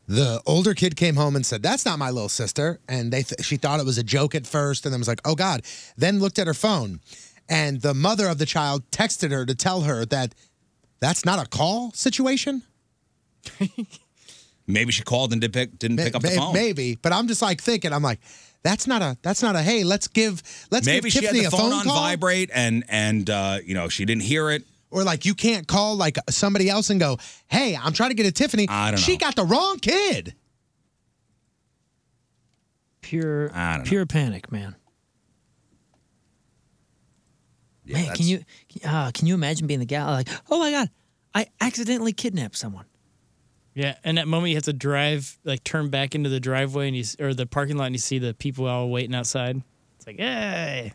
Speaker 2: The older kid came home and said, "That's not my little sister," and they th- she thought it was a joke at first, and then was like, "Oh God!" Then looked at her phone, and the mother of the child texted her to tell her that that's not a call situation.
Speaker 1: Maybe she called and did pick, didn't pick up the
Speaker 2: May-
Speaker 1: phone.
Speaker 2: Maybe, but I'm just like thinking, I'm like, that's not a that's not a hey, let's give let's
Speaker 1: Maybe
Speaker 2: give
Speaker 1: she had
Speaker 2: Tiffany
Speaker 1: the
Speaker 2: a
Speaker 1: phone,
Speaker 2: phone
Speaker 1: on
Speaker 2: call.
Speaker 1: vibrate and and uh, you know she didn't hear it.
Speaker 2: or like you can't call like somebody else and go, "Hey, I'm trying to get a Tiffany."
Speaker 1: I don't
Speaker 2: she
Speaker 1: know.
Speaker 2: got the wrong kid.
Speaker 3: Pure,
Speaker 1: I don't know.
Speaker 3: pure panic, man. man, can you uh, can you imagine being the gal like, oh my god, I accidentally kidnapped someone.
Speaker 4: Yeah, and that moment you have to drive, like turn back into the driveway and you s- or the parking lot, and you see the people all waiting outside. It's like, hey,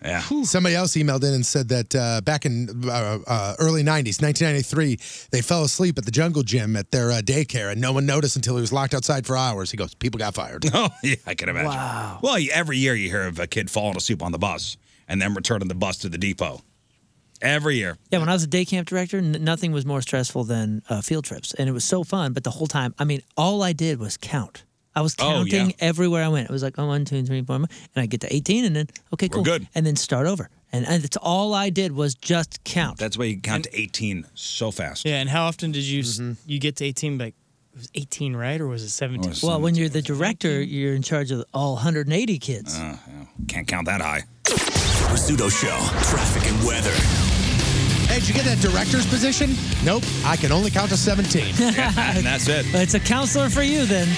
Speaker 1: Yeah.
Speaker 2: Somebody else emailed in and said that uh, back in uh, uh, early '90s, 1993, they fell asleep at the jungle gym at their uh, daycare, and no one noticed until he was locked outside for hours. He goes, "People got fired."
Speaker 1: Oh, yeah, I can imagine. Wow. Well, you- every year you hear of a kid falling asleep on the bus and then returning the bus to the depot. Every year.
Speaker 3: Yeah, when I was a day camp director, n- nothing was more stressful than uh, field trips, and it was so fun. But the whole time, I mean, all I did was count. I was
Speaker 1: Oh, yeah.
Speaker 3: counting everywhere I went. It was like, oh, one, two, three, four, and I get to eighteen, and then okay, cool,
Speaker 1: good.
Speaker 3: and then start over. And, and it's all I did was just count.
Speaker 1: That's why you count to 18 so fast.
Speaker 4: yeah. And how often did you s you get to eighteen? Like, it was eighteen, right, or was it seventeen?
Speaker 3: Well, when you're the director, you're in charge of all 180 kids.
Speaker 1: Uh. Can't count that high.
Speaker 6: Rizzuto Show, traffic and weather.
Speaker 2: Hey, did you get that director's position? Nope, I can only count to 17.
Speaker 1: and that's it.
Speaker 3: But it's a counselor for you then.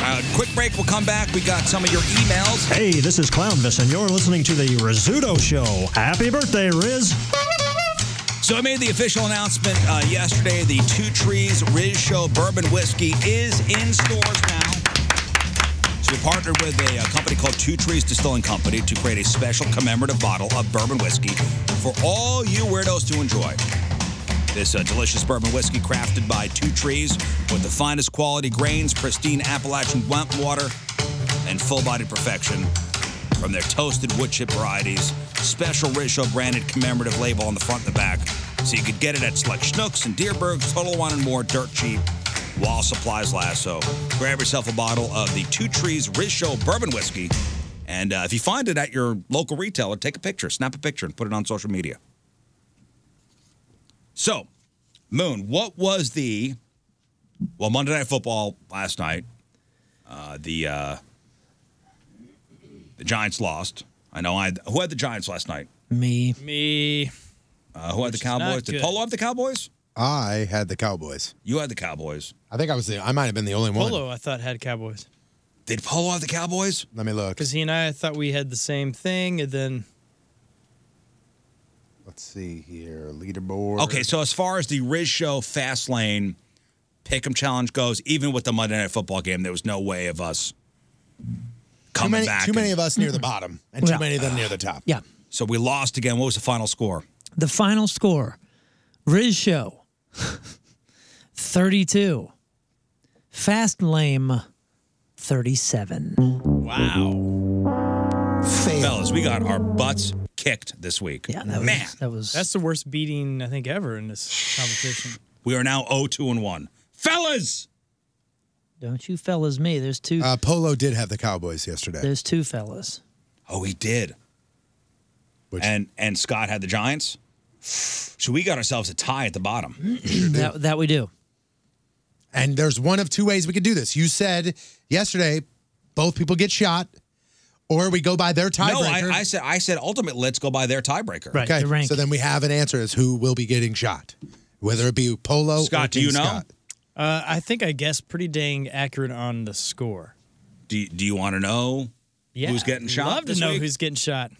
Speaker 1: Uh, quick break. We'll come back. We got some of your emails.
Speaker 11: Hey, this is Clownvis, and you're listening to the Rizzuto Show. Happy birthday, Riz.
Speaker 1: So I made the official announcement uh, yesterday. The Two Trees Riz Show Bourbon Whiskey is in stores now. So we partnered with a, uh company called Two Trees Distilling Company to create a special commemorative bottle of bourbon whiskey for all you weirdos to enjoy. This uh, delicious bourbon whiskey, crafted by Two Trees, with the finest quality grains, pristine Appalachian blunt water, and full-bodied perfection from their toasted wood chip varieties. Special Risho branded commemorative label on the front and the back, so you could get it at select Schnucks and Deerbergs, Total Wine and more, dirt cheap, while supplies last. So grab yourself a bottle of the Two Trees Risho Bourbon Whiskey, and uh, if you find it at your local retailer, take a picture, snap a picture, and put it on social media. So, Moon, what was the well Monday Night Football last night? Uh, the uh, the Giants lost. I know. I who had the Giants last night?
Speaker 3: Me.
Speaker 4: Me.
Speaker 1: Uh, who had
Speaker 2: Which
Speaker 1: the
Speaker 2: is not
Speaker 1: Cowboys? Did
Speaker 2: good.
Speaker 1: Polo have the Cowboys?
Speaker 2: I had the Cowboys.
Speaker 1: You had the Cowboys.
Speaker 2: I think I was the. I might have been the only one.
Speaker 4: Polo, I thought had Cowboys.
Speaker 1: Did Polo have the Cowboys?
Speaker 2: Let me look.
Speaker 4: Because he and I thought we had the same thing, and then
Speaker 2: Let's see here. Leaderboard.
Speaker 1: Okay, so as far as the Riz Show Fast Lane Pick'em Challenge goes, even with the Monday Night Football game, there was no way of us coming
Speaker 2: too many,
Speaker 1: back.
Speaker 2: Too many
Speaker 1: and-
Speaker 2: of us near the bottom, and
Speaker 3: Yeah.
Speaker 2: too many of them near the top.
Speaker 3: Yeah.
Speaker 1: So we lost again. What was the final score?
Speaker 3: The final score Riz Show 32, Fast Lame 37.
Speaker 1: Wow. Fellas, we got our butts kicked this week. Yeah,
Speaker 3: that was-
Speaker 1: Man,
Speaker 3: that was
Speaker 4: that's the worst beating I think ever in this competition.
Speaker 1: we are now 0 2 and 1. Fellas!
Speaker 3: Don't you fellas me. There's two
Speaker 2: Uh, Polo did have the Cowboys yesterday.
Speaker 3: there's two fellas.
Speaker 1: Oh, he did. And and Scott had the Giants. So we got ourselves a tie at the bottom.
Speaker 3: that, that we do.
Speaker 2: And there's one of two ways we could do this. You said yesterday, both people get shot, or we go by their
Speaker 1: no, I,
Speaker 2: tiebreaker.
Speaker 1: I said I said ultimate let's go by their tiebreaker.
Speaker 2: okay. So then we have an answer as who will be getting shot, whether it be Polo. or
Speaker 1: Scott, do you
Speaker 2: Team
Speaker 1: know?
Speaker 2: Scott.
Speaker 4: Uh, I think I guessed pretty dang accurate on the score.
Speaker 1: Do you, do you want to know
Speaker 4: Yeah,
Speaker 1: who's getting shot?
Speaker 4: Love to
Speaker 1: this
Speaker 4: know
Speaker 1: week?
Speaker 4: who's getting shot.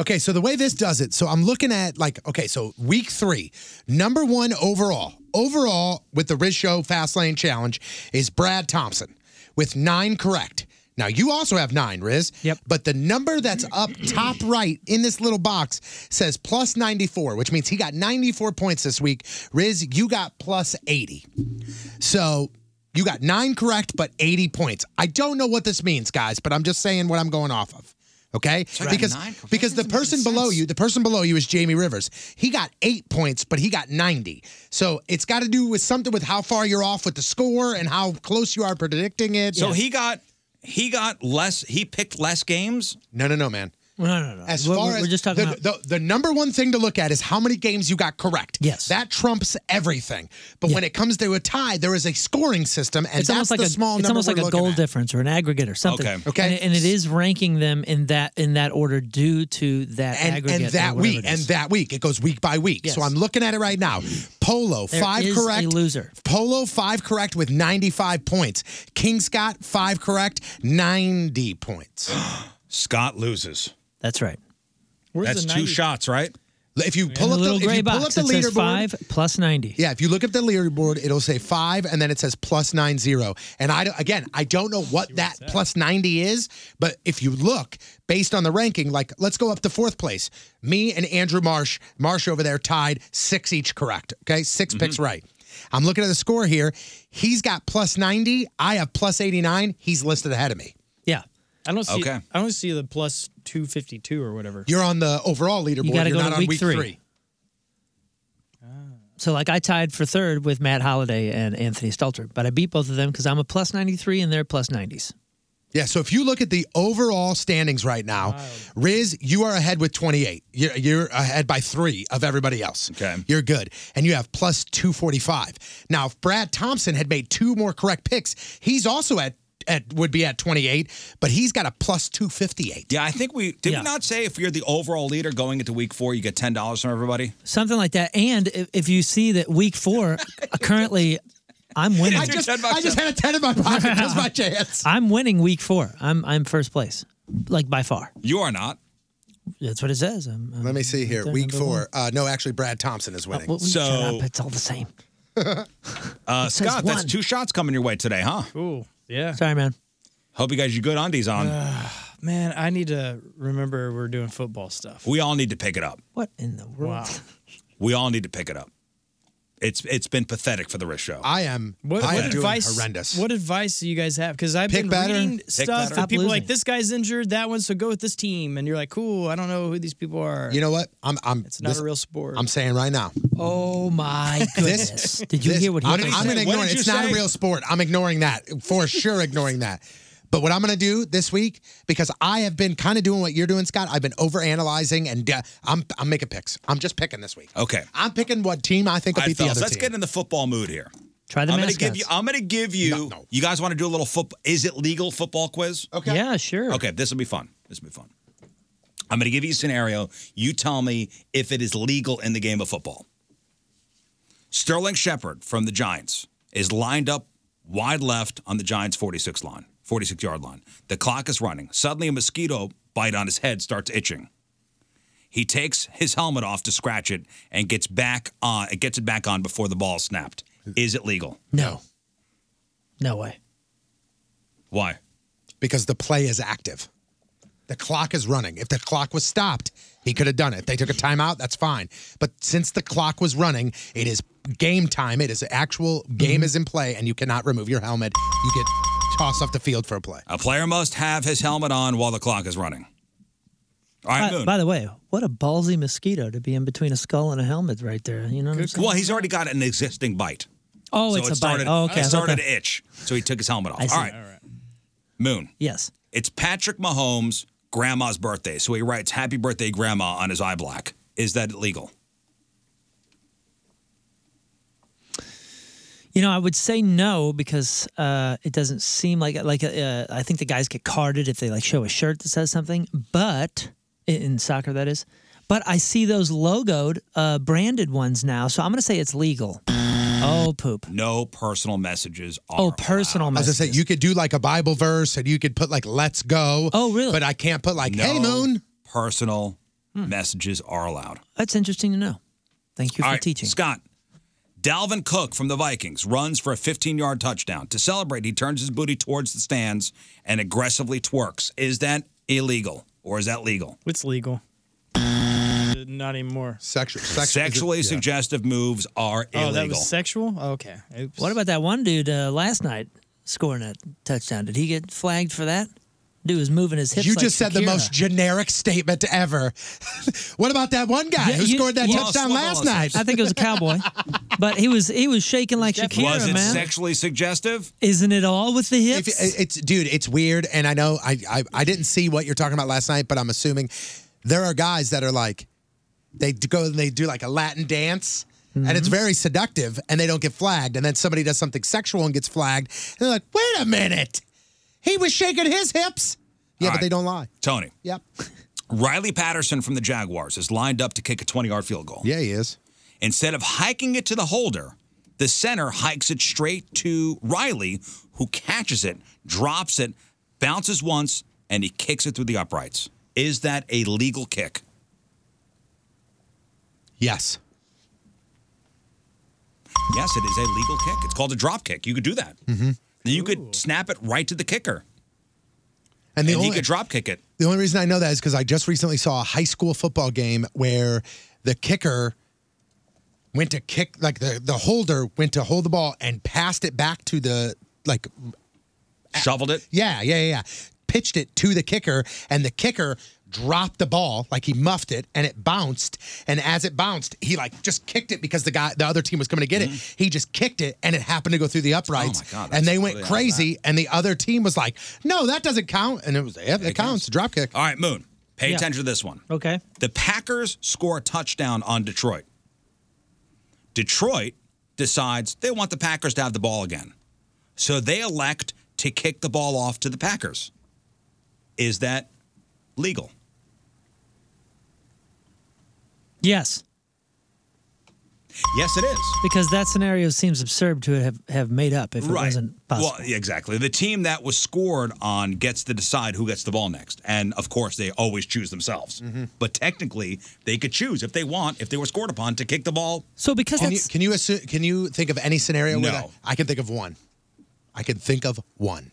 Speaker 2: Okay, so the way this does it, so I'm looking at like, okay, so week three, number one overall, overall with the Riz Show Fast Lane Challenge is Brad Thompson with nine correct. Now you also have nine, Riz. Yep. But the number that's up top right in this little box says plus 94, which means he got 94 points this week. Riz, you got plus 80. So you got nine correct, but 80 points. I don't know what this means, guys, but I'm just saying what I'm going off of. Okay?
Speaker 12: Right.
Speaker 2: Because
Speaker 12: Nine correct.
Speaker 2: because the person below you, the person below you is Jamie Rivers. He got eight points, but he got 90. So it's got to do with something with how far you're off with the score and how close you are predicting it.
Speaker 1: So he got he got less. He picked less games.
Speaker 2: No, no, no, man.
Speaker 3: No, no, no.
Speaker 2: As
Speaker 3: We're-
Speaker 2: far
Speaker 3: we're
Speaker 2: as
Speaker 3: just talking
Speaker 2: the,
Speaker 3: about-
Speaker 2: the, the number one thing to look at is how many games you got correct. Yes, that trumps everything. But when it comes to a tie, there is a scoring system, and
Speaker 3: it's
Speaker 2: that's
Speaker 3: almost like
Speaker 2: the
Speaker 3: a
Speaker 2: small
Speaker 3: it's
Speaker 2: number
Speaker 3: almost
Speaker 2: we're
Speaker 3: like a
Speaker 2: looking
Speaker 3: goal
Speaker 2: at.
Speaker 3: difference or an aggregate or something.
Speaker 2: Okay. Okay.
Speaker 3: And, it- and it is ranking them in that in that order due to that
Speaker 2: And,
Speaker 3: aggregate
Speaker 2: and
Speaker 3: or
Speaker 2: that
Speaker 3: whatever
Speaker 2: week,
Speaker 3: it
Speaker 2: and
Speaker 3: is.
Speaker 2: that week, it goes week by week. So I'm looking at it right now. Polo
Speaker 3: There
Speaker 2: five
Speaker 3: is a
Speaker 2: correct,
Speaker 3: loser.
Speaker 2: Polo five correct with 95 points. King Scott five correct, 90 points.
Speaker 1: Scott loses.
Speaker 3: That's right.
Speaker 2: Where's
Speaker 1: That's
Speaker 2: the
Speaker 1: two
Speaker 2: 90?
Speaker 1: shots, right?
Speaker 2: If you
Speaker 3: In
Speaker 2: pull
Speaker 3: the
Speaker 2: up the,
Speaker 3: little
Speaker 2: if
Speaker 3: gray
Speaker 2: you pull
Speaker 3: box,
Speaker 2: up
Speaker 3: it
Speaker 2: the
Speaker 3: says
Speaker 2: leaderboard,
Speaker 3: five plus ninety.
Speaker 2: Yeah, if you look up the leaderboard, it'll say five, and then it says plus nine zero. And I don't- again, I don't know what that plus ninety is, but if you look based on the ranking, like let's go up to fourth place. Me and Andrew Marsh, Marsh over there tied six each correct. Okay, 6
Speaker 4: Mm-hmm.
Speaker 2: picks right. I'm looking at the score here. He's got plus ninety. I have plus eighty nine. He's listed ahead of me.
Speaker 3: Yeah.
Speaker 4: I don't see.
Speaker 2: Okay.
Speaker 4: I don't see the plus two fifty two or whatever.
Speaker 2: You're on the overall leaderboard.
Speaker 4: gotta
Speaker 2: You're
Speaker 4: go
Speaker 2: not
Speaker 4: to
Speaker 2: on
Speaker 4: week
Speaker 2: week
Speaker 4: three.
Speaker 2: three.
Speaker 3: So like I tied for third with Matt Holliday and Anthony Stelter, but I beat both of them because I'm a plus ninety three and they're plus nineties.
Speaker 2: Yeah, so if you look at the overall standings right now, Riz, you are ahead with 28. You're, you're ahead by three of everybody else. Okay. You're good. And you have plus 245. Now, if Brad Thompson had made two more correct picks, he's also at, at would be at 28, but he's got a plus 258.
Speaker 1: Yeah, I think we did.
Speaker 3: Yeah.
Speaker 1: We not say if you're the overall leader going into week four, you get ten dollars from everybody.
Speaker 3: Something like that. And if, if you see that week four, currently I'm winning.
Speaker 1: I just- I just
Speaker 2: a
Speaker 1: had
Speaker 2: 10 in my pocket just by chance.
Speaker 3: I'm winning week four. I'm I'm first place, like by far.
Speaker 1: You are not.
Speaker 3: That's what it says. I'm, I'm
Speaker 2: Let me see here.
Speaker 3: they're
Speaker 2: Week
Speaker 3: number one.
Speaker 2: four. Uh, no, actually, Brad Thompson is winning.
Speaker 3: well, we- shut So- up. It's all the same.
Speaker 1: Uh,
Speaker 3: says
Speaker 1: Scott, that's
Speaker 3: one.
Speaker 1: two shots coming your way today, huh?
Speaker 4: Ooh, yeah.
Speaker 3: Sorry, man.
Speaker 1: Hope you guys your good undies on.
Speaker 4: Man, I need to remember we're doing football stuff.
Speaker 1: we all need to pick it up.
Speaker 3: What in the world?
Speaker 4: Wow.
Speaker 1: We all need to pick it up. It's it's been pathetic for the wrist show.
Speaker 2: I am.
Speaker 4: What,
Speaker 1: I
Speaker 4: what
Speaker 1: am doing
Speaker 4: advice?
Speaker 1: horrendous.
Speaker 4: What advice do you guys have? Because I've
Speaker 1: Pick
Speaker 4: been
Speaker 1: better.
Speaker 4: reading
Speaker 1: Pick
Speaker 4: stuff
Speaker 1: better.
Speaker 4: and people are like
Speaker 1: Losing.
Speaker 4: this guy's injured, that one, so go with this team, and you're like, cool. I don't know who these people are.
Speaker 2: You know what? I'm. I'm. It's
Speaker 4: not a real sport.
Speaker 2: I'm saying right now.
Speaker 3: Oh my
Speaker 2: This-
Speaker 3: goodness! Did you
Speaker 2: this-
Speaker 3: hear what he
Speaker 2: I'm,
Speaker 3: just
Speaker 2: I'm
Speaker 3: said?
Speaker 2: gonna ignore it. It's not a real sport. I'm ignoring that for sure. ignoring that. But what I'm gonna do this week, because I have been kind of doing what you're doing, Scott. I've been overanalyzing, and uh, I'm I'm making picks. I'm just picking this week.
Speaker 1: Okay.
Speaker 2: I'm picking what team I think
Speaker 1: All
Speaker 2: will
Speaker 1: right,
Speaker 2: beat the
Speaker 1: fellas,
Speaker 2: other
Speaker 1: let's
Speaker 2: team.
Speaker 1: get in the football mood here.
Speaker 3: Try the
Speaker 1: I'm gonna give
Speaker 3: mascots.
Speaker 1: you. I'm gonna give you. You guys want to do a little football? Is it legal football quiz?
Speaker 2: Okay.
Speaker 3: Yeah, sure.
Speaker 1: Okay, this will be fun. This will be fun. I'm gonna give you a scenario. You tell me if it is legal in the game of football. Sterling Shepard from the Giants is lined up wide left on the Giants' 46 line, 46 yard line. The clock is running. Suddenly, a mosquito bite on his head starts itching. He takes his helmet off to scratch it and gets back on. It gets it back on before the ball is snapped. Is it legal?
Speaker 3: No. No way.
Speaker 1: Why?
Speaker 2: because the play is active. The clock is running. If the clock was stopped, he could have done it. They took a timeout, that's fine. But since the clock was running, it is game time. It is actual game
Speaker 3: Mm-hmm.
Speaker 2: is in play, and you cannot remove your helmet. You get tossed off the field for a play.
Speaker 1: A player must have his helmet on while the clock is running. All right,
Speaker 3: by,
Speaker 1: Moon.
Speaker 3: by the way, what a ballsy mosquito to be in between a skull and a helmet right there. You know what I'm saying?
Speaker 1: well, he's already got an existing bite.
Speaker 3: Oh, it's
Speaker 1: it
Speaker 3: a bite.
Speaker 1: started,
Speaker 3: Oh, okay.
Speaker 1: It started
Speaker 3: Okay.
Speaker 1: to itch, so he took his helmet off.
Speaker 3: I see.
Speaker 1: All right. Moon.
Speaker 3: Yes.
Speaker 1: It's Patrick Mahomes' grandma's birthday, so he writes "Happy Birthday, Grandma" on his eye black. Is that illegal?
Speaker 3: You know, I would say no because uh, it doesn't seem like like uh, I think the guys get carded if they like show a shirt that says something, but in- in soccer that is. But I see those logoed, uh, branded ones now, so I'm going to say it's legal. Oh poop!
Speaker 1: No personal messages. Are
Speaker 3: Oh, personal
Speaker 2: As I
Speaker 3: message.
Speaker 2: said, you could do like a Bible verse, and you could put like "Let's go."
Speaker 3: Oh, really?
Speaker 2: But I can't put like
Speaker 1: No
Speaker 2: "Hey, Moon."
Speaker 1: Personal
Speaker 3: Hmm.
Speaker 1: messages are allowed.
Speaker 3: That's interesting to know. Thank you for
Speaker 1: All right,
Speaker 3: teaching.
Speaker 1: Scott, Dalvin Cook from the Vikings runs for a 15 yard touchdown. To celebrate, he turns his booty towards the stands and aggressively twerks. Is that illegal or is that legal?
Speaker 4: It's legal. Not anymore.
Speaker 2: Sexual.
Speaker 1: Sexually suggestive moves are
Speaker 4: Oh,
Speaker 1: illegal.
Speaker 4: that was sexual? Okay. Oops.
Speaker 3: What about that one dude uh, last night scoring a touchdown? Did he get flagged for that? Dude was moving his hips.
Speaker 2: you
Speaker 3: like
Speaker 2: just said the
Speaker 3: Shakira.
Speaker 2: most generic statement ever. what about that one guy
Speaker 3: Yeah,
Speaker 2: who
Speaker 3: you-
Speaker 2: scored that
Speaker 3: you-
Speaker 2: touchdown last night?
Speaker 3: I think it was a cowboy, but he was he was shaking like Shakira,
Speaker 1: was it
Speaker 3: man.
Speaker 1: sexually suggestive?
Speaker 3: Isn't it all with the hips?
Speaker 2: it's dude, it's weird, and I know I, I I didn't see what you're talking about last night, but I'm assuming there are guys that are like they d- go and they do like a Latin dance. And
Speaker 1: Mm-hmm.
Speaker 2: it's very seductive, and they don't get flagged. And then somebody does something sexual and gets flagged, and they're like, "Wait a minute, he was shaking his hips." Yeah,
Speaker 1: All
Speaker 2: but
Speaker 1: right.
Speaker 2: they don't lie.
Speaker 1: Tony.
Speaker 2: Yep.
Speaker 1: Riley Patterson from the Jaguars is lined up to kick a 20 yard field goal.
Speaker 2: Yeah, he is.
Speaker 1: Instead of hiking it to the holder, the center hikes it straight to Riley, who catches it, drops it, bounces once, and he kicks it through the uprights. Is that a legal kick?
Speaker 2: Yes.
Speaker 1: Yes, it is a legal kick. It's called a drop kick. You could do that. Mm-hmm. You could snap it right to the kicker,
Speaker 2: And the
Speaker 1: and
Speaker 2: only
Speaker 1: he could drop kick it.
Speaker 2: The only reason I know that is because I just recently saw a high school football game where the kicker went to kick, like the, the holder went to hold the ball and passed it back to the, like,
Speaker 1: shoveled it.
Speaker 2: Yeah, yeah, yeah. yeah. Pitched it to the kicker, and the kicker dropped the ball, like he muffed it, and it bounced. And as it bounced, he like just kicked it because the guy, the other team was coming to get it. He just kicked it, and it happened to go through the uprights.
Speaker 1: Mm-hmm. Oh God,
Speaker 2: and
Speaker 1: that's
Speaker 2: they went
Speaker 1: really hard,
Speaker 2: crazy, and the other team was like, "No, that doesn't count." And it was, "Yeah, it counts. Drop kick."
Speaker 1: All right, Moon, pay
Speaker 2: Yeah.
Speaker 1: attention to this one.
Speaker 3: Okay.
Speaker 1: The Packers score a touchdown on Detroit. Detroit decides they want the Packers to have the ball again. So they elect to kick the ball off to the Packers. Is that legal?
Speaker 3: yes,
Speaker 1: Yes, it is.
Speaker 3: because that scenario seems absurd to have have made up if it wasn't possible.
Speaker 1: Well, yeah, exactly. The team that was scored on gets to decide who gets the ball next. And of course, they always choose themselves. But technically, they could choose if they want, if they were scored upon, to kick the ball.
Speaker 3: So because
Speaker 2: can you, can you assume, can you think of any scenario? Where
Speaker 1: No.
Speaker 2: that- I can think of one. I can think of one.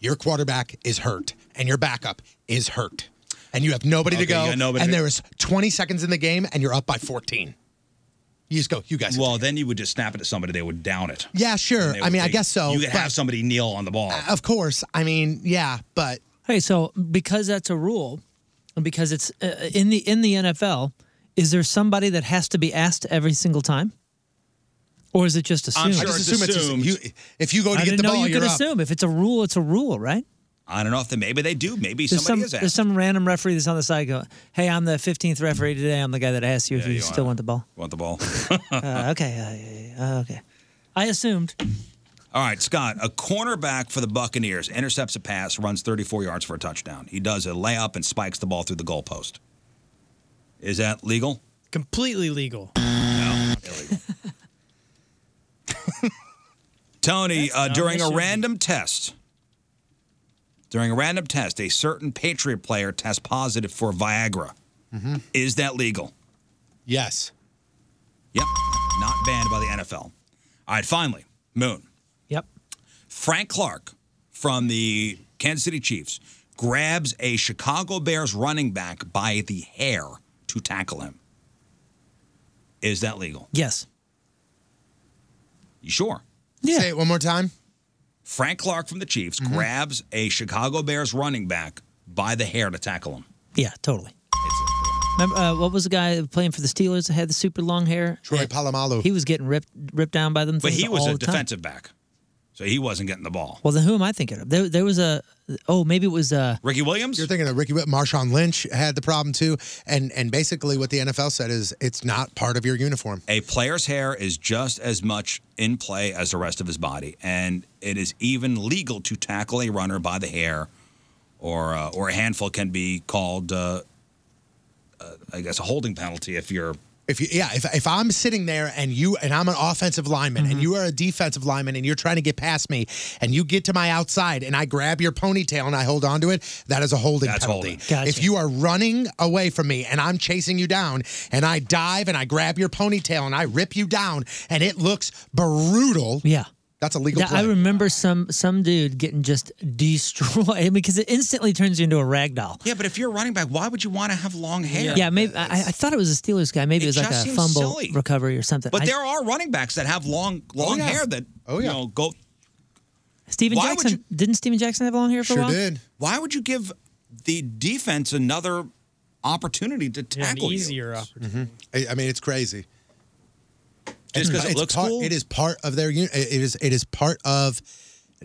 Speaker 2: Your quarterback is hurt, and your backup is hurt, and you have nobody
Speaker 1: Okay,
Speaker 2: to go.
Speaker 1: you got nobody
Speaker 2: and
Speaker 1: to-
Speaker 2: there is 20 seconds in the game, and you're up by 14. You just go, you guys.
Speaker 1: Well, then you would just snap it at somebody, they would down it.
Speaker 2: Yeah,
Speaker 1: And
Speaker 2: sure.
Speaker 1: they
Speaker 2: I
Speaker 1: would
Speaker 2: mean, I
Speaker 1: take-
Speaker 2: guess so.
Speaker 1: You could have somebody kneel on the ball.
Speaker 2: Of course. I mean, yeah, but
Speaker 3: Hey, so because that's a rule, and because it's uh, in the in the NFL, is there somebody that has to be asked every single time, or is it just assumed?
Speaker 1: I'm sure it's assumed.
Speaker 2: if you go
Speaker 3: I didn't know you could assume. If it's a rule, it's a rule, right?
Speaker 1: I don't know if they, maybe they do. Maybe
Speaker 3: There's
Speaker 1: somebody
Speaker 3: some,
Speaker 1: is
Speaker 3: there's
Speaker 1: asked.
Speaker 3: some random referee that's on the side going, "Hey, I'm the 15th referee today. I'm the guy that asked you if
Speaker 1: Yeah,
Speaker 3: you,
Speaker 1: you
Speaker 3: still
Speaker 1: are.
Speaker 3: want the ball."
Speaker 1: Want the ball?
Speaker 3: uh, okay, uh, yeah, yeah, uh, okay. I assumed.
Speaker 1: All right, Scott, a cornerback for the Buccaneers intercepts a pass, runs 34 yards for a touchdown. He does a layup and spikes the ball through the goalpost. Is that legal?
Speaker 4: Completely legal.
Speaker 1: No, illegal. Tony, uh,
Speaker 4: dumb.
Speaker 1: during
Speaker 4: That
Speaker 1: a
Speaker 4: should be-
Speaker 1: random test, during a random test, a certain Patriot player tests positive for Viagra. Is that legal?
Speaker 2: Yes.
Speaker 1: Yep. Not banned by the NFL. All right, finally, Moon.
Speaker 3: Yep.
Speaker 1: Frank Clark from the Kansas City Chiefs grabs a Chicago Bears running back by the hair to tackle him. Is that legal?
Speaker 3: Yes.
Speaker 1: You sure?
Speaker 3: Yeah.
Speaker 2: Say it one more time.
Speaker 1: Frank Clark from the Chiefs grabs a Chicago Bears running back by the hair to tackle him.
Speaker 3: Yeah, totally. Remember uh, what was the guy playing for the Steelers that had the super long hair?
Speaker 2: Troy Polamalu.
Speaker 3: He was getting ripped ripped down by them.
Speaker 1: But
Speaker 3: things
Speaker 1: he was
Speaker 3: all
Speaker 1: a
Speaker 3: the time.
Speaker 1: defensive back, so he wasn't getting the ball.
Speaker 3: Well, then who am I thinking of? There, there was a. Oh, maybe it was. Uh,
Speaker 1: Ricky Williams?
Speaker 2: You're thinking of Ricky Williams. Marshawn Lynch had the problem too. And and basically what the NFL said is it's not part of your uniform.
Speaker 1: A player's hair is just as much in play as the rest of his body, and it is even legal to tackle a runner by the hair, or uh, or a handful can be called, uh, uh, I guess, a holding penalty if you're
Speaker 2: If you, yeah, if, if I'm sitting there and you and I'm an offensive lineman
Speaker 3: Mm-hmm.
Speaker 2: and you are a defensive lineman and you're trying to get past me and you get to my outside and I grab your ponytail and I hold onto it, that is a holding
Speaker 1: That's
Speaker 2: penalty.
Speaker 1: holding. Gotcha.
Speaker 2: If you are running away from me and I'm chasing you down and I dive and I grab your ponytail and I rip you down and it looks brutal,
Speaker 3: yeah,
Speaker 2: that's a legal
Speaker 3: Yeah,
Speaker 2: play.
Speaker 3: I remember some some dude getting just destroyed I mean, because it instantly turns you into a rag doll.
Speaker 1: Yeah, but if you're a running back, why would you want to have long hair?
Speaker 3: Yeah, maybe I, I thought it was a Steelers guy. Maybe it,
Speaker 1: It
Speaker 3: was like
Speaker 1: just
Speaker 3: a
Speaker 1: seems
Speaker 3: fumble
Speaker 1: silly.
Speaker 3: recovery or something.
Speaker 1: But
Speaker 3: I-
Speaker 1: there are running backs that have long, long
Speaker 3: yeah.
Speaker 1: hair that
Speaker 3: Oh,
Speaker 1: you
Speaker 3: yeah.
Speaker 1: know go.
Speaker 3: Steven
Speaker 1: Why would
Speaker 3: Jackson didn't Steven Jackson have long hair for a while?
Speaker 1: Why would you give the defense another opportunity to tackle you?
Speaker 2: opportunity. I, I mean, it's crazy.
Speaker 1: Just 'cause it
Speaker 2: Mm. It's
Speaker 1: looks
Speaker 2: part,
Speaker 1: cool?
Speaker 2: It is part of their. uni- It is. It is part of.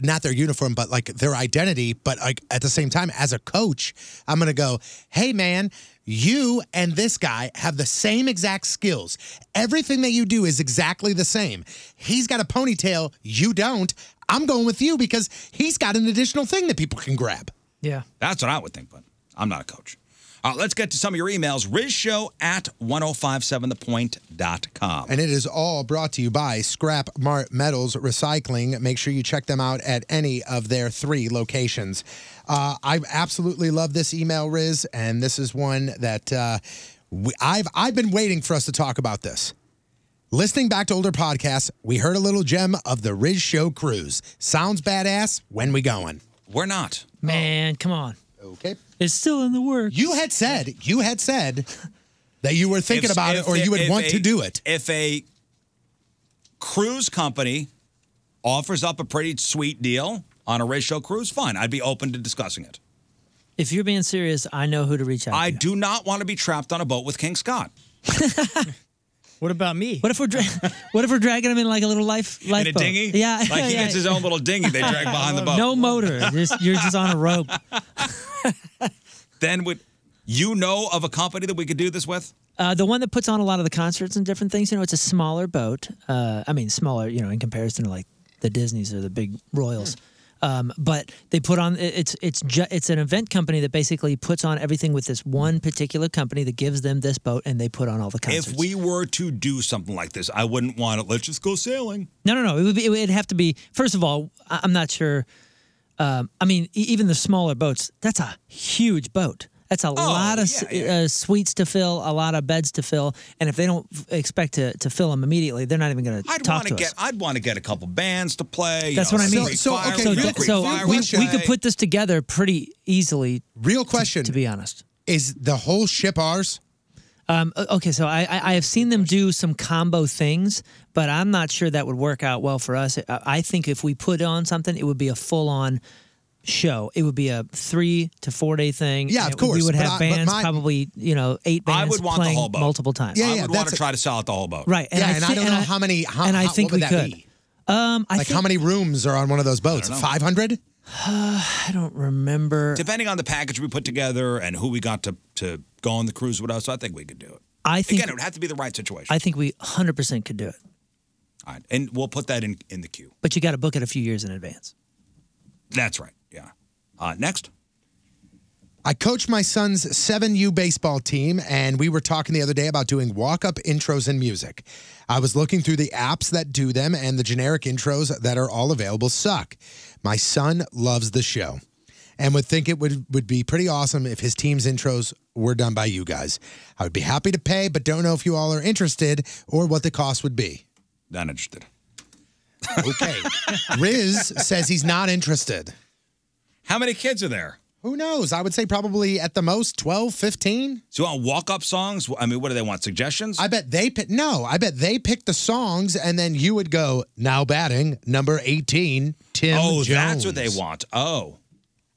Speaker 2: Not their uniform, but like their identity. But like at the same time, as a coach, I'm gonna go, hey man, you and this guy have the same exact skills. Everything that you do is exactly the same. He's got a ponytail, you don't. I'm going with you because he's got an additional thing that people can grab.
Speaker 3: Yeah.
Speaker 1: That's what I would think, but I'm not a coach. All right, let's get to some of your emails. Rizshow at 1057thepoint.com.
Speaker 2: And it is all brought to you by Scrap Mart Metals Recycling. Make sure you check them out at any of their three locations. Uh, I absolutely love this email, Riz, and this is one that uh, we, I've I've been waiting for us to talk about this. Listening back to older podcasts, we heard a little gem of the Riz Show Cruise. Sounds badass. When we going?
Speaker 1: We're not.
Speaker 3: Man, come on.
Speaker 2: Okay.
Speaker 3: It's still in the works.
Speaker 2: You had said you had said that you were thinking
Speaker 1: If-
Speaker 2: about
Speaker 1: if
Speaker 2: it, or you would
Speaker 1: if
Speaker 2: want
Speaker 1: a-
Speaker 2: to do it.
Speaker 1: If a cruise company offers up a pretty sweet deal on a Rizshow cruise, fine. I'd be open to discussing it.
Speaker 3: If you're being serious, I know who to reach out.
Speaker 1: I do not want to be trapped on a boat with King Scott.
Speaker 3: What about me? What if we're dra- what if we're dragging him in like a little life lifeboat?
Speaker 1: In a dinghy?
Speaker 3: Yeah.
Speaker 1: Like he
Speaker 3: yeah.
Speaker 1: gets his own little dinghy they drag behind the boat.
Speaker 3: No motor. Just, you're just on a rope.
Speaker 1: Then would you know of a company that we could do this with?
Speaker 3: Uh, the one that puts on a lot of the concerts and different things. You know, it's a smaller boat. Uh, I mean, smaller. You know, in comparison to like the Disney's or the big
Speaker 1: Hmm.
Speaker 3: Royals. Um, but they put on it- it's it's ju- it's an event company that basically puts on everything with this one particular company that gives them this boat and they put on all the concerts.
Speaker 1: If we were to do something like this, I wouldn't want it. Let's just go sailing.
Speaker 3: No, no, no. It would be. It would have to be. First of all, I- I'm not sure. Um, I mean, e- even the smaller boats. That's a huge boat. That's a
Speaker 1: Oh,
Speaker 3: lot of s Uh, suites to fill, a lot of beds to fill, and if they don't f- expect to, to fill them immediately, they're not even going to
Speaker 1: I'd
Speaker 3: talk
Speaker 1: want
Speaker 3: to
Speaker 1: to get.
Speaker 3: us.
Speaker 1: I'd want to get a couple bands to play.
Speaker 3: That's
Speaker 1: you know,
Speaker 3: what I mean.
Speaker 1: Creek Fire,
Speaker 3: so,
Speaker 1: Creek
Speaker 3: that-
Speaker 1: Creek
Speaker 3: so
Speaker 1: Fire
Speaker 3: we,
Speaker 1: Russia.
Speaker 3: we could put this together pretty easily.
Speaker 2: Real question,
Speaker 3: to, be honest,
Speaker 2: is the whole ship ours?
Speaker 3: Um, o- okay, so I, I I have seen them do some combo things, but I'm not sure that would work out well for us. I, I think if we put on something, it would be a full on show. It would be a three to four day thing.
Speaker 2: Yeah,
Speaker 3: and
Speaker 2: of
Speaker 3: it- We
Speaker 2: course,
Speaker 3: would
Speaker 2: but
Speaker 3: have
Speaker 2: I- but
Speaker 3: bands,
Speaker 2: my-
Speaker 3: probably you know eight bands
Speaker 1: I would want the
Speaker 3: playing
Speaker 1: whole boat
Speaker 3: multiple times.
Speaker 1: I would want to try to sell out the whole boat.
Speaker 3: Right, and
Speaker 2: yeah,
Speaker 3: I
Speaker 2: and I
Speaker 3: thi-
Speaker 2: don't
Speaker 3: and
Speaker 2: know
Speaker 3: I-
Speaker 2: how many. How,
Speaker 3: and I
Speaker 2: how-
Speaker 3: think
Speaker 2: what would
Speaker 3: we
Speaker 2: that
Speaker 3: could.
Speaker 2: Be?
Speaker 3: Um, I
Speaker 2: like
Speaker 3: think,
Speaker 2: how many rooms are on one of those boats? Five hundred.
Speaker 3: I don't remember.
Speaker 1: Depending on the package we put together and who we got to to go on the cruise with us, I think we could do it.
Speaker 3: I think-
Speaker 1: again, it would have to be the right situation.
Speaker 3: I think we 100 percent could do it,
Speaker 1: All right, and we'll put that in in the queue.
Speaker 3: but you got to book it a few years in advance.
Speaker 1: That's right. Yeah. Uh, next.
Speaker 2: I coach my son's 7U baseball team, and we were talking the other day about doing walk up intros and music. I was looking through the apps that do them, and the generic intros that are all available suck. My son loves the show and would think it would, would be pretty awesome if his team's intros were done by you guys. I would be happy to pay, but don't know if you all are interested or what the cost would be.
Speaker 1: Not interested.
Speaker 2: Okay. Riz says he's not interested.
Speaker 1: How many kids are there?
Speaker 2: Who knows? I would say probably at the most 12, 15.
Speaker 1: So you want walk up songs? I mean, what do they want? Suggestions?
Speaker 2: I bet they pick. No, I bet they picked the songs, and then you would go now batting number eighteen, Tim.
Speaker 1: oh,
Speaker 2: Jones."
Speaker 1: that's what they want. Oh,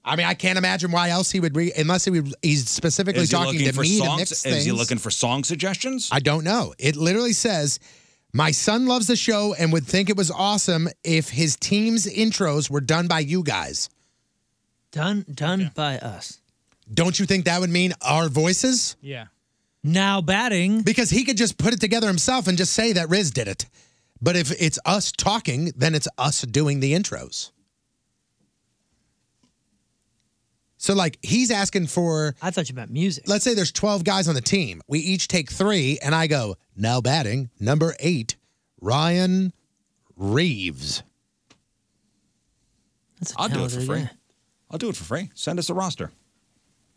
Speaker 2: I mean, I can't imagine why else he would re- unless he would. He's specifically
Speaker 1: is he
Speaker 2: talking
Speaker 1: looking
Speaker 2: to
Speaker 1: for
Speaker 2: me to
Speaker 1: songs?
Speaker 2: mix things.
Speaker 1: is he looking for song suggestions?
Speaker 2: I don't know. It literally says, "My son loves the show and would think it was awesome if his team's intros were done by you guys."
Speaker 3: Done, done by us.
Speaker 2: Don't you think that would mean our voices?
Speaker 3: Yeah. Now batting.
Speaker 2: Because he could just put it together himself and just say that Riz did it. But if it's us talking, then it's us doing the intros. So like he's asking for.
Speaker 3: I thought you meant music.
Speaker 2: Let's say there's 12 guys on the team. We each take three, and I go now batting number eight, Ryan Reeves.
Speaker 1: I'll do it for free. I'll do it for free. Send us a roster.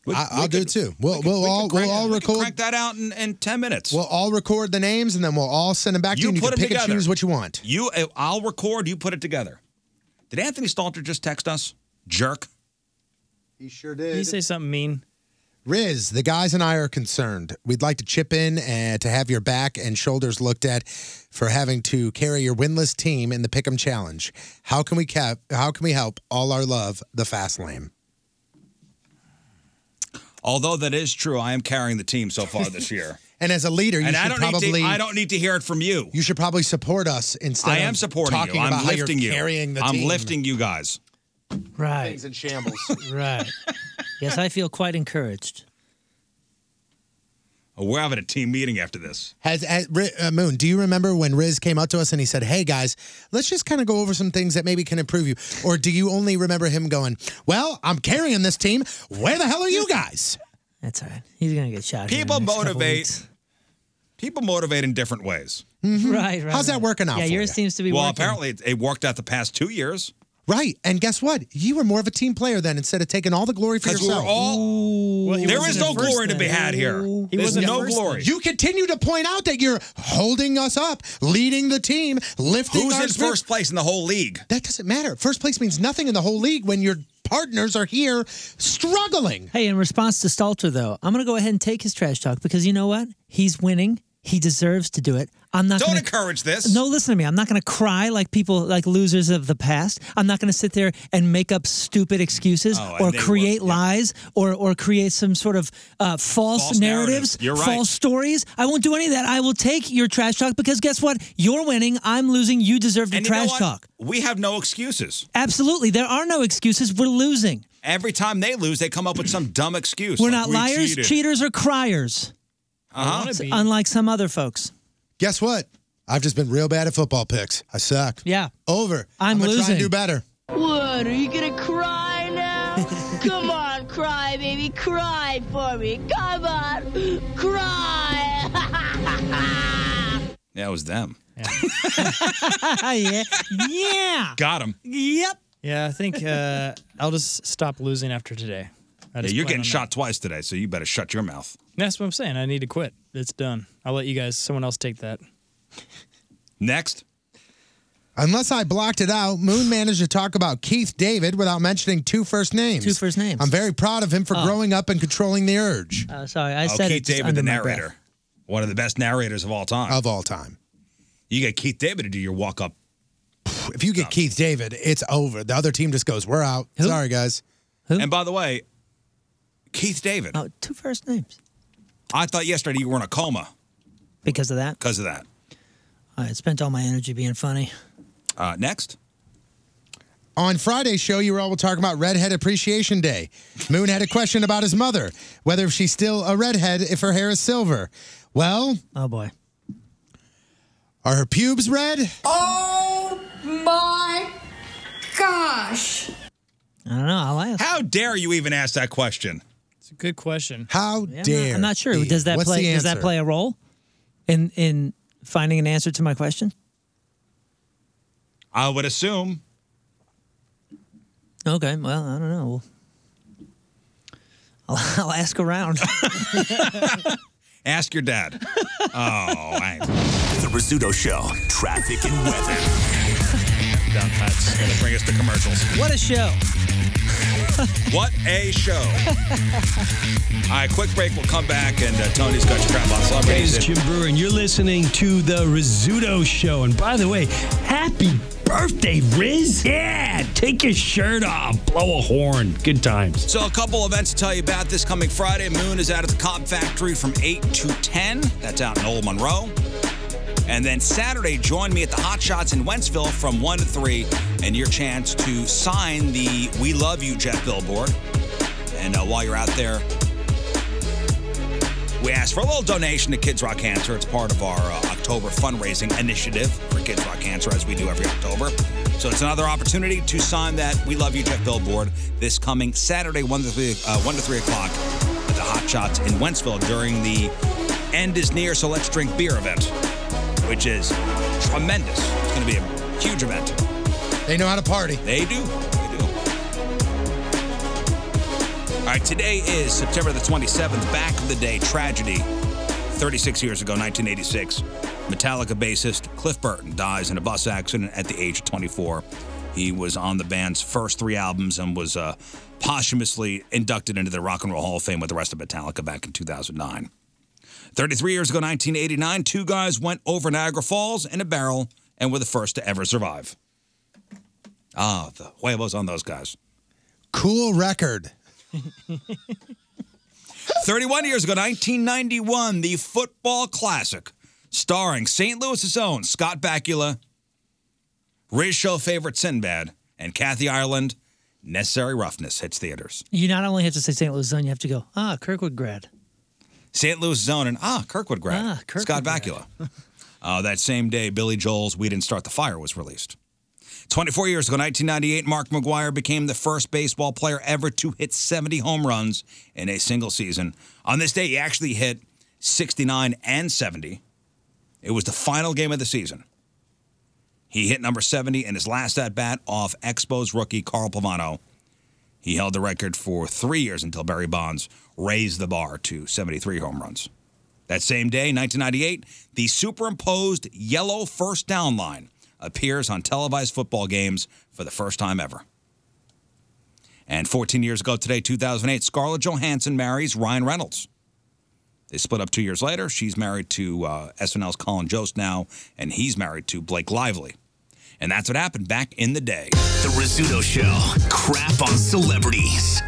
Speaker 2: I, I'll do it too. We'll we'll all we'll all record
Speaker 1: Crack that out in, in ten minutes.
Speaker 2: We'll all record the names and then we'll all send them back to you. And you can
Speaker 1: 'em
Speaker 2: pick and choose what you want.
Speaker 1: You, uh, I'll record. You put it together. Did Anthony Stalter just text us? Jerk.
Speaker 2: He sure did.
Speaker 4: he say something mean?
Speaker 2: Riz, the guys and I are concerned. We'd like to chip in uh, to have your back and shoulders looked at for having to carry your winless team in the Pick'em Challenge. How can we cap? How can we help? All our love, the fast lane.
Speaker 1: Although that is true, I am carrying the team so far this year.
Speaker 2: And as a leader, you
Speaker 1: and
Speaker 2: should
Speaker 1: I don't
Speaker 2: probably
Speaker 1: need to, I don't need to hear it from you.
Speaker 2: you should probably support us instead.
Speaker 1: I am
Speaker 2: of
Speaker 1: supporting
Speaker 2: talking
Speaker 1: you. I'm
Speaker 2: about
Speaker 1: lifting
Speaker 2: how
Speaker 1: you.
Speaker 2: you're carrying the
Speaker 1: I'm
Speaker 2: team.
Speaker 1: lifting you guys.
Speaker 3: Right.
Speaker 2: Things in shambles.
Speaker 3: right. Yes, I feel quite encouraged.
Speaker 1: Oh, we're having a team meeting after this.
Speaker 2: Has uh, Ri- uh, Moon? Do you remember when Riz came up to us and he said, "Hey guys, let's just kind of go over some things that maybe can improve you," or do you only remember him going, "Well, I'm carrying this team. Where the hell are you guys?"
Speaker 3: That's all right. He's gonna get shot. here in the
Speaker 1: People
Speaker 3: next couple
Speaker 1: motivate.
Speaker 3: weeks.
Speaker 1: People motivate in different ways.
Speaker 3: Right, right.
Speaker 2: How's that
Speaker 3: right.
Speaker 2: working out
Speaker 3: Yeah,
Speaker 2: for
Speaker 3: yours
Speaker 2: ya?
Speaker 3: seems to be
Speaker 1: well,
Speaker 3: working.
Speaker 1: apparently it, it worked out the past two years.
Speaker 2: Right, and guess what? You were more of a team player then, instead of taking all the glory for
Speaker 1: Because we were
Speaker 2: yourself.
Speaker 1: all.
Speaker 2: he
Speaker 1: there
Speaker 2: wasn't
Speaker 1: is
Speaker 2: at
Speaker 1: no
Speaker 2: first
Speaker 1: glory to be
Speaker 2: then.
Speaker 1: had here.
Speaker 2: He
Speaker 1: There's
Speaker 2: wasn't at
Speaker 1: no
Speaker 2: first
Speaker 1: glory.
Speaker 2: You continue to point out that you're holding us up, leading the team, lifting.
Speaker 1: Who's
Speaker 2: our
Speaker 1: in
Speaker 2: spirits.
Speaker 1: first place in the whole league?
Speaker 2: That doesn't matter. First place means nothing in the whole league when your partners are here struggling.
Speaker 3: Hey, in response to Stalter, though, I'm going to go ahead and take his trash talk because you know what? He's winning. He deserves to do it. I'm not.
Speaker 1: Don't
Speaker 3: gonna,
Speaker 1: encourage this.
Speaker 3: No, listen to me. I'm not going to cry like people, like losers of the past. I'm not going to sit there and make up stupid excuses
Speaker 1: Oh, and
Speaker 3: or
Speaker 1: they were-
Speaker 3: create lies or or create some sort of uh, false,
Speaker 1: False narratives.
Speaker 3: narratives,
Speaker 1: You're right.
Speaker 3: false stories. I won't do any of that. I will take your trash talk because guess what? You're winning. I'm losing. You deserve the
Speaker 1: And you know
Speaker 3: trash
Speaker 1: what?
Speaker 3: talk.
Speaker 1: We have no excuses.
Speaker 3: Absolutely. There are no excuses. We're losing.
Speaker 1: Every time they lose, they come up with some dumb excuse.
Speaker 3: We're
Speaker 1: Like,
Speaker 3: not
Speaker 1: we
Speaker 3: liars,
Speaker 1: cheated.
Speaker 3: cheaters, or criers.
Speaker 1: Uh-huh.
Speaker 3: It's Unlike some other folks.
Speaker 2: Guess what? I've just been real bad at football picks. I suck.
Speaker 3: Yeah.
Speaker 2: Over.
Speaker 3: I'm
Speaker 2: gonna Try
Speaker 3: losing.
Speaker 2: and do better.
Speaker 12: What, are you gonna cry now? Come on, cry, baby, cry for me. Come on, cry.
Speaker 1: Yeah, it was them.
Speaker 3: yeah. Yeah.
Speaker 1: Got him.
Speaker 3: Yep.
Speaker 4: Yeah, I think uh, I'll just stop losing after today. I
Speaker 1: Yeah,
Speaker 4: just
Speaker 1: you're
Speaker 4: plan
Speaker 1: getting
Speaker 4: on that.
Speaker 1: shot twice today, so you better shut your mouth.
Speaker 4: That's what I'm saying. I need to quit. It's done. I'll let you guys, someone else take that.
Speaker 1: Next.
Speaker 2: Unless I blocked it out, Moon managed to talk about Keith David without mentioning two first names.
Speaker 3: Two first names.
Speaker 2: I'm very proud of him for
Speaker 3: Oh.
Speaker 2: growing up and controlling the urge.
Speaker 3: Uh, sorry, I
Speaker 1: oh,
Speaker 3: said
Speaker 1: Keith
Speaker 3: it just
Speaker 1: David,
Speaker 3: under
Speaker 1: the
Speaker 3: my
Speaker 1: narrator. One of the best narrators of all time.
Speaker 2: Of all time.
Speaker 1: You get Keith David to do your walk up.
Speaker 2: If you get Keith David, it's over. The other team just goes, "We're out. Sorry, guys."
Speaker 1: And by the way, Keith David.
Speaker 3: Oh, two first names.
Speaker 1: I thought yesterday you were in a coma
Speaker 3: Because of that,
Speaker 1: because of that.
Speaker 3: I spent all my energy being funny.
Speaker 1: Uh, next.
Speaker 2: On Friday's show, you were all talking about Redhead Appreciation Day. Moon had a question about his mother, whether she's still a redhead if her hair is silver. Well,
Speaker 3: oh boy,
Speaker 2: are her pubes red?
Speaker 9: Oh my gosh.
Speaker 3: I don't know. I'll ask.
Speaker 1: How dare you even ask that question?
Speaker 4: It's a good question.
Speaker 2: How
Speaker 3: Yeah, I'm not- I'm not sure. Does that play? Does that play a role in in finding an answer to my question?
Speaker 1: I would assume.
Speaker 3: Okay. Well, I don't know. I'll, I'll ask around.
Speaker 1: Ask your dad. oh, I
Speaker 6: The Rizzuto Show. Traffic and weather.
Speaker 1: Down cuts. Gonna bring us to commercials.
Speaker 3: what a show!
Speaker 1: What a show. All right, quick break. We'll come back, and uh, Tony's got your crap on
Speaker 13: Hey,
Speaker 1: celebrities.
Speaker 13: it's Jim Brewer, and you're listening to The Rizzuto Show. And by the way, happy birthday, Riz. Yeah, take your shirt off, blow a horn. Good times.
Speaker 1: So, a couple events to tell you about this coming Friday. Moon is out at the Cobb Factory from 8 to 10. That's out in Old Monroe. And then Saturday, join me at the Hot Shots in Wentzville from 1 to 3, and your chance to sign the We Love You Jeff billboard. And uh, while you're out there, we asked for a little donation to Kids Rock Cancer. It's part of our uh, October fundraising initiative for Kids Rock Cancer, as we do every October. So it's another opportunity to sign that We Love You, Jeff billboard this coming Saturday, 1 to 3, uh, 1 to 3 o'clock at the Hot Shots in Wentzville during the End is Near, So Let's Drink Beer event, which is tremendous. It's going to be a huge event.
Speaker 2: They know how to party.
Speaker 1: They do. They do. All right, today is September the 27th, back of the day tragedy. 36 years ago, 1986, Metallica bassist Cliff Burton dies in a bus accident at the age of 24. He was on the band's first three albums and was uh, posthumously inducted into the Rock and Roll Hall of Fame with the rest of Metallica back in 2009. 33 years ago, 1989, two guys went over Niagara Falls in a barrel and were the first to ever survive. Ah, the huevos on those guys.
Speaker 2: Cool record.
Speaker 1: 31 years ago, 1991, the Football Classic, starring St. Louis's own Scott Bakula, Riz show favorite Sinbad, and Kathy Ireland. Necessary Roughness hits theaters.
Speaker 3: You not only have to say St. Louis Zone, you have to go, ah, Kirkwood grad.
Speaker 1: St. Louis Zone and ah, Kirkwood grad.
Speaker 3: Ah, Kirkwood
Speaker 1: Scott Bakula. uh, that same day, Billy Joel's We Didn't Start the Fire was released. 24 years ago, 1998, Mark McGuire became the first baseball player ever to hit 70 home runs in a single season. On this day, he actually hit 69 and 70. It was the final game of the season. He hit number 70 in his last at bat off Expos rookie Carl Pavano. He held the record for three years until Barry Bonds raised the bar to 73 home runs. That same day, 1998, the superimposed yellow first down line appears on televised football games for the first time ever. And 14 years ago today, 2008, Scarlett Johansson marries Ryan Reynolds. They split up two years later. She's married to uh, SNL's Colin Jost now, and he's married to Blake Lively. And that's what happened back in the day.
Speaker 6: The Rizzuto Show. Crap on celebrities.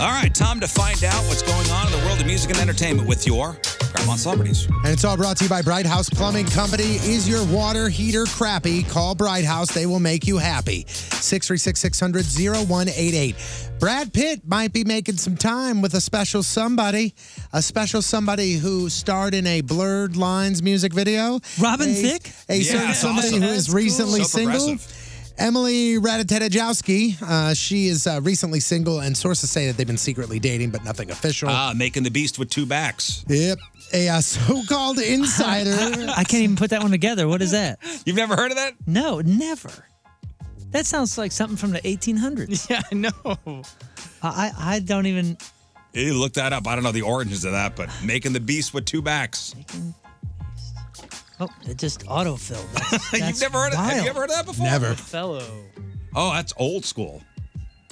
Speaker 1: All right, time to find out what's going on in the world of music and entertainment with your Crap on Celebrities.
Speaker 2: And it's all brought to you by Bright House Plumbing Company. Is your water heater crappy? Call Bright House. They will make you happy. 636 600 0188. Brad Pitt might be making some time with a special somebody, a special somebody who starred in a Blurred Lines music video.
Speaker 3: Robin
Speaker 2: a,
Speaker 3: Thicke?
Speaker 2: A
Speaker 3: Yeah,
Speaker 2: certain
Speaker 3: that's
Speaker 2: somebody
Speaker 3: awesome.
Speaker 2: who is
Speaker 3: That's cool.
Speaker 2: recently
Speaker 3: So
Speaker 2: single.
Speaker 3: progressive.
Speaker 2: Emily Ratajkowski, uh, she is uh, recently single, and sources say that they've been secretly dating, but nothing official.
Speaker 1: Ah, making the beast with two backs.
Speaker 2: Yep. A uh, so-called insider.
Speaker 3: I can't even put that one together. What is that?
Speaker 1: You've never heard of that?
Speaker 3: No, never. That sounds like something from the 1800s. Yeah, I know. I I don't even.
Speaker 1: You look that up. I don't know the origins of that, but making the beast with two backs.
Speaker 3: Oh, it just autofilled. That's,
Speaker 1: You've never heard of, have you ever heard of that before?
Speaker 3: Fellow.
Speaker 1: Oh, that's old school.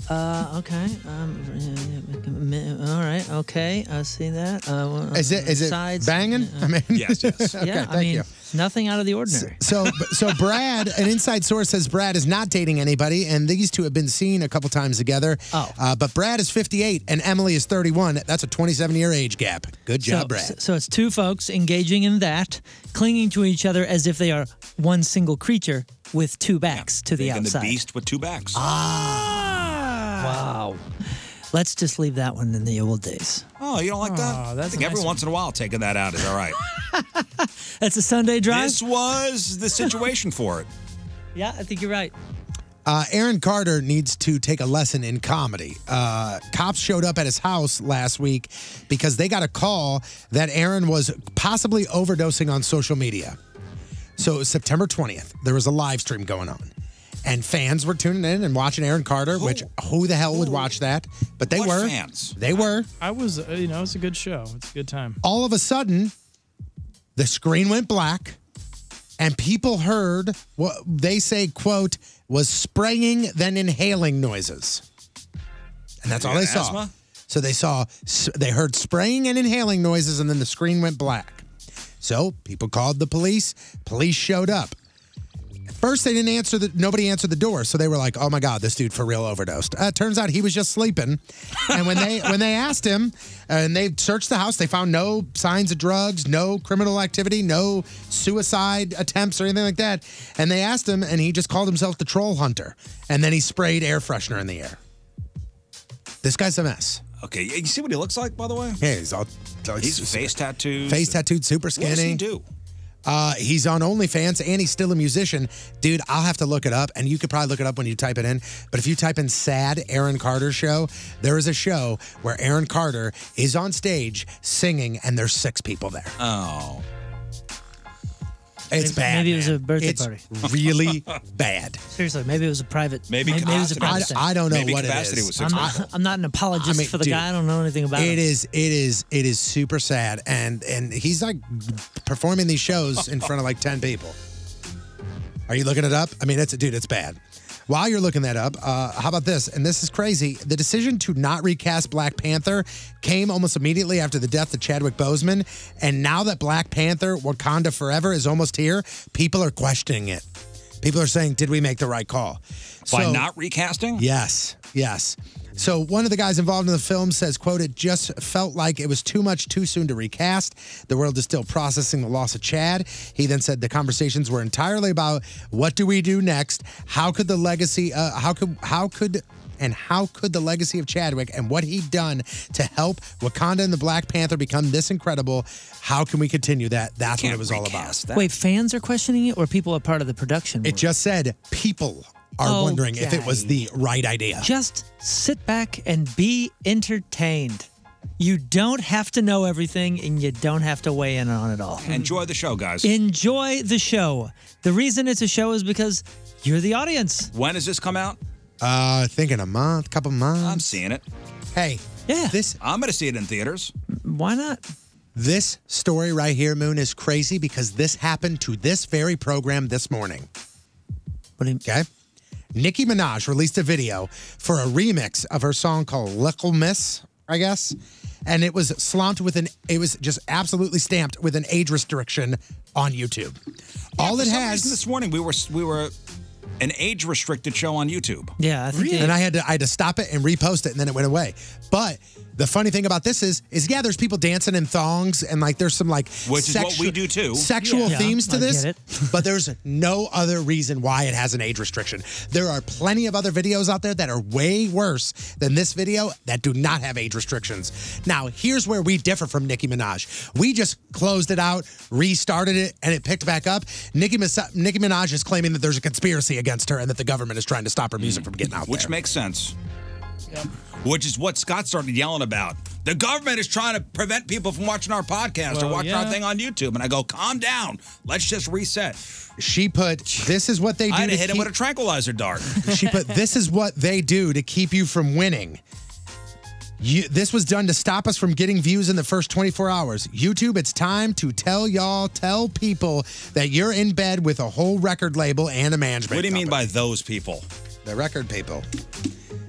Speaker 3: Uh, okay. Um, all right. Okay. I see that. Uh,
Speaker 2: Is it is it
Speaker 3: sides-
Speaker 2: banging? I mean,
Speaker 1: yes, yes.
Speaker 2: okay,
Speaker 3: yeah,
Speaker 2: thank
Speaker 3: I mean,
Speaker 2: you.
Speaker 3: nothing out of the ordinary.
Speaker 2: So, so Brad, an inside source says Brad is not dating anybody, and these two have been seen a couple times together. Oh, uh, but Brad is 58 and Emily is 31. That's a 27 year age gap. Good job,
Speaker 3: so,
Speaker 2: Brad.
Speaker 3: So it's two folks engaging in that, clinging to each other as if they are one single creature with two backs to the
Speaker 1: Making the
Speaker 3: outside. Ah.
Speaker 1: beast with two backs.
Speaker 3: Wow. Let's just leave that one in the old days.
Speaker 1: Oh, you don't like that? I think
Speaker 3: a
Speaker 1: every
Speaker 3: nice
Speaker 1: once in a while taking that out is all right.
Speaker 3: That's a Sunday drive.
Speaker 1: this was the situation for it.
Speaker 3: Yeah, I think you're right.
Speaker 2: Uh, Aaron Carter needs to take a lesson in comedy. Uh, cops showed up at his house last week because they got a call that Aaron was possibly overdosing on social media. So it was September 20th. There was a live stream going on. And fans were tuning in and watching Aaron Carter, which who the hell would watch that? But they were.
Speaker 14: fans?
Speaker 2: They were.
Speaker 14: I was, uh, you know, it's a good show. It's a good time.
Speaker 2: All of a sudden, the screen went black and people heard what they say, quote, was spraying, then inhaling noises. And that's all
Speaker 1: You
Speaker 2: they
Speaker 1: got
Speaker 2: saw.
Speaker 1: asthma?
Speaker 2: So they saw, they heard spraying and inhaling noises, and then the screen went black. So people called the police. Police showed up. At first, they didn't answer the, nobody answered the door. So they were like, oh my God, this dude for real overdosed. Uh, turns out he was just sleeping. And when they, when they asked him and they searched the house, they found no signs of drugs, no criminal activity, no suicide attempts or anything like that. And they asked him, and he just called himself the troll hunter. And then he sprayed air freshener in the air. This guy's a mess.
Speaker 1: Okay, you see what he looks like, by the way?
Speaker 2: Yeah, he's all
Speaker 1: He's face tattoos.
Speaker 2: face tattooed, super
Speaker 1: What
Speaker 2: skinny.
Speaker 1: does he do?
Speaker 2: Uh, he's on OnlyFans and he's still a musician. Dude, I'll have to look it up, and you could probably look it up when you type it in. But if you type in sad Aaron Carter show, there is a show where Aaron Carter is on stage singing, and there's six people there.
Speaker 1: Oh.
Speaker 3: Maybe-
Speaker 2: It's bad.
Speaker 3: maybe it was
Speaker 2: man.
Speaker 3: a birthday
Speaker 2: It's
Speaker 3: party.
Speaker 2: Really bad.
Speaker 3: Seriously, maybe it was a private.
Speaker 2: Maybe
Speaker 3: maybe, it was a
Speaker 2: capacity-
Speaker 3: private.
Speaker 2: I-
Speaker 3: thing.
Speaker 2: I don't know Maybe what it capacity is. was
Speaker 3: I'm not,
Speaker 2: successful.
Speaker 3: I'm not an apologist
Speaker 2: I mean,
Speaker 3: for the
Speaker 2: dude,
Speaker 3: guy. I don't know anything about
Speaker 2: It
Speaker 3: him.
Speaker 2: is. It is. It is super sad, and and he's like performing these shows in front of like ten people. Are you looking it up? I mean, it's dude, it's bad. While you're looking that up, uh, how about this? And this is crazy. The decision to not recast Black Panther came almost immediately after the death of Chadwick Boseman, and now that Black Panther: Wakanda Forever is almost here, people are questioning it. People are saying, "Did we make the right call?"
Speaker 1: By
Speaker 2: So-
Speaker 1: not recasting?
Speaker 2: Yes, yes. So one of the guys involved in the film says, quote, it just felt like it was too much too soon to recast. The world is still processing the loss of Chad. He then said the conversations were entirely about what do we do next? How could the legacy uh, how could how could and how could the legacy of Chadwick and what he'd done to help Wakanda and the Black Panther become this incredible? How can we continue that? That's what it was all about.
Speaker 3: Wait, fans are questioning it, or people are part of the production?
Speaker 2: it just said people are wondering if it was
Speaker 3: Okay.
Speaker 2: the right idea.
Speaker 3: Just sit back and be entertained. You don't have to know everything, and you don't have to weigh in on it all.
Speaker 1: Enjoy the show, guys.
Speaker 3: Enjoy the show. The reason it's a show is because you're the audience.
Speaker 1: when does this come out?
Speaker 2: Uh, I think in a month, couple months.
Speaker 1: I'm seeing it.
Speaker 2: Hey,
Speaker 3: yeah.
Speaker 2: This
Speaker 1: I'm going to see it in theaters.
Speaker 3: Why not?
Speaker 2: This story right here, Moon, is crazy because this happened to this very program this morning. okay. Nicki Minaj released a video for a remix of her song called Little Miss, I guess. And it was slamped with an, it was just absolutely stamped with an age restriction on YouTube. All
Speaker 1: For
Speaker 2: it
Speaker 1: some
Speaker 2: has.
Speaker 1: reason this morning we were we were an age restricted show on YouTube.
Speaker 3: Yeah, I
Speaker 1: think they-
Speaker 2: and I had to I had to stop it and repost it, and then it went away. But the funny thing about this is, is yeah, there's people dancing in thongs, and like there's some like
Speaker 1: Which is what we do, too.
Speaker 2: Sexual
Speaker 1: Yeah.
Speaker 2: themes to
Speaker 1: I
Speaker 2: this,
Speaker 1: get
Speaker 2: but there's no other reason why it has an age restriction. There are plenty of other videos out there that are way worse than this video that do not have age restrictions. Now, here's where we differ from Nicki Minaj. We just closed it out, restarted it, and it picked back up. Nicki, Mis- Nicki Minaj is claiming that there's a conspiracy against her and that the government is trying to stop her music from getting out
Speaker 1: Mm. Which
Speaker 2: there.
Speaker 1: makes sense. Which is what Scott started yelling about. The government is trying to prevent people from watching our podcast or
Speaker 2: Well,
Speaker 1: watching
Speaker 2: yeah.
Speaker 1: our thing on YouTube. And I go, calm down. Let's just reset.
Speaker 2: She put, this is what they do.
Speaker 1: I'd have
Speaker 2: to
Speaker 1: hit him
Speaker 2: keep-
Speaker 1: with a tranquilizer dart.
Speaker 2: she put, this is what they do to keep you from winning. You, this was done to stop us from getting views in the first 24 hours. YouTube, it's time to tell y'all, tell people that you're in bed with a whole record label and a management.
Speaker 1: What do you mean by those people?
Speaker 2: The record people.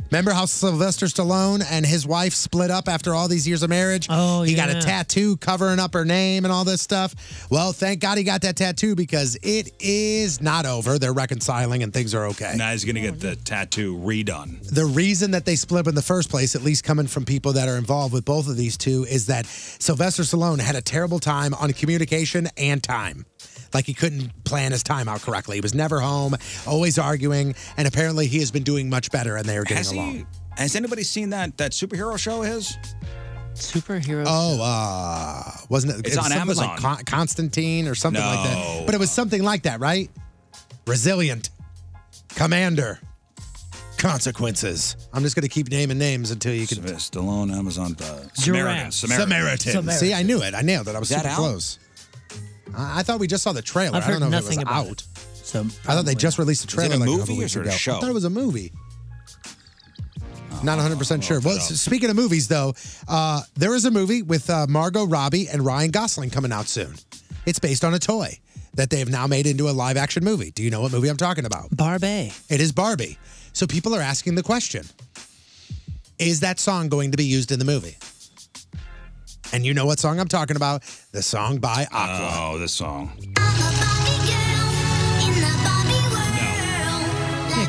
Speaker 2: Remember how Sylvester Stallone and his wife split up after all these years of marriage? Oh, He got
Speaker 3: yeah.
Speaker 2: a tattoo covering up her name and all this stuff. Well, thank God he got that tattoo because it is not over. They're reconciling and things are okay.
Speaker 1: Now he's going to get the tattoo redone.
Speaker 2: The reason that they split up in the first place, at least coming from people that are involved with both of these two, is that Sylvester Stallone had a terrible time on communication and time. Like he couldn't plan his time out correctly. He was never home, always arguing, and apparently he has been doing much better and they are getting
Speaker 1: Has,
Speaker 2: along.
Speaker 1: he, has anybody seen that that superhero show of his?
Speaker 3: Superhero.
Speaker 2: Oh, uh, wasn't it?
Speaker 1: It's
Speaker 2: it was
Speaker 1: on
Speaker 2: something Like
Speaker 1: Amazon.
Speaker 2: Con- Constantine or something like
Speaker 1: No.
Speaker 2: that. But it was something like that, right? Resilient, commander, consequences. I'm just going to keep naming names until you can.
Speaker 1: Stallone, Amazon, uh, Samaritan.
Speaker 2: Samaritan.
Speaker 1: Samaritan.
Speaker 2: See, I knew it. I nailed it. I was
Speaker 1: Is that
Speaker 2: super
Speaker 1: out?
Speaker 2: close. I-, I thought we just saw the trailer.
Speaker 3: I've
Speaker 2: I don't
Speaker 3: heard
Speaker 2: know
Speaker 3: nothing
Speaker 2: if it was
Speaker 3: about
Speaker 2: out.
Speaker 3: So
Speaker 2: I thought they just released a
Speaker 1: Is it
Speaker 2: trailer
Speaker 1: a
Speaker 2: like
Speaker 1: movie
Speaker 2: couple
Speaker 1: or
Speaker 2: weeks
Speaker 1: is it a
Speaker 2: ago.
Speaker 1: show?
Speaker 2: I thought it was a movie. Not 100%
Speaker 1: Oh,
Speaker 2: sure. Well, s- speaking of movies, though, uh, there is a movie with uh, Margot Robbie and Ryan Gosling coming out soon. It's based on a toy that they have now made into a live action movie. Do you know what movie I'm talking about?
Speaker 3: Barbie.
Speaker 2: It is Barbie. So people are asking the question Is that song going to be used in the movie? And you know what song I'm talking about? The song by Aqua.
Speaker 1: Oh, this song.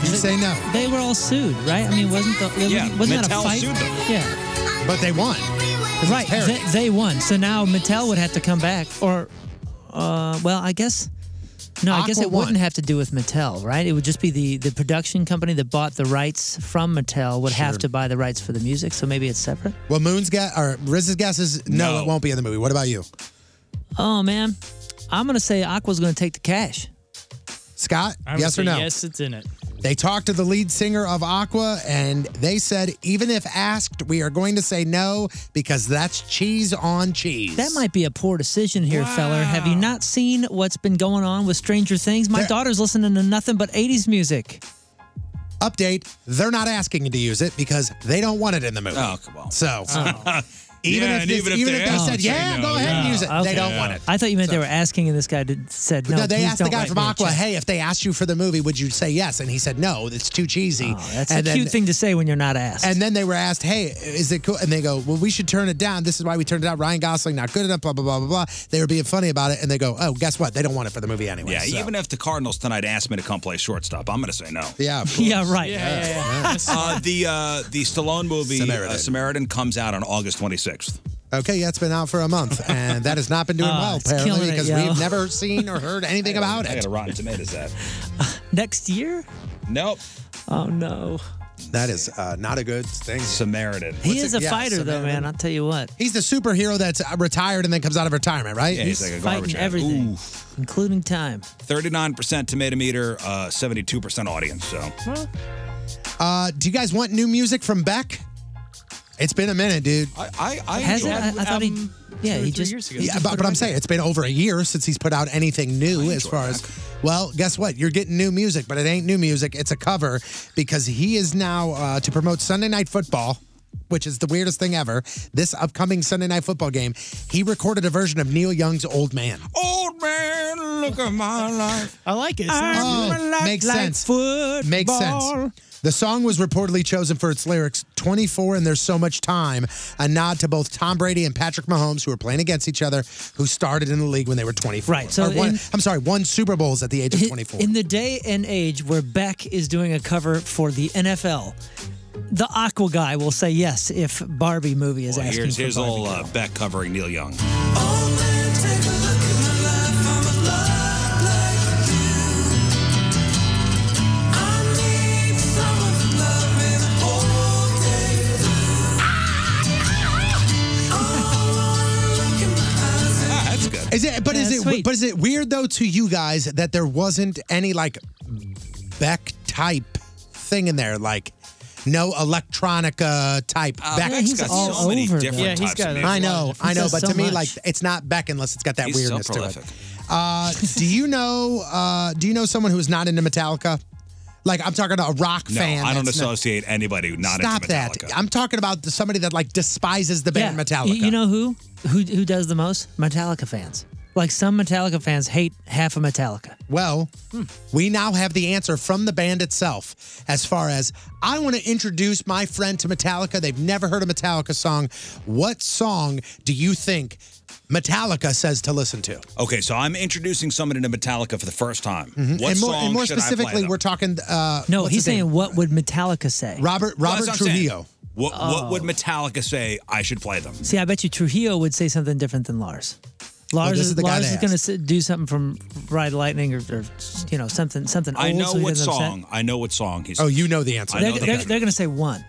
Speaker 2: you say no.
Speaker 3: They were all sued, right? I mean, wasn't the
Speaker 2: Yeah,
Speaker 3: wasn't that a
Speaker 2: Mattel
Speaker 3: fight?
Speaker 2: sued them.
Speaker 3: Yeah,
Speaker 2: But they won.
Speaker 3: right. They, they won, so now Mattel would have to come back, or uh, well, I guess. No, I guess
Speaker 2: Aqua
Speaker 3: it
Speaker 2: won.
Speaker 3: wouldn't have to do with Mattel, right? It would just be the, the production company that bought the rights from Mattel would have
Speaker 2: Sure.
Speaker 3: to buy the rights for the music, so maybe it's separate.
Speaker 2: Well, Moon's got, or Riz's guess is no, it won't be in the movie. What about you?
Speaker 3: Oh man, I'm going to say Aqua's going to take the cash.
Speaker 2: Scott,
Speaker 3: I would
Speaker 2: yes or
Speaker 3: say
Speaker 2: no?
Speaker 3: yes,
Speaker 4: it's in it.
Speaker 2: They talked to the lead singer of Aqua and they said, even if asked, we are going to say no because that's cheese on cheese.
Speaker 3: That might be a poor decision here, feller. Have you not seen what's been going on with Stranger Things? My daughter's listening to nothing but 80s music.
Speaker 2: Update, they're not asking you to use it because they don't want it in the movie.
Speaker 3: Oh,
Speaker 2: come on. So,
Speaker 3: Yeah,
Speaker 2: even if,
Speaker 3: and
Speaker 2: this-
Speaker 3: even if
Speaker 2: even
Speaker 3: they
Speaker 2: if they
Speaker 3: ask,
Speaker 2: said,
Speaker 3: you say
Speaker 2: yeah,
Speaker 3: no.
Speaker 2: go ahead and
Speaker 3: Yeah.
Speaker 2: use it,
Speaker 3: Okay.
Speaker 2: they don't want it.
Speaker 3: I thought you meant they
Speaker 2: So-
Speaker 3: were asking, and this guy did, said no.
Speaker 2: No, they
Speaker 3: please
Speaker 2: asked the
Speaker 3: don't
Speaker 2: guy
Speaker 3: write
Speaker 2: from
Speaker 3: me a
Speaker 2: Aqua,
Speaker 3: check.
Speaker 2: hey, if they asked you for the movie, would you say yes? And he said no, it's too cheesy.
Speaker 3: Oh, That's
Speaker 2: and
Speaker 3: a
Speaker 2: then-
Speaker 3: cute thing to say when you're not asked.
Speaker 2: And then they were asked, "Hey, is it cool?" And they go, "Well, we should turn it down. This is why we turned it down. Ryan Gosling not good enough. Blah blah blah blah blah." They were being funny about it, and they go, "Oh, guess what? They don't want it for the movie anyway."
Speaker 1: Yeah,
Speaker 2: so.
Speaker 1: even if the Cardinals tonight asked me to come play shortstop, I'm going to say no.
Speaker 2: yeah,
Speaker 3: yeah, right.
Speaker 1: uh, the uh, the Stallone movie Samaritan. Samaritan comes out on August 26th.
Speaker 2: Okay, yeah, it's been out for a month, and that has not been doing
Speaker 1: Ah,
Speaker 3: Oh,
Speaker 2: well
Speaker 3: it's
Speaker 2: apparently
Speaker 3: killing it,
Speaker 2: because
Speaker 3: yo.
Speaker 2: we've never seen or heard anything about
Speaker 1: I got a
Speaker 2: it.
Speaker 1: Rotten Tomatoes that.
Speaker 3: Next year?
Speaker 1: Nope.
Speaker 3: Oh no.
Speaker 2: That is uh, not a good thing.
Speaker 1: Samaritan.
Speaker 3: He is a fighter, though, man. I'll tell you what.
Speaker 2: He's the superhero that's uh, retired and then comes out of retirement, right?
Speaker 1: Yeah, he's He's like a garbage fighting man. everything,
Speaker 3: including time.
Speaker 1: 39% tomato meter, uh, 72% audience. So
Speaker 2: Uh, do you guys want new music from Beck? It's been a minute, dude.
Speaker 1: I, I
Speaker 3: Has
Speaker 1: enjoyed
Speaker 3: I, I thought
Speaker 4: Um,
Speaker 3: he. Yeah, he just.
Speaker 2: Yeah, but, but I'm saying it's been over a year since he's put out anything new as far as. Well, guess what? You're getting new music, but it ain't new music. It's a cover because he is now uh, to promote Sunday Night Football, which is the weirdest thing ever. This upcoming Sunday Night Football game, he recorded a version of Neil Young's Old Man.
Speaker 1: Old man, look at my life.
Speaker 4: I like it.
Speaker 3: Ah.
Speaker 2: Oh, makes sense. Makes
Speaker 4: football.
Speaker 2: sense. The song was reportedly chosen for its lyrics 24 and There's So Much Time, a nod to both Tom Brady and Patrick Mahomes, who were playing against each other, who started in the league when they were 24.
Speaker 3: Right, so
Speaker 2: Or won-
Speaker 3: in-
Speaker 2: I'm sorry, won Super Bowls at the age of 24.
Speaker 3: In the day and age where Beck is doing a cover for the NFL, the Aqua guy will say yes if Barbie movie is
Speaker 1: Well,
Speaker 3: asking
Speaker 1: here's
Speaker 3: for
Speaker 1: here's
Speaker 3: Barbie.
Speaker 1: old uh, Beck covering Neil Young. Ah, That's good.
Speaker 2: Is it? But is it? But is it weird though to you guys that there wasn't any like Beck type thing in there, like no electronica type
Speaker 1: Uh,
Speaker 2: Beck.
Speaker 1: Beck's got All so many over different
Speaker 4: Yeah, he's types of got a music.
Speaker 2: I know,
Speaker 4: lot.
Speaker 2: I
Speaker 4: He
Speaker 2: know,
Speaker 4: does
Speaker 2: but
Speaker 4: so
Speaker 2: to me,
Speaker 4: much.
Speaker 2: like it's not Beck unless it's got that
Speaker 1: He's so
Speaker 2: weirdness to it.
Speaker 1: prolific.
Speaker 2: Uh, do you know? Uh, do you know someone who's not into Metallica? Like I'm talking to a rock
Speaker 1: No,
Speaker 2: fan.
Speaker 1: I don't
Speaker 2: that's not-
Speaker 1: associate anybody not
Speaker 2: Stop
Speaker 1: into
Speaker 2: that!
Speaker 1: Metallica.
Speaker 2: I'm talking about the- somebody that like despises the
Speaker 3: Yeah,
Speaker 2: band
Speaker 3: you-
Speaker 2: Metallica.
Speaker 3: You know who? Who who does the most? Metallica fans. Like some Metallica fans hate half of Metallica.
Speaker 2: Well,
Speaker 3: Hmm.
Speaker 2: we now have the answer from the band itself as far as I want to introduce my friend to Metallica. They've never heard a Metallica song. What song do you think Metallica says to listen to?
Speaker 1: Okay, so I'm introducing somebody to Metallica for the first time.
Speaker 2: Mhm.
Speaker 1: What
Speaker 2: and more,
Speaker 1: song
Speaker 2: and more
Speaker 1: should I play
Speaker 2: specifically,
Speaker 1: them?
Speaker 2: we're talking. Uh,
Speaker 3: No,
Speaker 2: what's
Speaker 3: he's
Speaker 2: his name?
Speaker 3: saying what would Metallica say?
Speaker 2: Robert
Speaker 1: Well,
Speaker 2: Robert
Speaker 1: that's what I'm saying.
Speaker 2: Trujillo.
Speaker 1: What, what
Speaker 3: Oh.
Speaker 1: would Metallica say I should play them?
Speaker 3: See, I bet you Trujillo would say something different than Lars. Lars
Speaker 1: this
Speaker 3: is,
Speaker 1: is the guy
Speaker 3: Lars
Speaker 1: to
Speaker 3: is going to do something from Ride Lightning or, or you know something something old.
Speaker 1: I know
Speaker 3: so he
Speaker 1: what
Speaker 3: doesn't upset.
Speaker 1: song. I know what song he's.
Speaker 2: Oh, you know the answer.
Speaker 1: I know
Speaker 3: They're,
Speaker 1: the
Speaker 3: they're,
Speaker 1: answer.
Speaker 3: they're going to say one.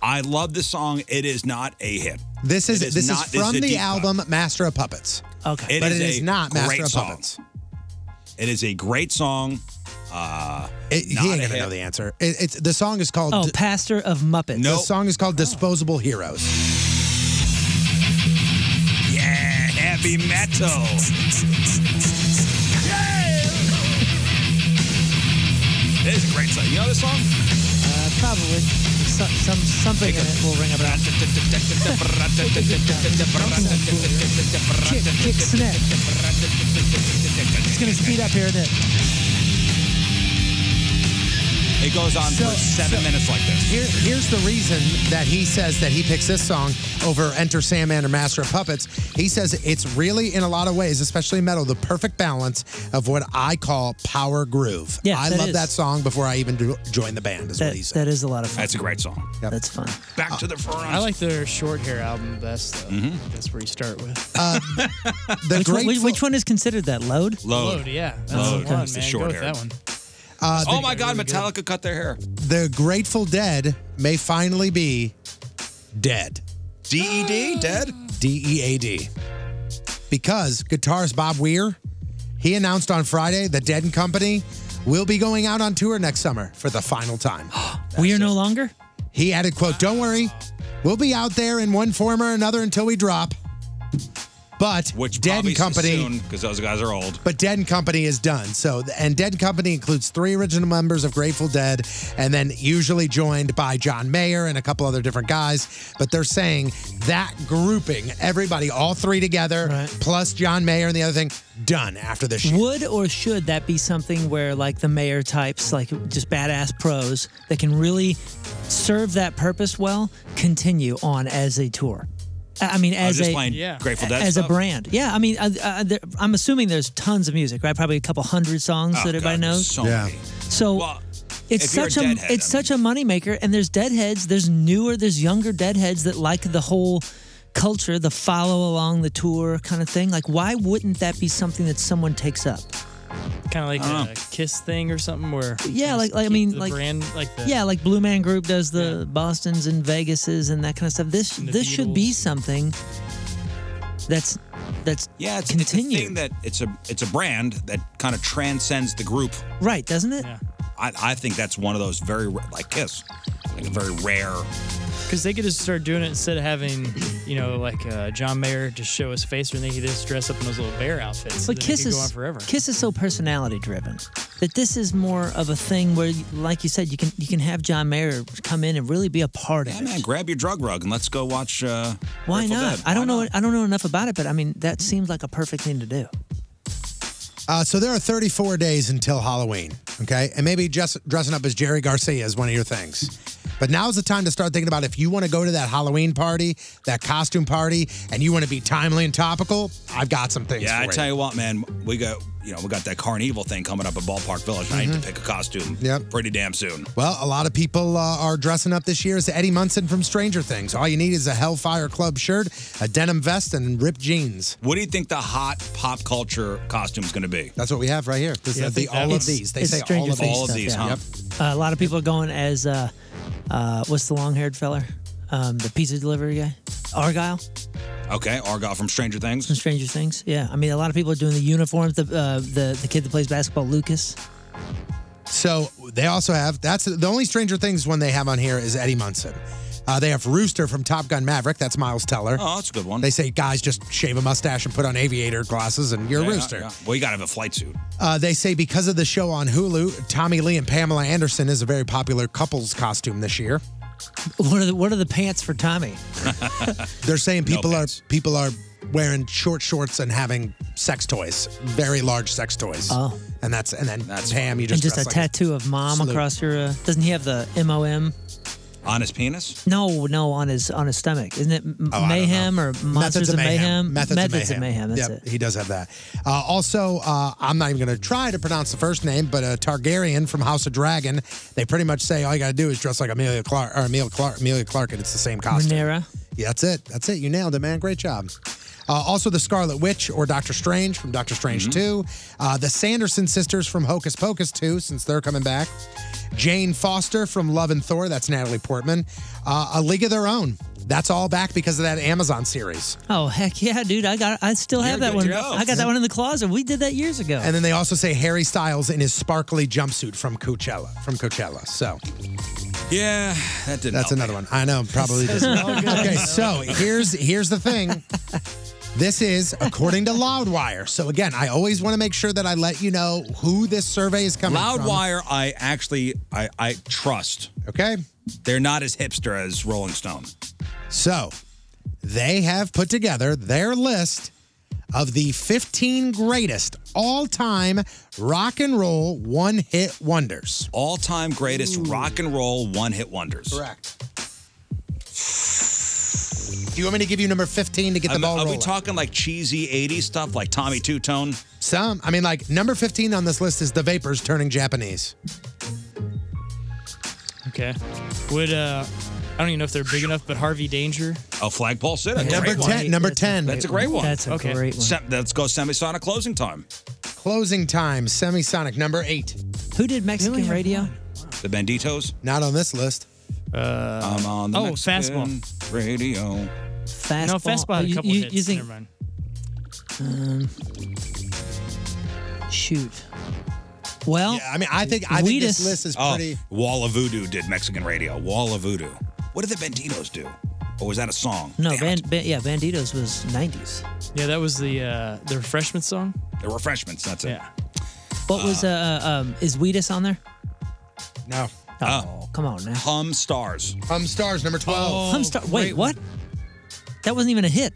Speaker 1: I love this song. It is not a hit.
Speaker 2: This is,
Speaker 1: It
Speaker 2: this
Speaker 1: not-
Speaker 2: is
Speaker 1: it's
Speaker 2: from
Speaker 1: a
Speaker 2: the
Speaker 1: deep cut.
Speaker 2: album Master of Puppets.
Speaker 3: Okay,
Speaker 2: but it is
Speaker 1: a
Speaker 2: not Master
Speaker 1: great
Speaker 2: of
Speaker 1: song.
Speaker 2: Puppets.
Speaker 1: It is a great song. Uh,
Speaker 2: It, he
Speaker 1: not
Speaker 2: ain't
Speaker 1: a
Speaker 2: gonna
Speaker 1: hit.
Speaker 2: know the answer. It, it's the song is called.
Speaker 3: Oh, Pastor of Muppets.
Speaker 2: The song is called Disposable Heroes.
Speaker 1: Yeah, heavy metal.
Speaker 3: Uh,
Speaker 1: Yeah. It is a great song. You know this song?
Speaker 3: Uh, probably some, some something in it will ring a bell. Kick, kick, snap. It's going to speed up here a bit.
Speaker 1: It goes on
Speaker 2: So-
Speaker 1: for seven minutes like this.
Speaker 2: Here, here's the reason that he says that he picks this song over Enter Sandman or Master of Puppets. He says it's really, in a lot of ways, especially metal, the perfect balance of what I call power groove.
Speaker 3: Yeah,
Speaker 2: I
Speaker 3: that
Speaker 2: love
Speaker 3: is.
Speaker 2: that song before I even do, joined the band. Is what
Speaker 3: That,
Speaker 2: he said.
Speaker 3: that is a lot of fun.
Speaker 1: That's a great song.
Speaker 3: That's fun.
Speaker 1: Back to the front.
Speaker 4: I like their short hair album best though.
Speaker 2: Mm-hmm.
Speaker 4: That's where you start with.
Speaker 2: Oh. The
Speaker 3: which, one,
Speaker 2: Grateful-
Speaker 3: which, which one is considered that? Load?
Speaker 1: Load.
Speaker 4: Load, Oh, yeah. That's
Speaker 2: Oh,
Speaker 1: Load.
Speaker 4: the one,
Speaker 1: It's the
Speaker 4: man.
Speaker 1: short
Speaker 4: Go with
Speaker 1: hair.
Speaker 4: that one.
Speaker 2: Uh,
Speaker 1: oh
Speaker 2: the-
Speaker 1: my God, Metallica cut their hair.
Speaker 2: The Grateful Dead may finally be dead.
Speaker 1: D E D, dead?
Speaker 2: D E A D. because guitarist Bob Weir, he announced on Friday the Dead and Company will be going out on tour next summer for the final time.
Speaker 3: we are no longer?
Speaker 2: He added, quote, Don't worry, we'll be out there in one form or another until we drop. But
Speaker 1: Which
Speaker 2: Dead
Speaker 1: probably
Speaker 2: and Company
Speaker 1: soon because those guys are old.
Speaker 2: but Dead and Company is done. So, and Dead and Company includes three original members of Grateful Dead, and then usually joined by John Mayer and a couple other different guys. But they're saying that grouping, everybody, all three together, plus John Mayer and the other thing, done after this.
Speaker 3: Would or should that be something where, like, the mayor types, like just badass pros that can really serve that purpose well, continue on as a tour? I I mean,
Speaker 1: Oh,
Speaker 3: as
Speaker 1: just
Speaker 3: a
Speaker 1: playing Yeah. Grateful Dead
Speaker 3: as
Speaker 1: stuff?
Speaker 3: a brand. Yeah, I mean, I, I, there, I'm assuming there's tons of music, right? Probably a couple hundred songs
Speaker 1: Oh,
Speaker 3: that everybody
Speaker 1: God,
Speaker 3: knows.
Speaker 1: so Yeah. many.
Speaker 3: So. it's
Speaker 1: if you're a
Speaker 3: such a,
Speaker 1: Deadhead,
Speaker 3: it's such a moneymaker, and there's deadheads, there's newer, there's younger deadheads that like the whole culture, the follow along the tour kind of thing. Like, why wouldn't that be something that someone takes up?
Speaker 4: Kind of like a kiss thing or something where.
Speaker 3: Yeah, like, like I
Speaker 4: keep
Speaker 3: mean,
Speaker 4: the
Speaker 3: like
Speaker 4: brand, like the-
Speaker 3: yeah, like Blue Man Group does the Boston's and Vegas's and that kind of stuff. This
Speaker 1: the
Speaker 3: this should be something that's that's
Speaker 1: Yeah, it's, it's a
Speaker 3: continued,
Speaker 1: thing that it's a it's a brand that kind of transcends the group.
Speaker 3: right? Doesn't it?
Speaker 1: I, I think that's one of those very ra- like Kiss, like a very rare.
Speaker 4: Because they could just start doing it instead of having, you know, like uh, John Mayer just show his face, and they could just dress up in those little bear outfits.
Speaker 3: But
Speaker 4: and then they
Speaker 3: Kiss
Speaker 4: could go on
Speaker 3: is
Speaker 4: forever.
Speaker 3: Kiss is so personality driven that this is more of a thing where, like you said, you can you can have John Mayer come in and really be a part of
Speaker 1: Yeah,
Speaker 3: it.
Speaker 1: man, grab your drug rug and let's go watch. Uh,
Speaker 3: Why
Speaker 1: Grateful
Speaker 3: not?
Speaker 1: Dead.
Speaker 3: I don't know. I don't know enough about it, but I mean, that seems like a perfect thing to do.
Speaker 2: Uh, so there are 34 days until Halloween, okay? And maybe just dressing up as Jerry Garcia is one of your things. But now's the time to start thinking about if you want to go to that Halloween party, that costume party, and you want to be timely and topical, I've got some things
Speaker 1: Yeah,
Speaker 2: for
Speaker 1: I
Speaker 2: you.
Speaker 1: tell you what, man, we got you know we got that Carnival thing coming up at Ballpark Village. and I need to pick a costume.
Speaker 2: Mm-hmm. Yep.
Speaker 1: pretty damn soon.
Speaker 2: Well, a lot of people uh, are dressing up this year as Eddie Munson from Stranger Things. All you need is a Hellfire Club shirt, a denim vest, and ripped jeans.
Speaker 1: What do you think the hot pop culture costume's going to be?
Speaker 2: That's what we have right here. This
Speaker 1: Yeah, I
Speaker 2: is the,
Speaker 1: think that
Speaker 2: all of
Speaker 1: was-
Speaker 2: these. They
Speaker 1: it's
Speaker 2: say all
Speaker 1: Stranger
Speaker 2: of
Speaker 1: Things
Speaker 2: these.
Speaker 1: All of these,
Speaker 2: Yeah. Yep.
Speaker 1: huh?
Speaker 3: Uh, a lot of people are going as uh, uh, what's the long-haired fella, um, the pizza delivery guy, Argyle
Speaker 1: Okay, Argyle from Stranger Things.
Speaker 3: from Stranger Things. Yeah, I mean, a lot of people are doing the uniforms. The uh, the the kid that plays basketball, Lucas.
Speaker 2: So they also have that's the only Stranger Things one they have on here is Eddie Munson. Uh, they have Rooster from Top Gun Maverick. That's Miles Teller.
Speaker 1: Oh, that's a good one.
Speaker 2: They say guys just shave a mustache and put on aviator glasses, and you're
Speaker 1: Yeah,
Speaker 2: a
Speaker 1: yeah,
Speaker 2: rooster.
Speaker 1: yeah. Well, you got to have a flight suit.
Speaker 2: Uh, they say because of the show on Hulu, Tommy Lee and Pamela Anderson is a very popular couples costume this year.
Speaker 3: What are the what are the pants for Tommy?
Speaker 2: They're saying people are people are wearing short shorts and having sex toys, very large sex toys.
Speaker 3: Oh.
Speaker 2: and that's and then Pam, you
Speaker 3: and
Speaker 2: just
Speaker 3: just a
Speaker 2: dress like
Speaker 3: tattoo of mom
Speaker 2: salute.
Speaker 3: across your. Uh, doesn't he have the M O M?
Speaker 1: On his penis?
Speaker 3: No, no, on his on his stomach. Isn't it m-
Speaker 2: Oh, I don't
Speaker 3: mayhem
Speaker 2: know.
Speaker 3: or monsters of mayhem?
Speaker 2: Methods,
Speaker 3: of mayhem. That's
Speaker 2: Yep,
Speaker 3: it.
Speaker 2: He does have that. Uh, also, uh, I'm not even going to try to pronounce the first name, but uh, Targaryen from House of Dragon. They pretty much say all you got to do is dress like Amelia Clark or Amelia Clark, Amelia Clark, and it's the same costume.
Speaker 3: Rhaenyra.
Speaker 2: Yeah, that's it. That's it. You nailed it, man. Great job. Uh, also, the Scarlet Witch or Doctor Strange from Doctor Strange
Speaker 3: Mm-hmm.
Speaker 2: 2. Uh, the Sanderson sisters from Hocus Pocus 2, since they're coming back. Jane Foster from Love and Thor. That's Natalie Portman. Uh, A League of Their Own. That's all back because of that Amazon series.
Speaker 3: Oh heck yeah, dude! I got I still have
Speaker 2: You're
Speaker 3: that
Speaker 2: good
Speaker 3: one.
Speaker 2: to go.
Speaker 3: I got that one in the closet. We did that years ago.
Speaker 2: And then they also say Harry Styles in his sparkly jumpsuit from Coachella. From Coachella. So
Speaker 1: Yeah, that didn't.
Speaker 2: That's
Speaker 1: help.
Speaker 2: another one. I know, probably doesn't. okay, so here's here's the thing. This is according to Loudwire. So again, I always want to make sure that I let you know who this survey is coming from.
Speaker 1: Loudwire, I actually I, I trust.
Speaker 2: Okay.
Speaker 1: They're not as hipster as Rolling Stone.
Speaker 2: So they have put together their list of the 15 greatest all-time rock and roll one-hit wonders.
Speaker 1: All time greatest rock and roll one hit wonders.
Speaker 2: Correct. Do you want me to give you number 15 to get the
Speaker 1: Am-
Speaker 2: ball
Speaker 1: are we
Speaker 2: rolling?
Speaker 1: talking like cheesy 80s stuff like Tommy Two Tone?
Speaker 2: Some. I mean, like number 15 on this list is the Vapors turning Japanese.
Speaker 4: Okay. Would uh, I don't even know if they're big enough, but Harvey Danger.
Speaker 1: Oh, Flagpole Sit. a
Speaker 2: Number
Speaker 1: great one.
Speaker 2: 10, number That's a 10.
Speaker 1: That's a
Speaker 2: great
Speaker 1: great
Speaker 2: one.
Speaker 1: one.
Speaker 2: That's a Okay. great one.
Speaker 1: Se- let's go semisonic closing time.
Speaker 2: Closing time, semisonic number eight.
Speaker 3: Who did Mexican radio?
Speaker 1: The Banditos.
Speaker 2: Not on this list.
Speaker 1: Uh, I'm on the
Speaker 4: oh,
Speaker 1: Mexican radio.
Speaker 3: Fastball.
Speaker 4: No, Fastball had a
Speaker 3: You-
Speaker 4: couple
Speaker 3: you-
Speaker 4: hits.
Speaker 3: you think-
Speaker 4: Never
Speaker 3: Um,
Speaker 4: mind.
Speaker 3: shoot. Well,
Speaker 2: I mean, I think I think this list is pretty.
Speaker 1: Oh, Wall of Voodoo did Mexican radio. Wall of Voodoo. What did the Banditos do? Or was that a song?
Speaker 3: No, band, Ban- yeah, Banditos was '90s.
Speaker 14: Yeah, that was the uh, the refreshment song.
Speaker 1: The refreshments. That's it.
Speaker 14: Yeah.
Speaker 3: What was uh, um, is Wheatus on there?
Speaker 2: No.
Speaker 3: Oh, come on now.
Speaker 1: Hum Stars.
Speaker 2: Hum Stars number twelve.
Speaker 1: Oh.
Speaker 3: Hum Star. Wait, what? That wasn't even a hit.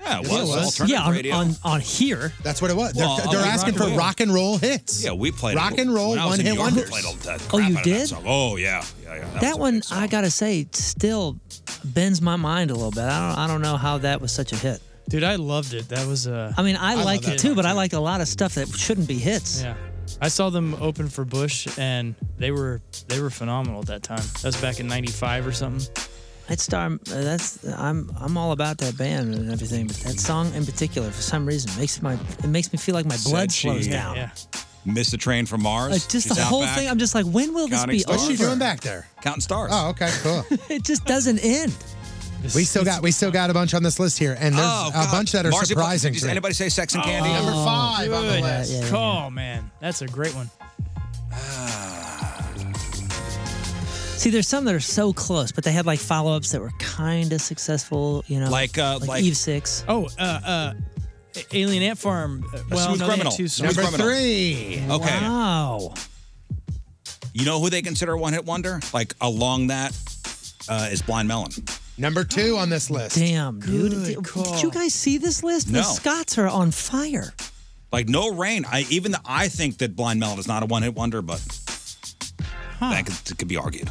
Speaker 1: Yeah,
Speaker 2: it Yes, it was. was.
Speaker 3: Yeah,
Speaker 2: Alternative
Speaker 3: on,
Speaker 2: radio.
Speaker 3: on on here.
Speaker 2: That's what it was. They're,
Speaker 3: Well,
Speaker 2: they're
Speaker 3: I like
Speaker 2: asking
Speaker 3: rock
Speaker 2: for
Speaker 3: and roll.
Speaker 2: rock and roll hits.
Speaker 1: Yeah, we played.
Speaker 2: rock
Speaker 1: it.
Speaker 2: and roll
Speaker 1: When I was
Speaker 2: one
Speaker 1: in
Speaker 2: hit
Speaker 1: New York, we
Speaker 2: wonders.
Speaker 1: played all the crap
Speaker 3: Oh, you
Speaker 1: out of
Speaker 3: did?
Speaker 1: That song. Oh yeah, yeah, yeah. That,
Speaker 3: That,
Speaker 1: was-
Speaker 3: one, I gotta say, still bends my mind a little bit. I don't, I don't know how that was such a hit.
Speaker 14: Dude, I loved it. That was uh
Speaker 3: I mean, I, like it too, but I like a lot of stuff that shouldn't be hits.
Speaker 14: Yeah. I saw them open for Bush and they were they were phenomenal at that time. That was back in 95 or something.
Speaker 3: I'd start. uh, That's I'm I'm all about that band and everything, but that song in particular, for some reason, makes my it makes me feel like my
Speaker 1: Said
Speaker 3: blood
Speaker 1: she
Speaker 3: slows down.
Speaker 1: Missed the train from Mars.
Speaker 3: Like Uh, just
Speaker 1: She's
Speaker 3: the
Speaker 1: out
Speaker 3: whole
Speaker 1: back.
Speaker 3: thing. I'm just like, when will this
Speaker 1: Counting
Speaker 3: be
Speaker 1: stars.
Speaker 3: over?
Speaker 1: What's she doing back
Speaker 2: there?
Speaker 1: Counting stars.
Speaker 2: Oh, okay, cool.
Speaker 3: it just doesn't end.
Speaker 2: we still got we still got a bunch on this list here, and there's
Speaker 1: Oh,
Speaker 2: a
Speaker 1: God.
Speaker 2: bunch that are
Speaker 1: Marcy Button-
Speaker 2: surprising.
Speaker 1: Does
Speaker 2: to me.
Speaker 1: anybody say Sex and Candy?
Speaker 2: Number
Speaker 3: Oh,
Speaker 2: five on the
Speaker 14: Good
Speaker 2: list.
Speaker 14: call, man. That's a great one.
Speaker 3: See, there's some that are so close, but they had like follow ups that were kind of successful. You know,
Speaker 1: Like, uh, like-
Speaker 3: Eve Six.
Speaker 14: Oh, uh, uh, Alien Ant Farm. uh,
Speaker 1: A
Speaker 14: well,
Speaker 1: smooth
Speaker 14: no, they had
Speaker 1: criminal.
Speaker 14: two
Speaker 1: Smooth
Speaker 14: songs.
Speaker 1: criminal. Okay.
Speaker 3: Wow.
Speaker 1: You know who they consider a one-hit wonder? Like along that uh, is Blind Melon.
Speaker 2: Number two on this list.
Speaker 3: Damn, dude. Did, did you guys see this list?
Speaker 1: No.
Speaker 3: The Scots are on fire.
Speaker 1: Like no rain. I even the, I think that Blind Melon is not a one-hit wonder, but that could, could be argued.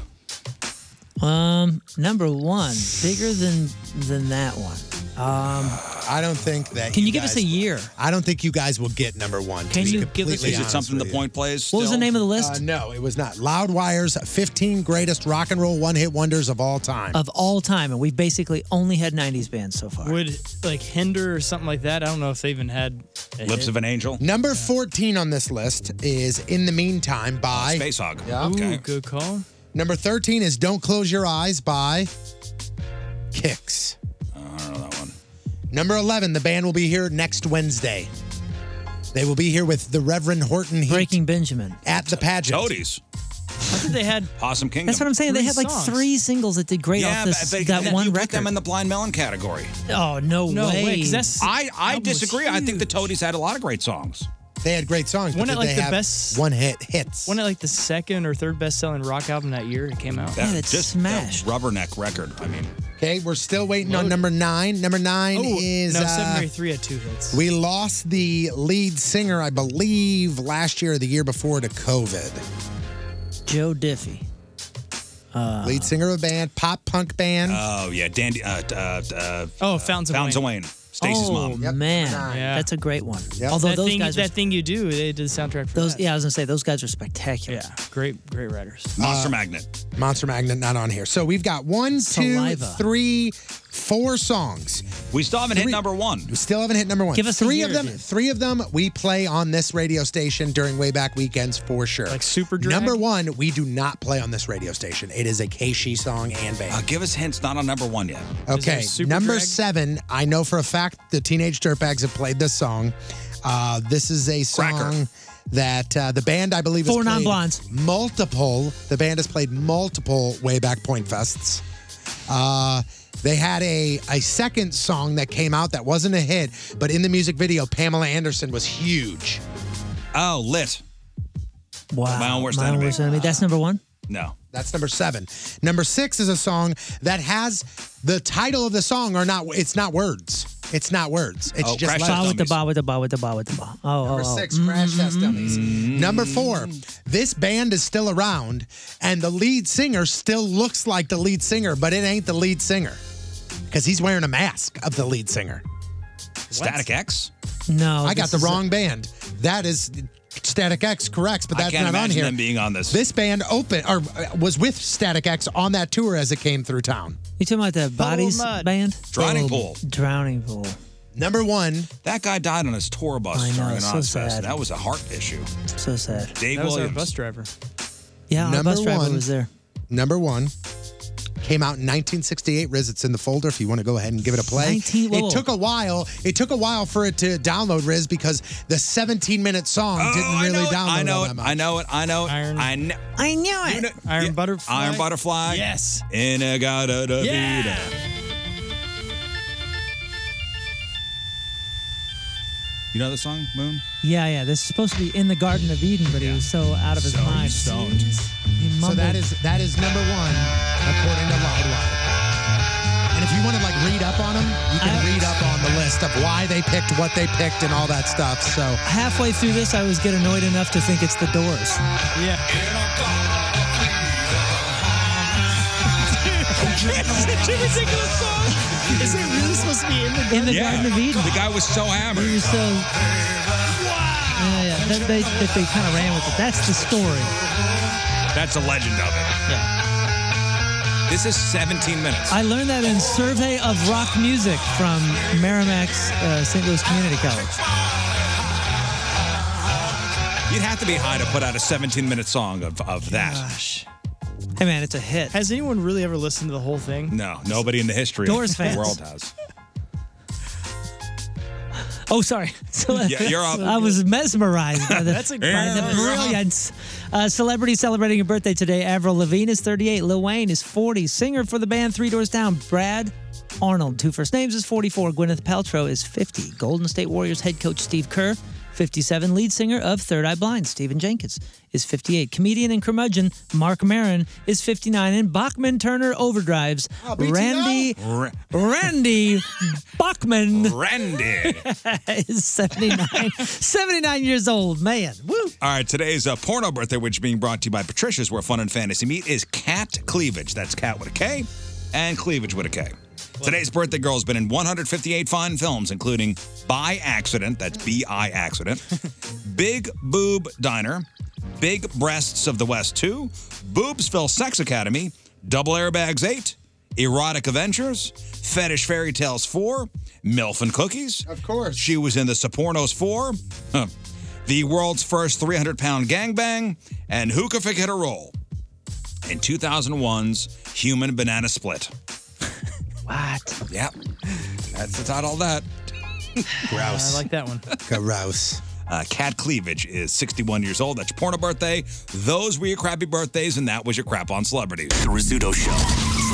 Speaker 3: Um, number one, bigger than than that one. Um,
Speaker 2: I don't think that.
Speaker 3: Can you give us
Speaker 2: guys
Speaker 3: a year?
Speaker 2: I don't think you guys will get number one. to
Speaker 3: Can
Speaker 2: be
Speaker 3: you give us-
Speaker 2: completely
Speaker 3: Is it
Speaker 2: honest
Speaker 1: something
Speaker 2: with
Speaker 1: the
Speaker 2: you.
Speaker 1: point plays?
Speaker 3: What was the name of the list?
Speaker 2: Uh, no, it was not. Loudwire's 15 greatest rock and roll one hit wonders of all time.
Speaker 3: of all time, and we've basically only had '90s bands so far.
Speaker 14: Would like Hinder or something like that? I don't know if they even had a hit.
Speaker 1: Angel.
Speaker 2: Number 14 on this list is In the Meantime by
Speaker 1: Space Hog.
Speaker 2: Yeah.
Speaker 14: Ooh, good call.
Speaker 2: Number 13 is Don't Close Your Eyes by Kicks.
Speaker 1: I don't know that one.
Speaker 2: Number 11, the band will be here next Wednesday. They will be here with the Reverend Horton Heat
Speaker 3: Breaking Benjamin
Speaker 2: at the pageant.
Speaker 1: Toadies.
Speaker 3: I think they had.
Speaker 1: Possum Kingdom.
Speaker 3: That's what I'm saying. they
Speaker 1: Three
Speaker 3: had like
Speaker 1: songs.
Speaker 3: three singles that did great
Speaker 1: yeah,
Speaker 3: off this
Speaker 1: but they,
Speaker 3: that
Speaker 1: you
Speaker 3: one
Speaker 1: put
Speaker 3: record.
Speaker 1: them in the Blind Melon category.
Speaker 3: oh no, way!
Speaker 1: I, I
Speaker 3: That was
Speaker 1: disagree. I think the Toadies had a lot of great songs.
Speaker 2: They had great songs.
Speaker 14: Wasn't it
Speaker 2: but did
Speaker 14: like
Speaker 2: they
Speaker 14: the
Speaker 2: have
Speaker 14: best-
Speaker 2: one hit hits?
Speaker 14: Wasn't it like the second or third best selling rock album that year it came out?
Speaker 1: That, just smashed. That rubberneck record. I mean,
Speaker 2: Okay, we're still waiting on number nine. Number nine
Speaker 14: Oh,
Speaker 2: is
Speaker 14: no,
Speaker 2: uh,
Speaker 14: Seminary 3 had two hits.
Speaker 2: we lost the lead singer, I believe, last year or the year before to COVID.
Speaker 3: Joe Diffie.
Speaker 14: Ah.
Speaker 2: lead singer of a band, pop punk band.
Speaker 1: oh yeah, Dandy. Uh, uh, uh,
Speaker 14: oh, Fountains of
Speaker 1: Fountains of Wayne. Stacy's
Speaker 3: oh,
Speaker 1: mom.
Speaker 3: man,
Speaker 14: Yeah.
Speaker 3: that's a great one. Although
Speaker 14: that
Speaker 3: those
Speaker 14: thing,
Speaker 3: guys,
Speaker 14: that
Speaker 3: were,
Speaker 14: thing you do, they did the soundtrack for
Speaker 3: those
Speaker 14: that.
Speaker 3: yeah, I was gonna say those guys are spectacular.
Speaker 14: Yeah, great, great writers.
Speaker 1: Monster Magnet.
Speaker 2: Monster Magnet not on here. So we've got one, two,
Speaker 3: Saliva.
Speaker 2: three, four songs.
Speaker 1: We still haven't hit number one.
Speaker 2: We still haven't hit number one.
Speaker 3: Give us a
Speaker 2: three
Speaker 3: year,
Speaker 2: of them.
Speaker 3: dude.
Speaker 2: Three of them we play on this radio station during Wayback Weekends for sure. Like
Speaker 14: Super
Speaker 2: Number one, we do not play on this radio station. It is a Keishi song and band.
Speaker 1: Uh, give us hints. Not on number one yet.
Speaker 2: Okay, number seven. I know for a fact the Teenage Dirtbags have played this song. Uh, this is a song that uh, the band, I believe, has
Speaker 3: Four
Speaker 2: played
Speaker 3: Non-Blondes.
Speaker 2: Multiple. The band has played multiple Wayback Point fests. Uh, they had a a second song that came out that wasn't a hit, but in the music video, Pamela Anderson was huge.
Speaker 1: Oh, lit.
Speaker 3: Wow,
Speaker 1: My own worst
Speaker 3: My
Speaker 1: enemy.
Speaker 3: Worst Enemy. That's number one.
Speaker 1: No.
Speaker 2: That's number seven. Number six is a song that has the title of the song are not. It's not words. It's not words. It's
Speaker 3: oh,
Speaker 2: just letters.
Speaker 3: ba with the ba with the ba with the ba with the ba. Oh,
Speaker 2: Number
Speaker 3: oh, oh.
Speaker 2: six, Crash Test Dummies. Number four, this band is still around, and the lead singer still looks like the lead singer, but it ain't the lead singer because he's wearing a mask of the lead singer.
Speaker 1: Static X.
Speaker 3: No,
Speaker 2: I
Speaker 3: Oh,
Speaker 2: got
Speaker 3: this
Speaker 2: the
Speaker 3: is a-
Speaker 2: wrong band. That is Static X, correct? But
Speaker 1: I
Speaker 2: that's
Speaker 1: can't
Speaker 2: not on
Speaker 1: imagine
Speaker 2: here.
Speaker 1: them being on this.
Speaker 2: This band open or uh, was with Static X on that tour as it came through town.
Speaker 3: You talking about the Bodies
Speaker 2: Mud.
Speaker 3: band?
Speaker 1: Drowning
Speaker 2: Oh,
Speaker 1: Pool.
Speaker 3: Drowning Pool.
Speaker 2: Number one,
Speaker 1: That guy died on his tour bus
Speaker 3: I know,
Speaker 1: during an
Speaker 3: it's so
Speaker 1: Oz Fest.
Speaker 3: sad.
Speaker 1: That was a heart issue.
Speaker 3: So sad.
Speaker 1: Dave
Speaker 14: That was our
Speaker 1: Williams.
Speaker 14: bus driver.
Speaker 3: Yeah, our
Speaker 2: Number
Speaker 3: bus driver
Speaker 2: one.
Speaker 3: was there.
Speaker 2: number one, Came out in 1968. Riz, it's in the folder if you want to go ahead and give it a play.
Speaker 3: 19 whoa,
Speaker 2: it
Speaker 3: whoa.
Speaker 2: took a while. It took a while for it to download, Riz, because the 17 minute song didn't really download.
Speaker 1: Oh, I know
Speaker 2: all
Speaker 1: it.
Speaker 2: that much.
Speaker 1: I know it. I know it. I know.
Speaker 2: I knew it.
Speaker 1: Iron butterfly. Iron butterfly. Yes. Inagada da
Speaker 2: Yeah.
Speaker 1: vida. You know the song Moon?
Speaker 3: Yeah, yeah. This is supposed to be in the Garden of Eden, but he was so out of his
Speaker 1: So
Speaker 3: mind.
Speaker 1: stoned.
Speaker 3: He
Speaker 2: So
Speaker 3: mumbled.
Speaker 2: that is that is number one according to Loudwire. And if you want to like read up on them, you can read up on the list of why they picked what they picked and all that stuff. So
Speaker 3: halfway through this, I was get annoyed enough to think it's the Doors.
Speaker 13: Yeah.
Speaker 9: Such a ridiculous song. Is it really supposed to be in the,
Speaker 3: in the Garden of Eden?
Speaker 1: The guy was so hammered.
Speaker 3: He was so. Yeah, yeah. They, they, they, kind of ran with it. That's the story.
Speaker 1: That's a legend of it. Yeah. This is 17 minutes.
Speaker 3: I learned that in Survey of Rock Music from Merrimack's uh, St. Louis Community College.
Speaker 1: You'd have to be high to put out a 17 minute song of, of that.
Speaker 3: Hey man, it's a hit.
Speaker 14: Has anyone really ever listened to the whole thing?
Speaker 1: No, nobody in the history
Speaker 14: Doors
Speaker 1: of the
Speaker 14: fans.
Speaker 1: world has.
Speaker 3: Oh, sorry. So,
Speaker 1: Yeah, you're up.
Speaker 3: I was mesmerized by the,
Speaker 1: That's
Speaker 3: by
Speaker 1: incredible.
Speaker 3: the brilliance. Uh, celebrity celebrating a birthday today. Avril Lavigne is 38. Lil Wayne is 40. Singer for the band Three Doors Down. Brad Arnold, two first names, is 44. Gwyneth Paltrow is 50. Golden State Warriors head coach Steve Kerr, 57. Lead singer of Third Eye Blind, Stephen Jenkins, is 58. Comedian and curmudgeon Mark Marin is 59. And Bachman Turner overdrives
Speaker 9: Oh, BTO?
Speaker 3: Randy Randy Bachman.
Speaker 1: Randy.
Speaker 3: is 79, 79 years old, man. Woo.
Speaker 1: All right, today's uh, porno birthday, which is being brought to you by Patricia's, where fun and fantasy meet, is Cat Cleavage. That's Cat with a K and Cleavage with a K. Today's birthday girl has been in 158 fine films, including By Accident, that's B I Accident, Big Boob Diner, Big Breasts of the West 2, Boobsville Sex Academy, Double Airbags 8, Erotic Adventures, Fetish Fairy Tales 4, MILF and Cookies. Of course. She was in The Sopranos 4, huh, the world's first 300 pound gangbang, and Who Could Forget a Roll in 2001's Human Banana Split.
Speaker 3: what?
Speaker 1: Yep. That's the title of that. Grouse.
Speaker 14: I like that one.
Speaker 1: Grouse. Uh, Cat Cleavage is 61 years old. That's porno birthday. Those were your crappy birthdays, and that was your crap on celebrities. The Rizzuto Show.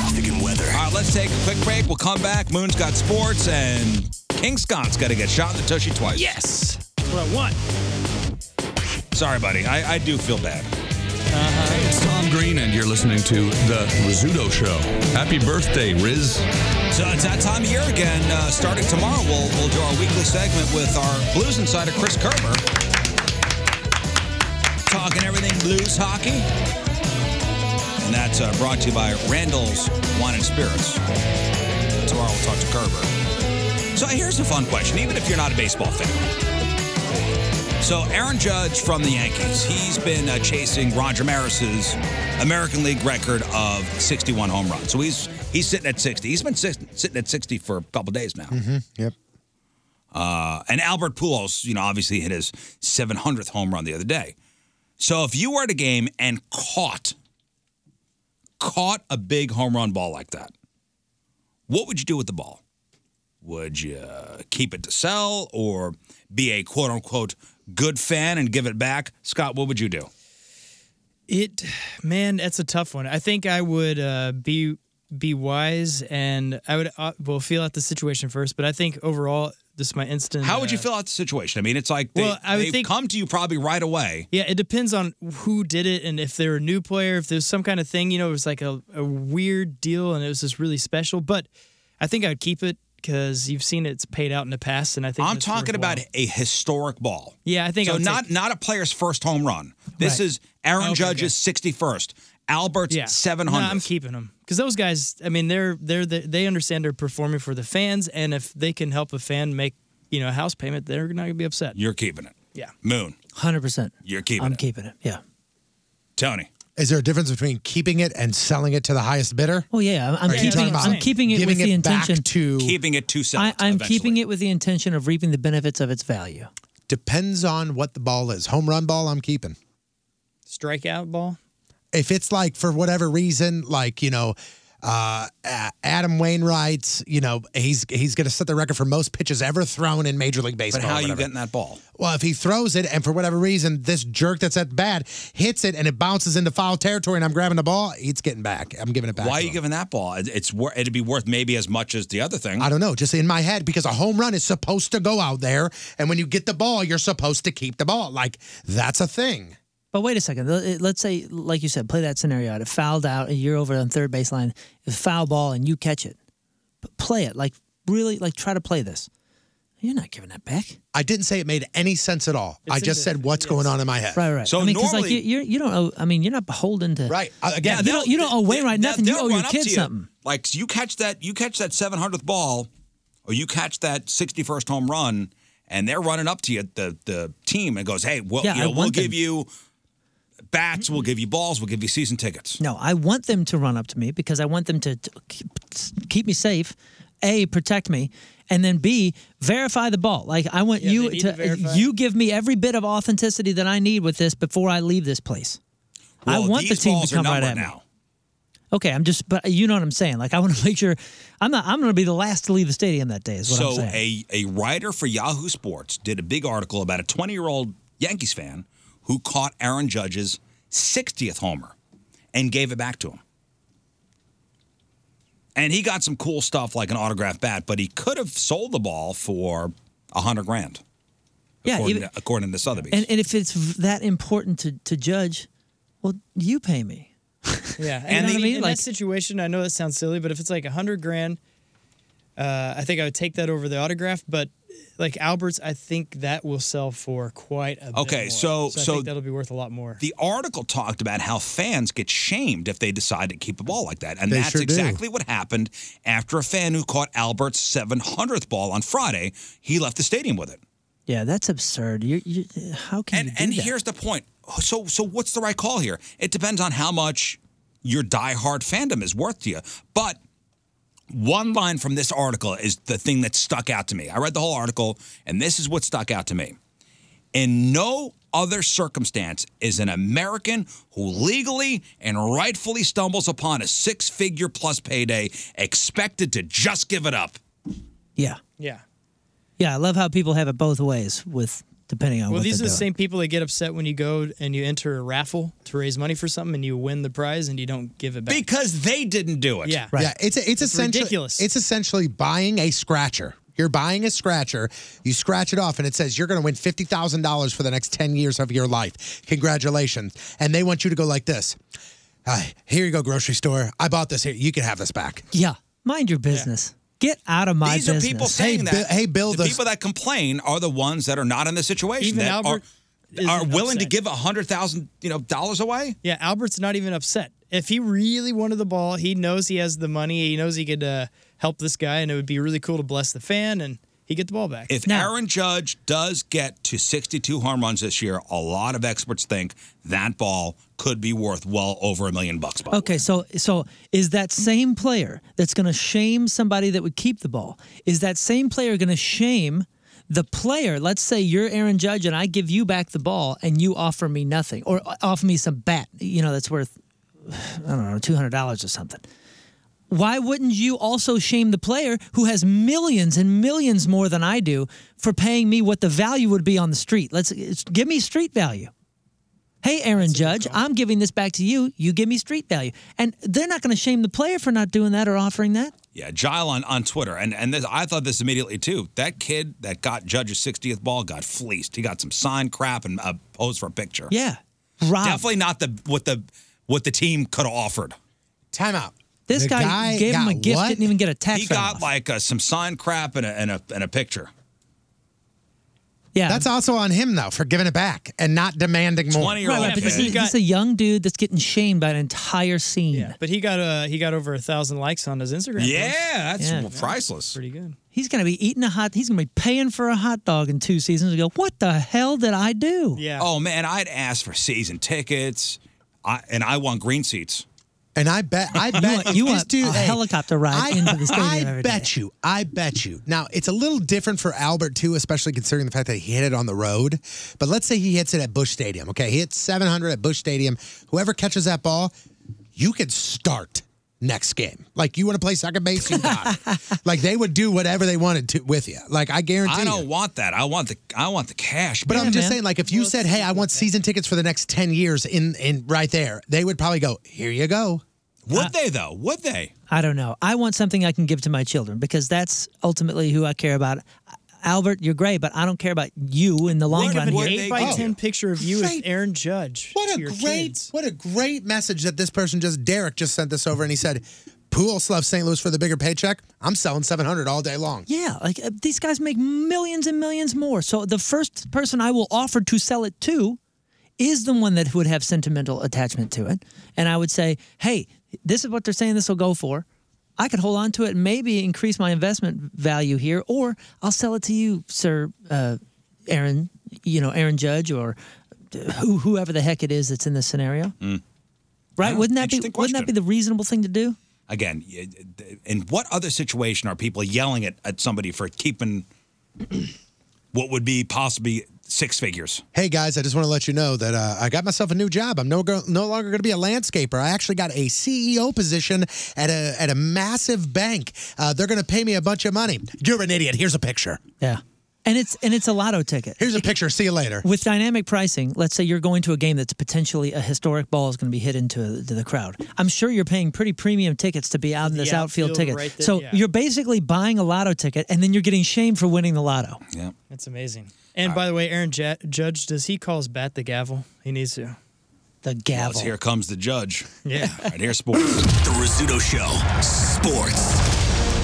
Speaker 1: Traffic and weather. All right, let's take a quick break. We'll come back. Moon's got sports, and King Scott's got to get shot in the tushy twice.
Speaker 13: Yes. That's what I want.
Speaker 1: Sorry, buddy. I, I do feel bad.
Speaker 13: Hey, Uh-huh. it's Tom Green, and you're listening to The Rizzuto Show. Happy birthday, Riz.
Speaker 1: So it's that time of year again. Uh, starting tomorrow, we'll, we'll do our weekly segment with our Blues Insider, Chris Kerber. Talking everything blues hockey. And that's uh, brought to you by Randall's Wine and Spirits. Tomorrow we'll talk to Kerber. So here's a fun question, even if you're not a baseball fan. So Aaron Judge from the Yankees, he's been uh, chasing Roger Maris's American League record of 61 home runs. So he's he's sitting at 60. He's been six, sitting at 60 for a couple days now.
Speaker 2: Mhm, Yep.
Speaker 1: Uh, and Albert Pujols, you know, obviously hit his 700th home run the other day. So if you were at a game and caught caught a big home run ball like that, what would you do with the ball? Would you uh, keep it to sell or be a quote unquote good fan and give it back? Scott, what would you do?
Speaker 14: It, man, that's a tough one. I think I would uh, be be wise, and I would uh, well feel out the situation first. But I think overall, this is my instant.
Speaker 1: How would you
Speaker 14: uh,
Speaker 1: fill out the situation? I mean, it's like they,
Speaker 14: Well, I would
Speaker 1: they
Speaker 14: think-
Speaker 1: come to you probably right away.
Speaker 14: Yeah, it depends on who did it and if they're a new player, if there's some kind of thing, you know, it was like a, a weird deal and it was just really special. But I think I would keep it because you've seen it's paid out in the past. And I think
Speaker 1: I'm
Speaker 14: it's
Speaker 1: talking about
Speaker 14: worthwhile.
Speaker 1: a historic ball.
Speaker 14: Yeah, I think I
Speaker 1: so.
Speaker 14: would
Speaker 1: Not
Speaker 14: take-
Speaker 1: not a player's first home run. This
Speaker 14: Right.
Speaker 1: is Aaron
Speaker 14: Okay,
Speaker 1: Judge's 61st. Albert's
Speaker 14: yeah.
Speaker 1: 700.
Speaker 14: No, I'm keeping them because those guys, I mean, they're, they're, the, they understand they're performing for the fans. And if they can help a fan make, you know, a house payment, they're not going to be upset.
Speaker 1: You're keeping it.
Speaker 14: Yeah.
Speaker 1: Moon,
Speaker 3: 100%.
Speaker 1: you're keeping
Speaker 3: I'm
Speaker 1: it.
Speaker 3: keeping it. Yeah.
Speaker 1: Tony.
Speaker 2: Is there a difference between keeping it and selling it to the highest bidder?
Speaker 3: Oh yeah, I'm, I'm
Speaker 2: Are you
Speaker 3: keeping.
Speaker 2: talking
Speaker 3: It,
Speaker 2: about
Speaker 3: I'm keeping it
Speaker 2: giving
Speaker 3: with the
Speaker 2: it back
Speaker 3: intention
Speaker 2: to-
Speaker 1: keeping it to sell.
Speaker 3: I,
Speaker 2: it
Speaker 3: I'm
Speaker 2: eventually.
Speaker 3: keeping it with the intention of reaping the benefits of its value.
Speaker 2: Depends on what the ball is. Home run ball, I'm keeping.
Speaker 14: Strikeout ball?
Speaker 2: If it's like for whatever reason, like you know, Uh, A- Adam Wainwright, you know, he's he's going to set the record for most pitches ever thrown in Major League Baseball.
Speaker 1: But how
Speaker 2: or
Speaker 1: are you
Speaker 2: whatever.
Speaker 1: getting that ball?
Speaker 2: Well, if he throws it and for whatever reason this jerk that's at bat hits it and it bounces into foul territory and I'm grabbing the ball, it's getting back. I'm giving it back.
Speaker 1: Why are
Speaker 2: to
Speaker 1: you
Speaker 2: him.
Speaker 1: giving that ball? It- It's wor- it'd be worth maybe as much as the other thing.
Speaker 2: I don't know, just in my head because a home run is supposed to go out there and when you get the ball, you're supposed to keep the ball. Like that's a thing.
Speaker 3: But wait a second. L- it- Let's say, like you said, play that scenario out. It fouled out, and you're over on third baseline. It's a foul ball, and you catch it. P- play it. Like, really, like, try to play this. You're not giving that back.
Speaker 2: I didn't say it made any sense at all.
Speaker 3: It's
Speaker 2: I just said what's going on in my head.
Speaker 3: Right, right. I mean, 'cause, like, you, you're, you don't owe, I mean, you're not beholden to.
Speaker 2: Right.
Speaker 3: you don't, you don't owe Wainwright
Speaker 1: Now,
Speaker 3: nothing. You
Speaker 1: they'll
Speaker 3: owe your
Speaker 1: run up
Speaker 3: kid
Speaker 1: to you.
Speaker 3: something.
Speaker 1: Like you catch that, you catch that 700th ball, or you catch that 61st home run, and they're running up to you, the the team, and goes, "Hey, we'll,
Speaker 3: Yeah,
Speaker 1: you
Speaker 3: I
Speaker 1: know, we'll
Speaker 3: want them-
Speaker 1: give you bats, we'll give you balls, we'll give you season tickets."
Speaker 3: No, I want them to run up to me because I want them to, to keep, keep me safe. A, protect me, and then B, verify the ball. Like I want you
Speaker 14: need
Speaker 3: to,
Speaker 14: to verify.
Speaker 3: you give me every bit of authenticity that I need with this before I leave this place. I
Speaker 1: Well,
Speaker 3: want the
Speaker 1: these
Speaker 3: team
Speaker 1: balls
Speaker 3: to
Speaker 1: are
Speaker 3: come right
Speaker 1: numbered
Speaker 3: at me.
Speaker 1: now.
Speaker 3: Okay, I'm just, but you know what I'm saying. Like I want to make sure I'm not. I'm going to be the last to leave the stadium that day. Is what I'm
Speaker 1: So
Speaker 3: saying.
Speaker 1: a, a writer for Yahoo Sports did a big article about a 20 year old Yankees fan who caught Aaron Judge's 60th homer and gave it back to him. And he got some cool stuff like an autographed bat, but he could have sold the ball for a hundred grand.
Speaker 3: Yeah,
Speaker 1: according,
Speaker 3: even-
Speaker 1: to, according to Sotheby's.
Speaker 3: and, and if it's v- that important to to judge, well, you pay me.
Speaker 14: Yeah,
Speaker 3: You know
Speaker 14: and
Speaker 3: what I
Speaker 14: the-
Speaker 3: mean?
Speaker 14: in
Speaker 3: Like-
Speaker 14: that situation, I know it sounds silly, but if it's like a hundred grand, uh, I think I would take that over the autograph. But like Alberts, I think that will sell for quite a bit
Speaker 1: Okay,
Speaker 14: more.
Speaker 1: so-
Speaker 14: I
Speaker 1: so-
Speaker 14: think that'll be worth a lot more.
Speaker 1: the article talked about how fans get shamed if they decide to keep a ball like that. And
Speaker 14: They
Speaker 1: that's
Speaker 14: sure do.
Speaker 1: exactly what happened after a fan who caught Albert's 700th ball on Friday, he left the stadium with it.
Speaker 3: Yeah, that's absurd. You, you how can you do
Speaker 1: And
Speaker 3: that?
Speaker 1: here's the point. So, so what's the right call here? It depends on how much your diehard fandom is worth to you. But one line from this article is the thing that stuck out to me. I read the whole article, and this is what stuck out to me. In no other circumstance is an American who legally and rightfully stumbles upon a six figure plus payday expected to just give it up.
Speaker 3: yeah,
Speaker 14: yeah.
Speaker 3: yeah. I love how people have it both ways with depending on
Speaker 14: Well,
Speaker 3: what
Speaker 14: these are
Speaker 3: they're
Speaker 14: the
Speaker 3: doing.
Speaker 14: same people that get upset when you go and you enter a raffle to raise money for something and you win the prize and you don't give it back
Speaker 1: because they didn't do it.
Speaker 14: Yeah,
Speaker 2: Yeah, it's it's, essentially
Speaker 14: ridiculous.
Speaker 2: it's essentially buying a scratcher. You're buying a scratcher, you scratch it off, and it says you're going to win $50,000 for the next 10 years of your life. Congratulations. And they want you to go like this "Ah, Here you go, grocery store. I bought this here. You can have this back.
Speaker 3: Yeah, mind your business. Get out of my
Speaker 1: These
Speaker 3: business.
Speaker 1: are people saying that. the,
Speaker 3: this.
Speaker 1: people that complain are the ones that are not in the situation
Speaker 14: Even
Speaker 1: that
Speaker 14: Albert
Speaker 1: are,
Speaker 14: isn't
Speaker 1: are willing to
Speaker 14: upset.
Speaker 1: give a hundred thousand you know dollars away.
Speaker 14: Yeah, Albert's not even upset. If he really wanted the ball, he knows he has the money. He knows he could uh, help this guy, and it would be really cool to bless the fan, and he get the ball back.
Speaker 1: If Aaron Judge does get to 62 home runs this year, a lot of experts think that ball could be worth well over a million bucks. Bob.
Speaker 3: Okay, so so is that same player that's going to shame somebody that would keep the ball? Is that same player going to shame the player? Let's say you're Aaron Judge and I give you back the ball and you offer me nothing or offer me some bat, you know, that's worth I don't know, two hundred dollars or something. Why wouldn't you also shame the player who has millions and millions more than I do for paying me what the value would be on the street? Let's it's- give me street value. Hey, Aaron Judge, I'm giving this back to you. You give me street value. And they're not going to shame the player for not doing that or offering that.
Speaker 1: Yeah, Gile on, on Twitter, and and this, I thought this immediately too. That kid that got Judge's 60th ball got fleeced. He got some signed crap and a pose for a picture.
Speaker 3: Yeah. Robbed.
Speaker 1: definitely not the what the what the team could have offered.
Speaker 2: Time out.
Speaker 3: This guy, gave him a gift, didn't even get a tax
Speaker 1: He
Speaker 3: write-off.
Speaker 1: got like uh some signed crap and a, and a and a picture.
Speaker 3: Yeah.
Speaker 2: That's also on him, though, for giving it back and not demanding more.
Speaker 3: Right, right, but this, is, this is a young dude that's getting shamed by an entire scene.
Speaker 14: But he got uh, he got over a thousand likes on his Instagram. post.
Speaker 3: Yeah, that's Yeah.
Speaker 1: priceless.
Speaker 14: Pretty good.
Speaker 3: He's going to be eating a hot. He's going to be paying for a hot dog in two seasons. And go, what the hell did I do?
Speaker 14: Yeah.
Speaker 1: Oh man, I'd asked for season tickets, I, and I want green seats.
Speaker 2: And I bet, I
Speaker 1: You
Speaker 2: bet
Speaker 1: want- you
Speaker 2: this
Speaker 1: want
Speaker 2: dude-
Speaker 1: a
Speaker 3: helicopter ride
Speaker 2: I,
Speaker 3: into the stadium
Speaker 2: I
Speaker 3: every
Speaker 2: bet you, I bet you. Now it's a little different for Albert too, especially considering the fact that he hit it on the road. But let's say he hits it at Bush Stadium. Okay, he hits 700 at Bush Stadium. Whoever catches that ball, you could start. next game. Like you want to play second base, you got it. like they would do whatever they wanted to with you. Like I guarantee.
Speaker 1: I
Speaker 2: you.
Speaker 1: don't want that. I want the I want the cash.
Speaker 2: But I'm
Speaker 1: man.
Speaker 2: just saying, like, if you said, "Hey, I want season tickets for the next ten years," in in right there, they would probably go, "Here you go."
Speaker 3: Uh,
Speaker 1: Would they though? Would they?
Speaker 3: I don't know. I want something I can give to my children because that's ultimately who I care about. Albert, you're great, but I don't care about you in the long run. here.
Speaker 4: eight by ten picture of you as Aaron Judge.
Speaker 2: What
Speaker 4: to
Speaker 2: a
Speaker 4: your
Speaker 2: great,
Speaker 4: kids.
Speaker 2: what a great message that this person just Derek just sent this over, and he said, "Pujols left St. Louis for the bigger paycheck. I'm selling 700 all day long."
Speaker 3: Yeah, like uh, these guys make millions and millions more. So the first person I will offer to sell it to is the one that would have sentimental attachment to it. And I would say, hey, this is what they're saying this will go for. I could hold on to it and maybe increase my investment value here, or I'll sell it to you, sir, uh, Aaron, you know, Aaron Judge or uh, who, whoever the heck it is that's in this scenario. Right?
Speaker 1: Mm. Yeah,
Speaker 3: wouldn't that be
Speaker 1: interesting
Speaker 3: wouldn't that be the reasonable thing to do?
Speaker 1: Again, y- d- in what other situation are people yelling at, at somebody for keeping what would be possibly six figures?
Speaker 2: Hey guys, I just want to let you know that uh, I got myself a new job. I'm no go- no longer going to be a landscaper. I actually got a CEO position at a at a massive bank. Uh, they're going to pay me a bunch of money. You're an idiot. Here's a picture.
Speaker 3: Yeah. And it's and it's a lotto ticket.
Speaker 2: Here's a picture. See you later.
Speaker 3: With dynamic pricing, let's say you're going to a game that's potentially a historic ball is going to be hit into to the crowd. I'm sure you're paying pretty premium tickets to be out in this
Speaker 4: The
Speaker 3: outfield,
Speaker 4: outfield
Speaker 3: ticket.
Speaker 4: right there,
Speaker 3: so
Speaker 4: yeah.
Speaker 3: you're basically buying a lotto ticket and then you're getting shamed for winning the lotto.
Speaker 1: Yeah.
Speaker 4: That's amazing. And by the way, Aaron J- Judge, does he call his bat the gavel? He needs to.
Speaker 3: The
Speaker 1: Well, it's here comes the judge.
Speaker 4: Yeah.
Speaker 1: right here, sports.
Speaker 6: The Rizzuto Show. Sports.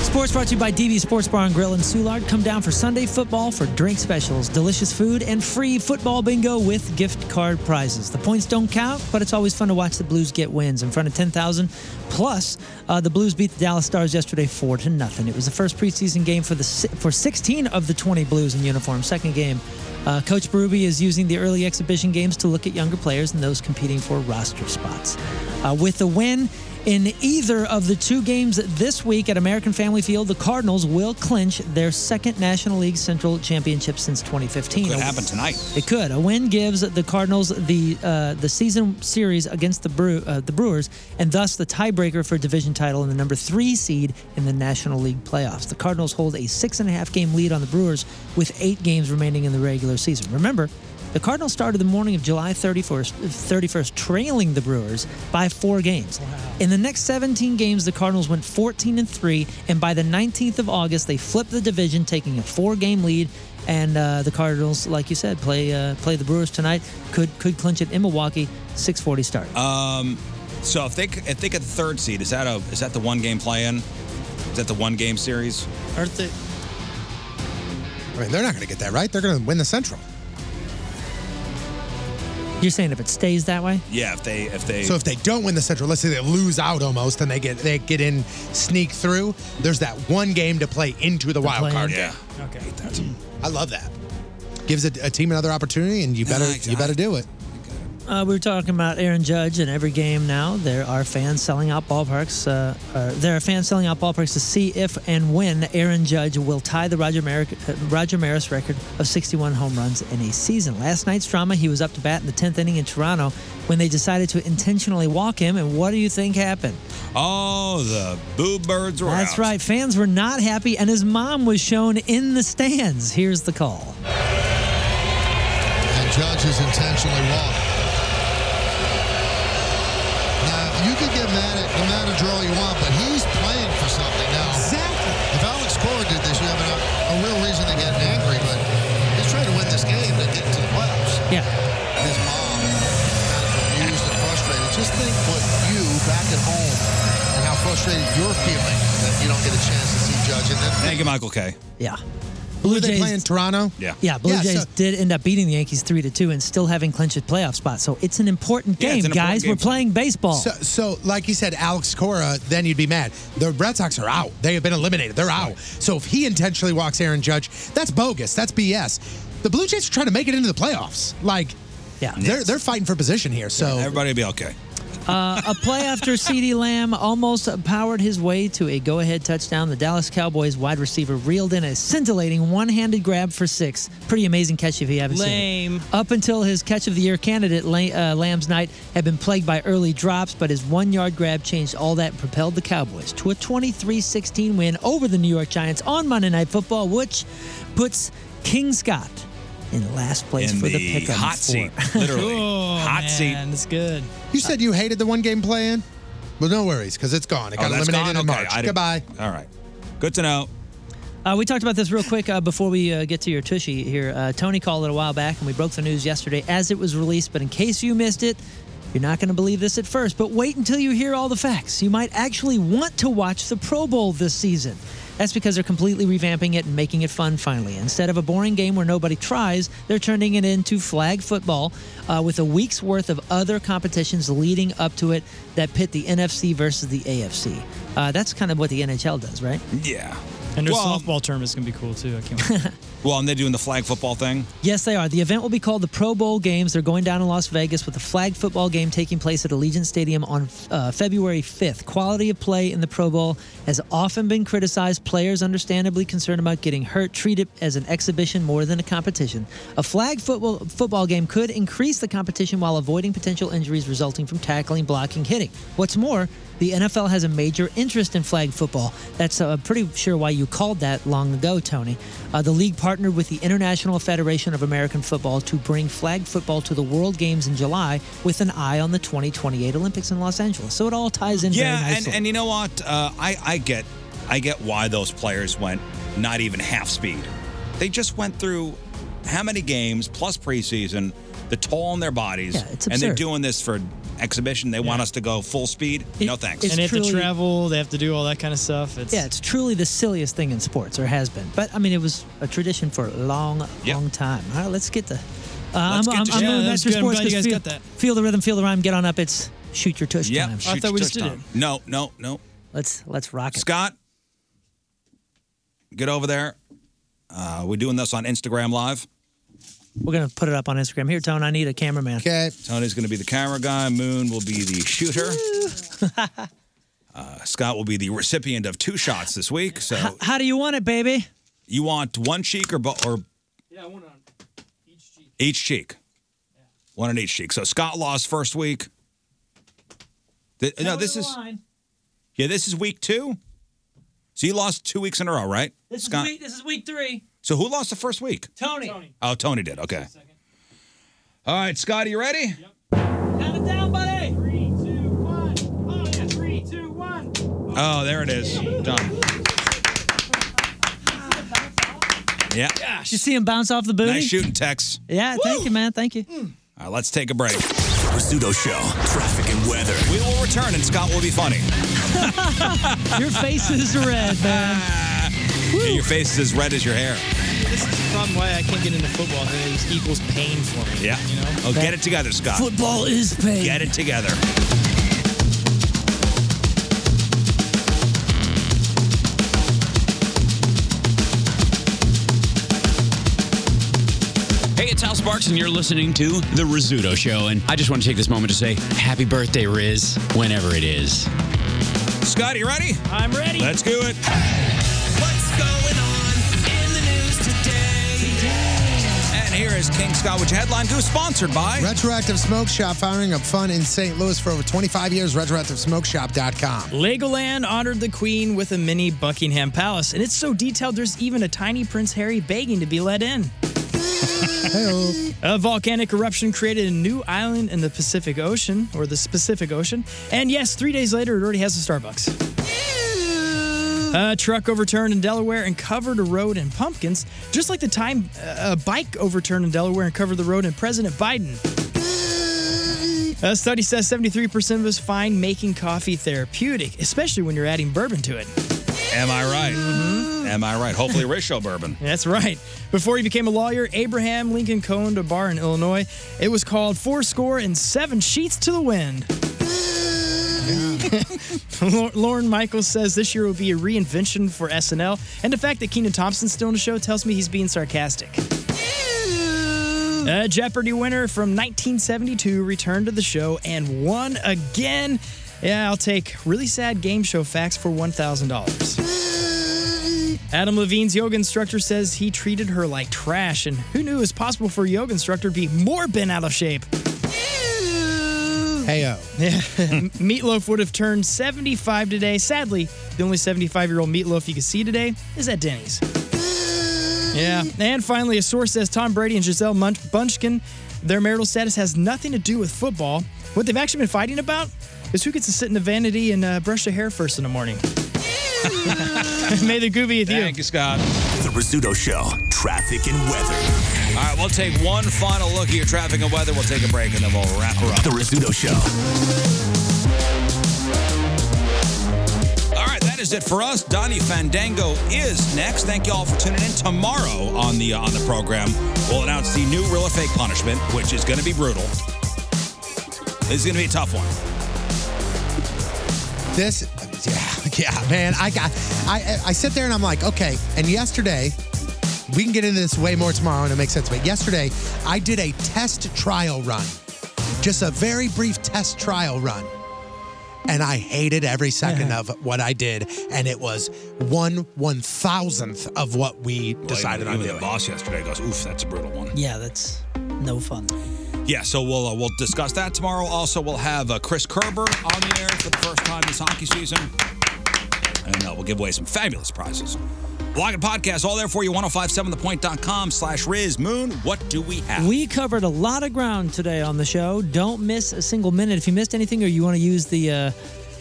Speaker 3: Sports brought to you by DV Sports Bar and Grill in Soulard. Come down for Sunday football for drink specials, delicious food, and free football bingo with gift card prizes. The points don't count, but it's always fun to watch the Blues get wins in front of 10,000. Plus, uh, the Blues beat the Dallas Stars yesterday 4 to nothing. It was the first preseason game for the si- for 16 of the 20 Blues in uniform. Second game. Uh, Coach Berube is using the early exhibition games to look at younger players and those competing for roster spots. Uh, with the win, in either of the two games this week at American Family Field, the Cardinals will clinch their second National League Central Championship since 2015.
Speaker 1: Could happen tonight.
Speaker 3: It could. A win gives the Cardinals the uh, the season series against the Brew, uh, the Brewers, and thus the tiebreaker for division title and the number three seed in the National League playoffs. The Cardinals hold a six and a half game lead on the Brewers with eight games remaining in the regular season. Remember. The Cardinals started the morning of July 31st, 31st trailing the Brewers by four games. In the next 17 games, the Cardinals went 14 and 3, and by the 19th of August, they flipped the division, taking a four game lead and uh, the Cardinals, like you said, play uh, play the Brewers tonight. Could could clinch it in Milwaukee. 6:40 start.
Speaker 1: Um, so if they c- if they get the third seed, is that a is that the one game play in? Is that the one game series?
Speaker 4: Aren't they?
Speaker 2: I mean, they're not going to get that right. They're going to win the Central.
Speaker 3: You're saying if it stays that way?
Speaker 1: Yeah, if they if they
Speaker 2: So if they don't win the Central, let's say they lose out almost, and they get they get in sneak through. There's that one game to play into the, wild
Speaker 1: play-in
Speaker 2: card.
Speaker 1: game.
Speaker 4: Okay.
Speaker 2: I love that. Gives a, a team another opportunity, and you better you better do it.
Speaker 3: Uh, we were talking about Aaron Judge in every game. Now there are fans selling out ballparks. Uh, uh, there are fans selling out ballparks to see if and when Aaron Judge will tie the Roger, Merrick, uh, Roger Maris record of 61 home runs in a season. Last night's drama: he was up to bat in the 10th inning in Toronto when they decided to intentionally walk him. And what do you think happened?
Speaker 1: Oh, the boo birds were
Speaker 3: That's
Speaker 1: out.
Speaker 3: right. Fans were not happy, and his mom was shown in the stands. Here's the call.
Speaker 15: and Judge is intentionally wrong. Now, you could get mad at the manager all you want, but he's playing for something now. Exactly. If Alex Cora did this, you have a, a real reason to get angry, but he's trying to win this game to get to the playoffs.
Speaker 3: Yeah.
Speaker 15: His mom kind of amused and frustrated. Just think what you back at home and how frustrated you're feeling that you don't get a chance to see Judge. And then
Speaker 1: Thank you, Michael K.
Speaker 3: Yeah. Blue
Speaker 2: they
Speaker 3: Jays
Speaker 2: play in Toronto?
Speaker 1: Yeah.
Speaker 3: Yeah, Blue
Speaker 2: Yeah, so-
Speaker 3: Jays did end up beating the Yankees three to two and still having clinched a playoff spot. So it's an important game,
Speaker 2: Yeah, it's an important
Speaker 3: guys.
Speaker 2: game
Speaker 3: We're
Speaker 2: for them.
Speaker 3: playing baseball.
Speaker 2: So, so like you said, Alex Cora, then you'd be mad. The Red Sox are out. They have been eliminated. They're out. So if he intentionally walks Aaron Judge, that's bogus. That's BS. The Blue Jays are trying to make it into the playoffs. Like,
Speaker 3: yeah,
Speaker 2: they're they're fighting for position here. So
Speaker 1: Everybody will be okay.
Speaker 3: Uh, a play after CeeDee Lamb almost powered his way to a go ahead touchdown. The Dallas Cowboys wide receiver reeled in a scintillating one handed grab for six. Pretty amazing catch if you haven't seen
Speaker 4: Lame.
Speaker 3: it. Up until his catch of the year candidate, La- uh, Lamb's night had been plagued by early drops, but his one yard grab changed all that and propelled the Cowboys to a 23 16 win over the New York Giants on Monday Night Football, which puts King Scott in last place
Speaker 1: In
Speaker 3: for the,
Speaker 1: the
Speaker 3: pickup.
Speaker 1: hot seat, literally.
Speaker 2: Oh,
Speaker 1: Hot seat. Oh,
Speaker 3: It's good.
Speaker 2: You said you hated the one game play in? Well, no worries, because it's gone. It
Speaker 15: Oh,
Speaker 2: got
Speaker 1: that's
Speaker 2: eliminated
Speaker 1: gone?
Speaker 2: in
Speaker 1: Okay,
Speaker 2: March.
Speaker 1: I didn't-
Speaker 2: Goodbye.
Speaker 1: All right. Good to know.
Speaker 3: Uh, we talked about this real quick uh, before we uh, get to your tushy here. Uh, Tony called it a while back, and we broke the news yesterday as it was released. But in case you missed it, you're not going to believe this at first, but wait until you hear all the facts. You might actually want to watch the Pro Bowl this season. That's because they're completely revamping it and making it fun finally. Instead of a boring game where nobody tries, they're turning it into flag football uh, with a week's worth of other competitions leading up to it that pit the NFC versus the AFC. Uh, that's kind of what the NHL does, right?
Speaker 1: Yeah.
Speaker 4: And their
Speaker 1: Well-
Speaker 4: softball tournament is gonna be cool too. I can't. Wait.
Speaker 1: Well, and they're doing the flag football thing.
Speaker 3: Yes, they are. The event will be called the Pro Bowl Games. They're going down in Las Vegas with the flag football game taking place at Allegiant Stadium on uh, February 5th. Quality of play in the Pro Bowl has often been criticized. Players, understandably concerned about getting hurt, treat it as an exhibition more than a competition. A flag football football game could increase the competition while avoiding potential injuries resulting from tackling, blocking, hitting. What's more, the NFL has a major interest in flag football. That's uh, pretty sure why you called that long ago, Tony. Uh, the league partnered with the International Federation of American Football to bring flag football to the World Games in July with an eye on the 2028 Olympics in Los Angeles. So it all ties in
Speaker 1: yeah,
Speaker 3: very
Speaker 1: and,
Speaker 3: nicely.
Speaker 1: and you know what? Uh, I I get I get why those players went not even half speed. They just went through how many games plus preseason, the toll on their bodies,
Speaker 4: Yeah, it's
Speaker 1: and they're
Speaker 4: absurd.
Speaker 1: doing this for exhibition. They want us to go full speed. no thanks.
Speaker 4: and they have to travel. They have to do all that kind of stuff. It's
Speaker 3: yeah, it's truly the silliest thing in sports, or has been. But I mean, it was a tradition for a long, long time. All right, let's get to. Uh,
Speaker 4: Let's
Speaker 3: I'm,
Speaker 4: get
Speaker 3: I'm,
Speaker 4: to-
Speaker 3: I'm
Speaker 4: Yeah,
Speaker 3: moving
Speaker 4: that
Speaker 3: back
Speaker 4: was
Speaker 3: to
Speaker 4: good. I'm
Speaker 3: sports.
Speaker 4: glad you
Speaker 3: 'cause
Speaker 4: guys
Speaker 3: feel,
Speaker 4: got that.
Speaker 3: feel the rhythm, feel the rhyme. Get on up. It's shoot your tush
Speaker 1: Yep.
Speaker 3: time.
Speaker 1: shoot your touchdown. No, no, no.
Speaker 3: Let's let's rock it.
Speaker 1: Scott, get over there. Uh, we're doing this on Instagram Live.
Speaker 3: We're gonna put it up on Instagram. Here, Tone, I need a cameraman.
Speaker 2: Okay.
Speaker 1: Tony's going to be the camera guy. Moon will be the shooter. uh, Scott will be the recipient of two shots this week. So
Speaker 3: How do you want it, baby?
Speaker 1: you want one cheek or bo- or
Speaker 4: Yeah, I want on
Speaker 1: each cheek? One on each cheek. So Scott lost first week. Th- no, this is yeah, this is week two. So you lost two weeks in a row, right? Scott.
Speaker 3: This is week three.
Speaker 1: So who lost the first week?
Speaker 3: Tony.
Speaker 1: Oh, Tony did. Okay. All right, Scott, are you ready?
Speaker 3: Count it down, buddy.
Speaker 1: Oh, there it is. Done. Yeah.
Speaker 3: Did you see him bounce off the booty?
Speaker 1: Nice shooting, Tex.
Speaker 3: Yeah, thank you, man. Thank you.
Speaker 1: All right, let's take a break. Rizzuto Show, traffic and weather. We will return, and Scott will be funny.
Speaker 3: Your face is red, man.
Speaker 1: Ah. Yeah, your face is as red as your hair.
Speaker 4: This is the problem why I can't get into football. It just equals pain for me.
Speaker 1: Yeah.
Speaker 4: You know.
Speaker 1: Oh, get it together, Scott.
Speaker 4: Football is pain.
Speaker 1: Get it together.
Speaker 16: Hey, it's Hal Sparks, and you're listening to The Rizzuto Show. And I just want to take this moment to say happy birthday, Riz, whenever it is.
Speaker 1: Scott, you ready?
Speaker 16: I'm ready.
Speaker 1: Let's do it. And here is King Scott, which headline who's sponsored by.
Speaker 2: Retroactive Smoke Shop firing up fun in St. Louis for over 25 years. RetroactiveSmokeShop.com.
Speaker 4: Legoland honored the Queen with a mini Buckingham Palace, and it's so detailed there's even a tiny Prince Harry begging to be let in. a volcanic eruption created a new island in the Pacific Ocean, or the Pacific Ocean, and yes, three days later it already has a Starbucks. A truck overturned in Delaware and covered a road in pumpkins, just like the time uh, a bike overturned in Delaware and covered the road in President Biden. A study says 73% of us find making coffee therapeutic, especially when you're adding bourbon to it.
Speaker 1: Am I right?
Speaker 2: Mm-hmm.
Speaker 1: Am I right? Hopefully, Ratio Bourbon.
Speaker 4: That's right. Before he became a lawyer, Abraham Lincoln owned a bar in Illinois. It was called Four Score and Seven Sheets to the Wind. Lau- Lauren Michaels says this year will be a reinvention for SNL, and the fact that Keenan Thompson's still on the show tells me he's being sarcastic. A Jeopardy winner from 1972 returned to the show and won again. Yeah, I'll take really sad game show facts for $1,000. Adam Levine's yoga instructor says he treated her like trash, and who knew it was possible for a yoga instructor to be more bent out of shape?
Speaker 2: Heyo.
Speaker 4: Yeah. Meatloaf would have turned 75 today. Sadly, the only 75 year old Meatloaf you can see today is at Denny's. Yeah. And finally, a source says Tom Brady and Giselle Munch- Bunchkin, their marital status has nothing to do with football. What they've actually been fighting about is who gets to sit in the vanity and uh, brush their hair first in the morning. May the goo be with you.
Speaker 1: Thank you, Scott.
Speaker 6: The Rizzuto Show, traffic and weather.
Speaker 1: All right, we'll take one final look at your traffic and weather. We'll take a break and then we'll wrap her up.
Speaker 6: The Rizzuto Show.
Speaker 1: All right, that is it for us. Donnie Fandango is next. Thank you all for tuning in. Tomorrow on the uh, on the program, we'll announce the new real or fake punishment, which is going to be brutal. It's going to be a tough one.
Speaker 2: This, yeah, yeah, man. I got, I, I sit there and I'm like, okay. And yesterday, we can get into this way more tomorrow and it makes sense. But yesterday, I did a test trial run, just a very brief test trial run. And I hated every second of what I did. And it was one one thousandth of what we decided
Speaker 1: even,
Speaker 2: on
Speaker 1: even
Speaker 2: doing.
Speaker 1: the boss yesterday goes, "Oof, that's a brutal one."
Speaker 3: Yeah, that's no fun.
Speaker 1: Yeah, so we'll uh, we'll discuss that tomorrow. Also, we'll have uh, Chris Kerber on the air for the first time this hockey season, and uh, we'll give away some fabulous prizes. Blog and podcast, all there for you. 1057thepoint.com slash Riz Moon. What do we have?
Speaker 3: We covered a lot of ground today on the show. Don't miss a single minute. If you missed anything or you want to use the uh,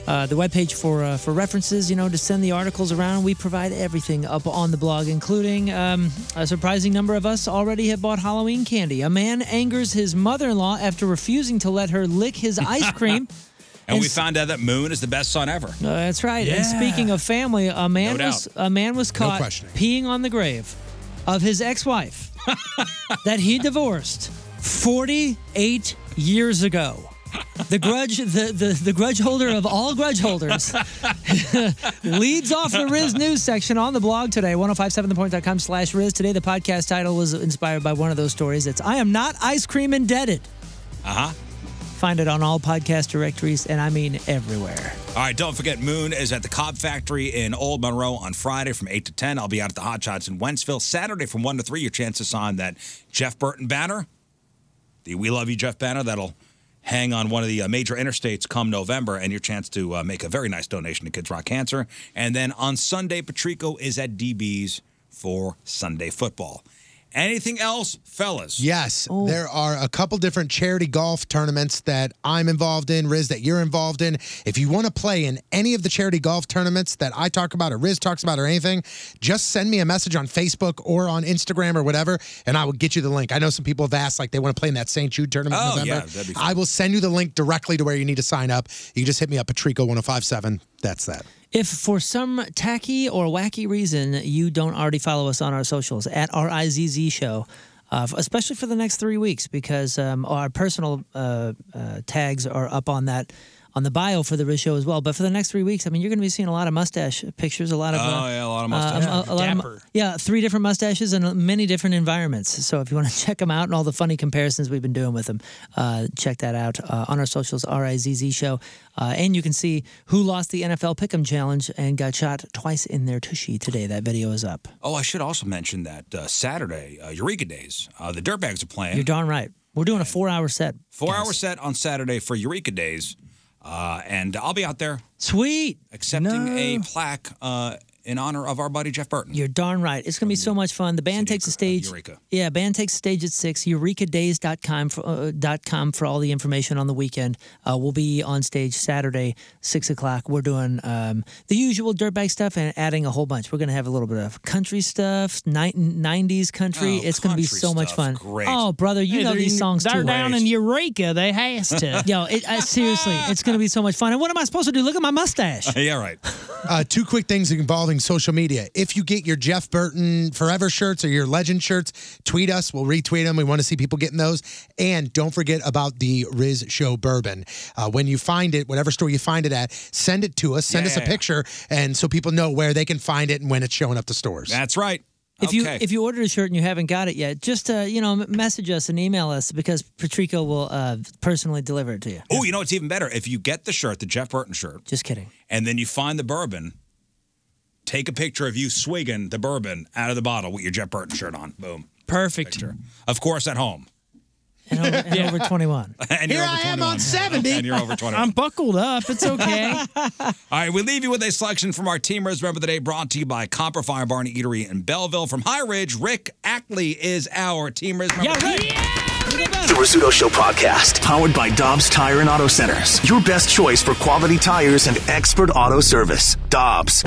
Speaker 3: uh, the webpage for uh, for references, you know, to send the articles around, we provide everything up on the blog, including um, a surprising number of us already have bought Halloween candy. A man angers his mother in law after refusing to let her lick his ice cream.
Speaker 1: And, we found out that Moon is the best son ever.
Speaker 3: Uh, that's right. And
Speaker 1: Yeah.
Speaker 3: speaking of family, a man
Speaker 1: No
Speaker 3: was
Speaker 1: doubt.
Speaker 3: a man was caught
Speaker 1: questioning.
Speaker 3: peeing on the grave of his ex-wife that he divorced 48 years ago. The grudge, the, the, the grudge holder of all grudge holders, leads off the Riz News section on the blog today, 1057thepoint.com slash Riz. Today, the podcast title was inspired by one of those stories. It's I Am Not Ice Cream Indebted.
Speaker 1: Uh huh.
Speaker 3: Find it on all podcast directories, and I mean everywhere.
Speaker 1: All right, don't forget, Moon is at the Cobb Factory in Old Monroe on Friday from 8 to 10. I'll be out at the Hot Shots in Wentzville. Saturday from 1 to 3, your chances on that Jeff Burton banner, the We Love You Jeff banner, that'll hang on one of the uh, major interstates come November, and your chance to uh, make a very nice donation to Kids Rock Cancer. And then on Sunday, Patrico is at DB's for Sunday football. Anything else, fellas?
Speaker 2: Yes, there are a couple different charity golf tournaments that I'm involved in, Riz, that you're involved in. If you want to play in any of the charity golf tournaments that I talk about or Riz talks about or anything, just send me a message on Facebook or on Instagram or whatever, and I will get you the link. I know some people have asked, like, they want to play in that St. Jude tournament
Speaker 1: Oh,
Speaker 2: in
Speaker 1: yeah,
Speaker 2: November.
Speaker 1: that'd be fun.
Speaker 2: I will send you the link directly to where you need to sign up. You can just hit me up at Trico1057. That's that.
Speaker 3: If for some tacky or wacky reason you don't already follow us on our socials at RIZZ Show, uh, f- especially for the next three weeks, because um, our personal uh, uh, tags are up on that on the bio for the Riz Show as well. But for the next three weeks, I mean, you're going to be seeing a lot of mustache pictures, a lot of uh,
Speaker 1: Oh, yeah, a lot of mustache.
Speaker 3: um, a- a lot of mu-
Speaker 1: Dapper.
Speaker 3: yeah, three different mustaches and uh, many different environments. So if you want to check them out and all the funny comparisons we've been doing with them, uh, check that out uh, on our socials, RIZZ Show. Uh, and you can see who lost the NFL Pick'em Challenge and got shot twice in their tushy today. That video is up.
Speaker 1: Oh, I should also mention that uh, Saturday, uh, Eureka Days, uh, the Dirtbags are playing.
Speaker 3: You're darn right. We're doing a four hour set.
Speaker 1: Four hour set on Saturday for Eureka Days, uh, and I'll be out there.
Speaker 3: Sweet.
Speaker 1: Accepting a plaque uh, in honor of our buddy Jeff Burton.
Speaker 3: You're darn right. It's going to be so much fun. The band takes the stage.
Speaker 1: Eureka.
Speaker 3: Yeah, band takes the stage at six. EurekaDays.com for, uh, dot com for all the information on the weekend. Uh, we'll be on stage Saturday, six o'clock. We're doing um, the usual dirtbag stuff and adding a whole bunch. We're going to have a little bit of country stuff, ni- '90s country. it's going to be so much fun.
Speaker 4: great.
Speaker 3: Oh, brother, you
Speaker 4: Hey,
Speaker 3: know
Speaker 4: they're
Speaker 3: these
Speaker 4: in-
Speaker 3: songs
Speaker 4: they're
Speaker 3: too.
Speaker 4: down in
Speaker 3: Eureka. They has
Speaker 4: to.
Speaker 3: Yo, it, I, seriously, it's going to be so much fun. And what am I supposed to do? Look at my mustache.
Speaker 1: yeah, right.
Speaker 2: uh, two quick things involving social media. If you get your Jeff Burton Forever shirts or your Legend shirts, tweet us. We'll retweet them. We want to see people getting those. And don't forget about the Riz Show bourbon. Uh, when you find it, whatever store you find it at, send it to us. Send
Speaker 1: Yeah,
Speaker 2: us
Speaker 1: yeah,
Speaker 2: a
Speaker 1: yeah.
Speaker 2: picture, and so people know where they can find it and when it's showing up to stores.
Speaker 1: That's right.
Speaker 3: If you
Speaker 1: Okay.
Speaker 3: if you ordered a shirt and you haven't got it yet, just uh, you know, m- message us and email us because Patrico will uh, personally deliver it to you.
Speaker 1: Oh, you know what's even better? If you get the shirt, the Jeff Burton shirt,
Speaker 3: Just kidding.
Speaker 1: and then you find the bourbon, take a picture of you swigging the bourbon out of the bottle with your Jeff Burton shirt on. Boom.
Speaker 14: Perfect.
Speaker 1: Picture. Of course, at home.
Speaker 3: And over, and
Speaker 1: Yeah.
Speaker 3: over 21.
Speaker 1: and you're
Speaker 3: Here
Speaker 1: over
Speaker 3: I am
Speaker 1: 21.
Speaker 3: on 70.
Speaker 1: And you're over 20.
Speaker 14: I'm buckled up. It's okay.
Speaker 1: All right, we leave you with a selection from our Teamers Remember the Day brought to you by Copper Fire Barney Eatery in Belleville. From High Ridge, Rick Ackley is our Teamers Remember yeah, the Day.
Speaker 6: The Rizzuto Show podcast, powered by Dobbs Tire and Auto Centers. Your best choice for quality tires and expert auto service. Dobbs.